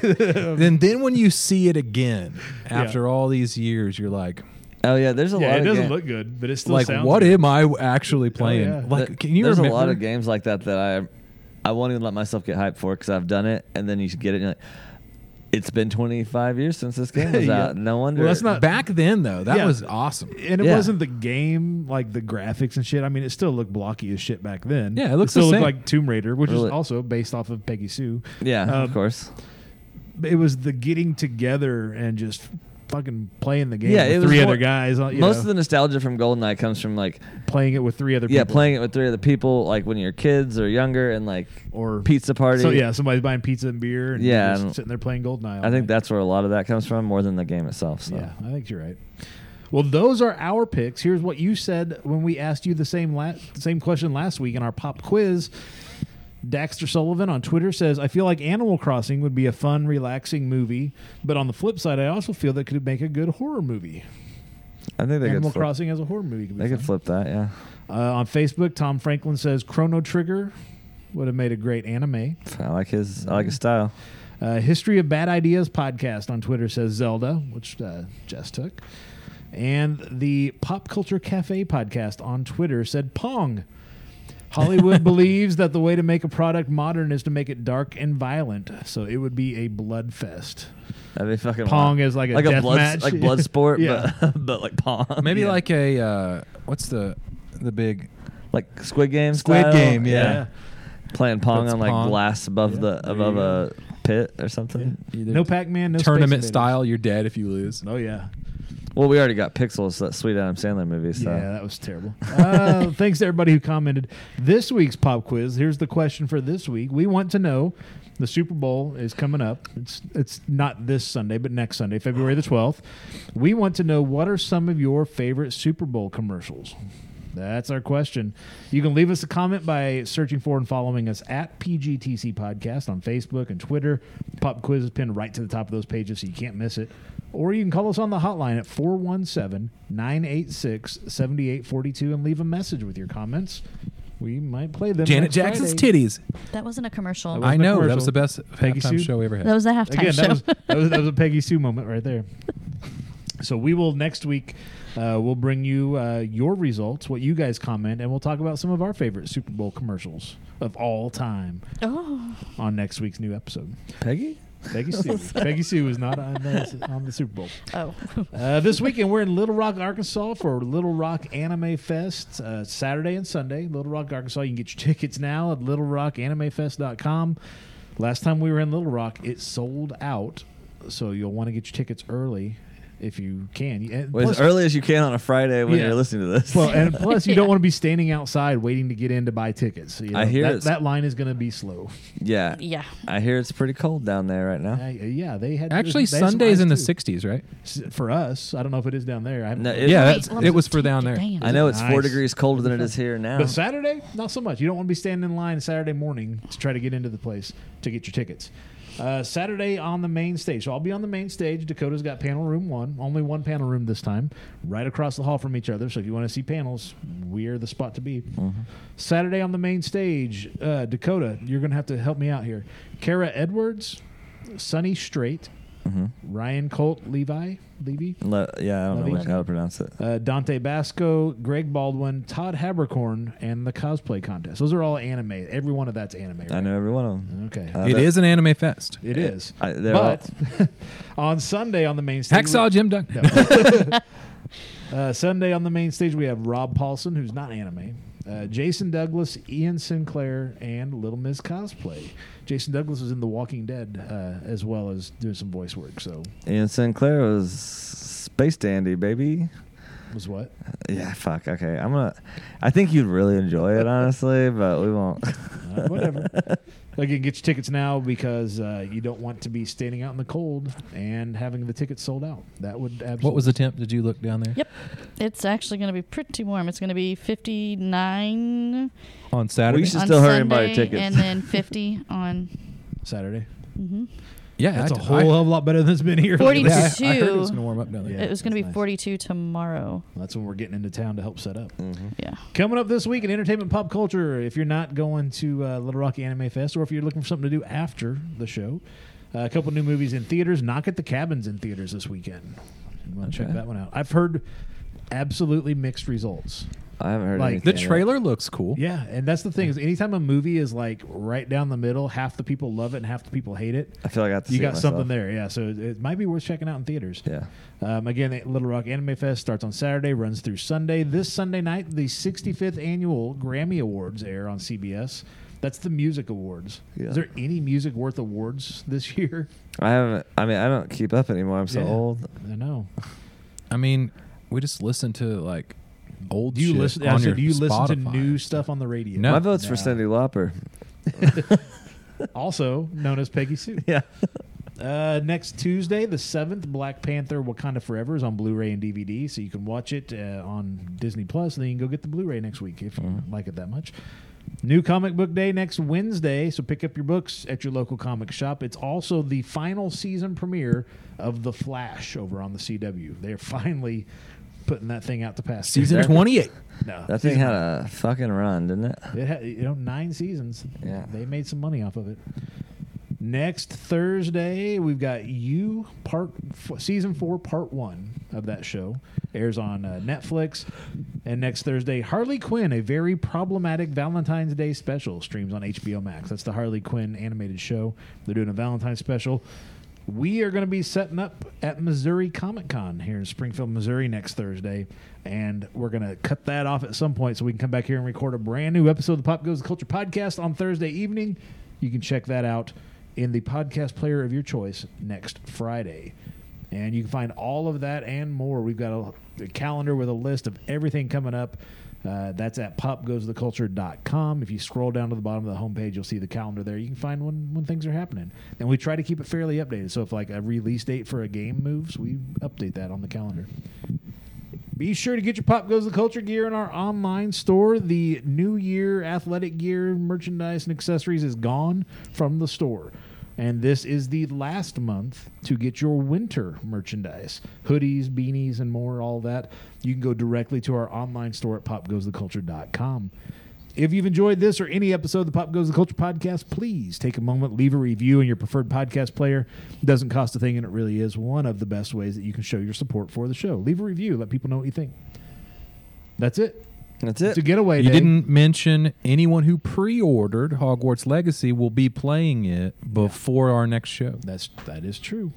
S6: then then when you see it again
S1: Yeah.
S6: after all these years, you're like,
S7: oh yeah, there's a
S1: yeah,
S7: lot.
S1: it
S7: of
S1: doesn't
S7: ga-
S1: look good, but it still
S6: like
S1: sounds
S6: what
S1: good. Oh,
S6: am I actually playing?
S1: yeah.
S6: Like,
S7: Th-
S6: can you
S7: There's
S6: remember?
S7: a lot of
S6: (laughs)
S7: games like that that I I won't even let myself get hyped for because I've done it, and then you should get it. And you're like, it's been 25 years since this
S1: (laughs)
S7: game was
S1: Yeah.
S7: out. No wonder.
S1: Well, that's not-
S6: back then though. That
S1: Yeah.
S6: was awesome.
S1: And it
S7: Yeah.
S1: wasn't the game, like the graphics and shit. I mean, it still looked blocky as shit back then.
S6: Yeah, it looks the
S1: still
S6: same.
S1: looked like Tomb Raider, which
S7: Really?
S1: is also based off of Peggy Sue.
S7: Yeah,
S1: Um,
S7: of course.
S1: It was the getting together and just fucking playing the game.
S7: Yeah,
S1: with
S7: it was
S1: three
S7: more-
S1: other guys. uh, You
S7: Most
S1: know,
S7: of the nostalgia from GoldenEye comes from like
S1: playing it with three other.
S7: yeah,
S1: people.
S7: playing it with three other people, like when you're kids or younger, and like
S1: Or-
S7: pizza party.
S1: So yeah, somebody's buying pizza and beer. And
S7: Yeah,
S1: just
S7: and-
S1: sitting there playing Goldeneye. all
S7: I think
S1: night.
S7: that's where a lot of that comes from, more than the game itself. So
S1: Yeah, I think you're right. Well, those are our picks. Here's what you said when we asked you the same la- same question last week in our pop quiz. Daxter Sullivan on Twitter says, "I feel like Animal Crossing would be a fun, relaxing movie, but on the flip side, I also feel that could make a good horror movie.
S7: I think they could
S1: Animal
S7: flip,
S1: Crossing as a horror movie could be
S7: they could
S1: fun.
S7: flip that. Yeah,
S1: Uh, on Facebook, Tom Franklin says Chrono Trigger would have made a great anime.
S7: I like his. I like his style.
S1: Uh, History of Bad Ideas podcast on Twitter says Zelda, which uh, Jess took. And the Pop Culture Cafe podcast on Twitter said Pong. Hollywood
S6: (laughs)
S1: believes that the way to make a product modern is to make it dark and violent, so it would be a blood fest.
S7: That'd be fucking
S1: Pong
S7: wild.
S1: is like a
S7: like
S1: death
S7: a blood
S1: match.
S7: like blood
S1: (laughs)
S7: sport,
S1: Yeah.
S7: but (laughs) but like Pong.
S6: Maybe like a uh, what's the the big
S7: like Squid Game.
S6: Squid
S7: style?
S6: Game, yeah.
S7: Playing Pong
S6: That's
S7: on like
S6: Pong.
S7: glass above the above a pit or something.
S1: No Pac-Man, no Space
S6: tournament
S1: Invaders.
S6: style. You're dead if you lose.
S1: Oh yeah,
S7: Well, we already got Pixels, that sweet Adam Sandler movie. So
S1: Yeah, that was terrible. Uh, thanks to everybody who commented. This week's pop quiz. Here's the question for this week. We want to know. The Super Bowl is coming up. It's it's not this Sunday, but next Sunday, February the twelfth. We want to know what are some of your favorite Super Bowl commercials. That's our question. You can leave us a comment by searching for and following us at PGTC Podcast on Facebook and Twitter. Pop quiz is pinned right to the top of those pages so you can't miss it. Or you can call us on the hotline at 417 986 7842 and leave a message with your comments. We might play them.
S6: Janet
S1: next
S6: Jackson's
S1: Friday.
S6: titties.
S5: That wasn't a commercial.
S1: That
S6: I
S1: wasn't a
S6: know, that
S1: commercial.
S6: was the best halftime show we ever had.
S5: That was the halftime
S1: Again,
S5: show.
S1: That was, that, was, that was a Peggy Sue moment right there. So we will next week. Uh, we'll bring you uh, your results, what you guys comment, and we'll talk about some of our favorite Super Bowl commercials of all time
S5: (laughs) oh,
S1: on next week's new episode.
S7: Peggy.
S1: Peggy
S5: (laughs)
S1: Sue. Peggy Sue is not on the, on the Super Bowl.
S5: oh.
S1: Uh, this weekend, we're in Little Rock, Arkansas for Little Rock Anime Fest, uh, Saturday and Sunday. Little Rock, Arkansas. You can get your tickets now at littlerockanimefest.com. Last time we were in Little Rock, it sold out, so you'll want to get your tickets early if you can. And
S7: Well, as
S1: plus-
S7: early as you can on a Friday when
S1: Yeah.
S7: you're listening to this.
S1: Well, and plus, you don't want to be standing outside waiting to get in to buy tickets. You know,
S7: I hear
S1: that,
S7: it's-
S1: that line is going to be slow.
S7: (laughs)
S1: (laughs)
S7: yeah,
S5: (laughs) Yeah.
S6: Uh,
S7: I hear it's pretty cold down there right now.
S1: Uh, yeah, they had
S6: Actually,
S1: they had some
S6: Sundays
S1: ice,
S6: in the
S1: too.
S6: '60s, right?
S1: S- for us. I don't know if it is down there. I haven't
S7: No, it-
S6: Yeah,
S5: Wait,
S6: that's,
S5: well,
S6: it was for down there.
S5: damn.
S7: I know it's four
S1: Nice.
S7: degrees colder than it is here now.
S1: But Saturday, not so much. You don't want to be standing in line Saturday morning to try to get into the place to get your tickets. Uh, Saturday on the main stage. So I'll be on the main stage. Dakota's got panel room one, only one panel room this time, right across the hall from each other. So if you want to see panels, we're the spot to be. Saturday on the main stage, uh, Dakota, you're going to have to help me out here. Kara Edwards, Sunny Straight, Ryan Colt Levi, Levy,
S7: Mm-hmm. Le- yeah, I don't know
S1: Levy?
S7: which, how to pronounce it.
S1: uh, Dante Basco, Greg Baldwin, Todd Habercorn, and the cosplay contest. Those are all anime. Every one of that's anime.
S7: I
S1: right?
S7: know every one of them.
S1: Okay.
S7: Uh,
S6: It
S7: that-
S6: is an anime fest.
S1: it is.
S7: I- they're all-
S1: but (laughs) on Sunday on the main stage,
S6: Hacksaw Jim Dunk. (laughs)
S1: uh, Sunday on the main stage we have Rob Paulson, who's not anime. Uh, Jason Douglas, Ian Sinclair, and Little Miss Cosplay. Jason Douglas was in The Walking Dead uh, as well as doing some voice work. So
S7: Ian Sinclair was space dandy, baby.
S1: was what?
S7: Yeah, fuck. Okay, I'm gonna. I think you'd really enjoy it, honestly, but we won't.
S6: (laughs)
S1: Uh, whatever. Again, get your tickets now because uh, you don't want to be standing out in the cold and having the tickets sold out. That would absolutely.
S6: What was the temp? Did you look down there?
S5: Yep. It's actually going to be pretty warm. It's going to be 59
S6: On Saturday.
S7: We should
S5: on
S7: still hurry and buy
S5: Sunday
S7: a ticket.
S5: and
S1: (laughs)
S5: then 50 on
S1: Saturday?
S5: mhm.
S6: Yeah,
S1: that's
S6: I
S1: a
S6: d-
S1: whole
S6: I-
S5: (laughs)
S1: hell of a lot better than it's been here. lately.
S5: 42.
S6: it was gonna warm up down there.
S5: It was going to be
S1: Nice.
S5: 42 tomorrow.
S1: (laughs) That's when we're getting into town to help set up.
S5: Yeah.
S1: Coming up this week in entertainment pop culture, if you're not going to uh, Little Rocky Anime Fest or if you're looking for something to do after the show, uh, a couple new movies in theaters. Knock at the Cabins in theaters this weekend. You want to check
S7: Okay.
S1: that one out. I've heard absolutely mixed results.
S7: (laughs) I haven't heard
S1: Like-
S7: anything
S6: The
S7: yet.
S6: trailer looks cool.
S1: Yeah, and that's the thing is anytime a movie is like right down the middle, half the people love it and half the people hate it.
S7: I feel like I have to
S1: you
S7: see
S1: got
S7: it
S1: something
S7: myself.
S1: there, yeah. So it, it might be worth checking out in theaters.
S7: Yeah.
S1: Um, again, the Little Rock Anime Fest starts on Saturday, runs through Sunday. This Sunday night, the 65th annual Grammy Awards air on CBS. That's the music awards.
S7: Yeah.
S1: Is there any music worth awards this year?
S7: I haven't. I mean, I don't keep up anymore. I'm so
S1: Yeah.
S7: old.
S1: I know.
S6: I mean, we just listen to like old
S1: Do you
S6: shit
S1: listen?
S6: on
S1: I said,
S6: your
S1: do you listen to
S6: Spotify.
S1: new stuff on the radio?
S6: No.
S7: My vote's
S1: No.
S7: for Cindy Lauper.
S1: also known as Peggy Sue.
S7: Yeah.
S1: Uh, next Tuesday, the seventh, Black Panther: Wakanda Forever is on Blu-ray and DVD, so you can watch it uh, on Disney Plus. And then you can go get the Blu-ray next week if you like it that much. New Comic Book Day next Wednesday, so pick up your books at your local comic shop. It's also the final season premiere of The Flash over on the CW. They're finally putting that thing out to pass.
S6: Season
S7: That-
S6: 28.
S1: No,
S7: That thing had a fucking run, didn't it?
S1: it had, you know, nine seasons.
S7: Yeah.
S1: They made some money off of it. Next Thursday, we've got you part f- season four, part one of that show airs on uh, Netflix. And next Thursday, Harley Quinn, a very problematic Valentine's Day special, streams on HBO Max. That's the Harley Quinn animated show. They're doing a Valentine's special. We are going to be setting up at Missouri Comic Con here in Springfield, Missouri next Thursday. And we're going to cut that off at some point so we can come back here and record a brand new episode of the Pop Goes the Culture podcast on Thursday evening. You can check that out in the podcast player of your choice next Friday. And you can find all of that and more. We've got a, a calendar with a list of everything coming up. Uh, that's at popgoestheculture.com. If you scroll down to the bottom of the homepage, you'll see the calendar there. You can find when, when things are happening. And we try to keep it fairly updated. So if like a release date for a game moves, we update that on the calendar. Be sure to get your Pop Goes the Culture gear in our online store. The New Year athletic gear, merchandise, and accessories is gone from the store. And this is the last month to get your winter merchandise hoodies, beanies, and more, all that. You can go directly to our online store at popgoestheculture.com. If you've enjoyed this or any episode of the Pop Goes the Culture podcast, please take a moment, leave a review in your preferred podcast player. It doesn't cost a thing, and it really is one of the best ways that you can show your support for the show. Leave a review, let people know what you think. That's it.
S7: That's
S1: It's a
S7: it.
S1: getaway
S6: You
S1: day.
S6: didn't mention anyone who pre-ordered Hogwarts Legacy will be playing it before our next show.
S1: That's that is true.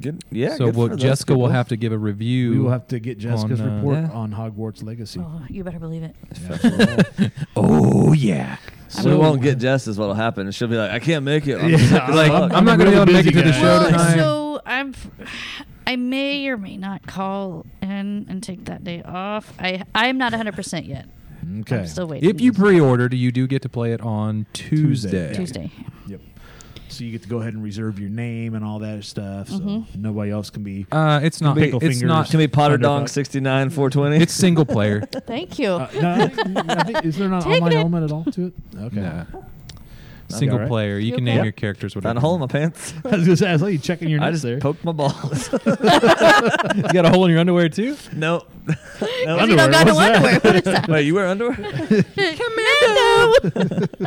S7: Good. Yeah.
S6: so
S7: good
S6: we'll,
S7: for those
S6: Jessica will
S7: people.
S6: have to give a review.
S1: We will have to get Jessica's
S6: On, uh,
S1: report
S7: Yeah.
S1: on Hogwarts Legacy.
S5: Oh, you better believe it.
S1: (laughs)
S6: oh yeah.
S7: we won't get Jess is what'll happen. She'll be like, I can't make
S6: (laughs)
S7: it. I'm
S1: Yeah,
S7: sick as
S1: I'm- (laughs)
S7: fuck."
S6: I'm not going to be able to make it to the
S1: Busy guy.
S6: show tonight.
S5: so I'm, f- I may or may not call in and take that day off. I I'm not 100 percent yet.
S1: Okay.
S5: I'm still waiting.
S6: if you pre-ordered, you do get to play it on Tuesday.
S5: Tuesday.
S1: Yep. So you get to go ahead and reserve your name and all that stuff. So
S5: Mm-hmm.
S1: nobody else can be.
S6: Uh, it's not.
S1: Pickle
S6: it's
S1: fingers.
S6: not.
S7: Can be Potter
S1: Under
S7: Dong
S1: fuck.
S7: 69 420.
S6: (laughs) It's single player.
S5: Thank you. (laughs)
S1: Uh, no, I think- I think- is there not an
S5: Take
S1: online
S5: it.
S1: element at
S5: (laughs)
S1: all to it? Okay.
S6: Nah. Single
S1: alright?
S6: player. You
S5: You okay?
S6: can name
S5: Yep.
S6: your characters.
S7: (laughs)
S6: Whatever.
S7: Found a hole in my
S6: (laughs)
S7: pants.
S1: (laughs) I was gonna say I saw you checking your
S7: I
S1: notes
S7: just
S1: there. (laughs)
S7: poked my balls. (laughs)
S6: (laughs) you got a hole in your underwear too.
S1: (laughs)
S7: no. no
S5: you don't got no underwear. What is that?
S7: Wait, you wear underwear?
S5: (laughs)
S1: (laughs)
S5: Commando. (laughs)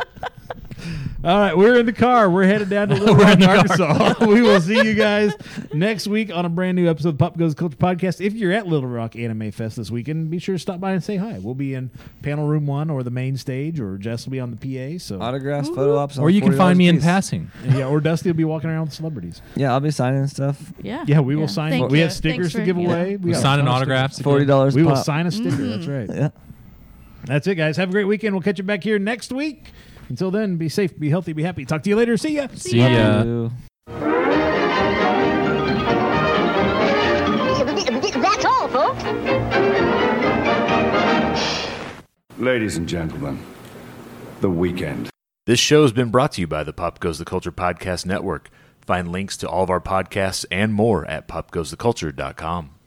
S1: All right, we're in the car. We're headed
S7: (laughs)
S1: down to Little Rock, Arkansas. (laughs) we will see you guys next week on a brand new episode of Pop Goes the Culture Podcast. If you're at Little Rock Anime Fest this weekend, be sure to stop by and say hi. We'll be in panel room one or the main stage, or Jess will be on the PA. So
S7: Autographs, photo ops. on
S6: Or you can
S7: $40
S6: find me in
S7: piece.
S6: passing.
S1: yeah, or Dusty will be walking around with celebrities.
S7: Yeah, I'll be signing stuff.
S5: yeah.
S1: Yeah, we will sign.
S5: Thank
S1: we
S5: you.
S1: have stickers
S5: Thanks
S1: to
S5: for-
S1: give
S5: yeah.
S1: away. We
S6: I'm
S1: got
S6: signing
S1: ton of
S6: autographs.
S7: Forty
S6: again.
S7: dollars.
S1: stickers. We will
S7: pop.
S1: sign a sticker. That's
S5: Mm-hmm.
S1: right.
S7: Yeah.
S1: That's it, guys. Have a great weekend. We'll catch you back here next week. Until then, be safe, be healthy, be happy. Talk to you later. See ya.
S6: See uh, ya.
S7: Ooh.
S14: That's all, folks.
S15: Ladies and gentlemen, the weekend.
S1: This show has been brought to you by the Pop Goes the Culture Podcast Network. Find links to all of our podcasts and more at popgoestheculture.com.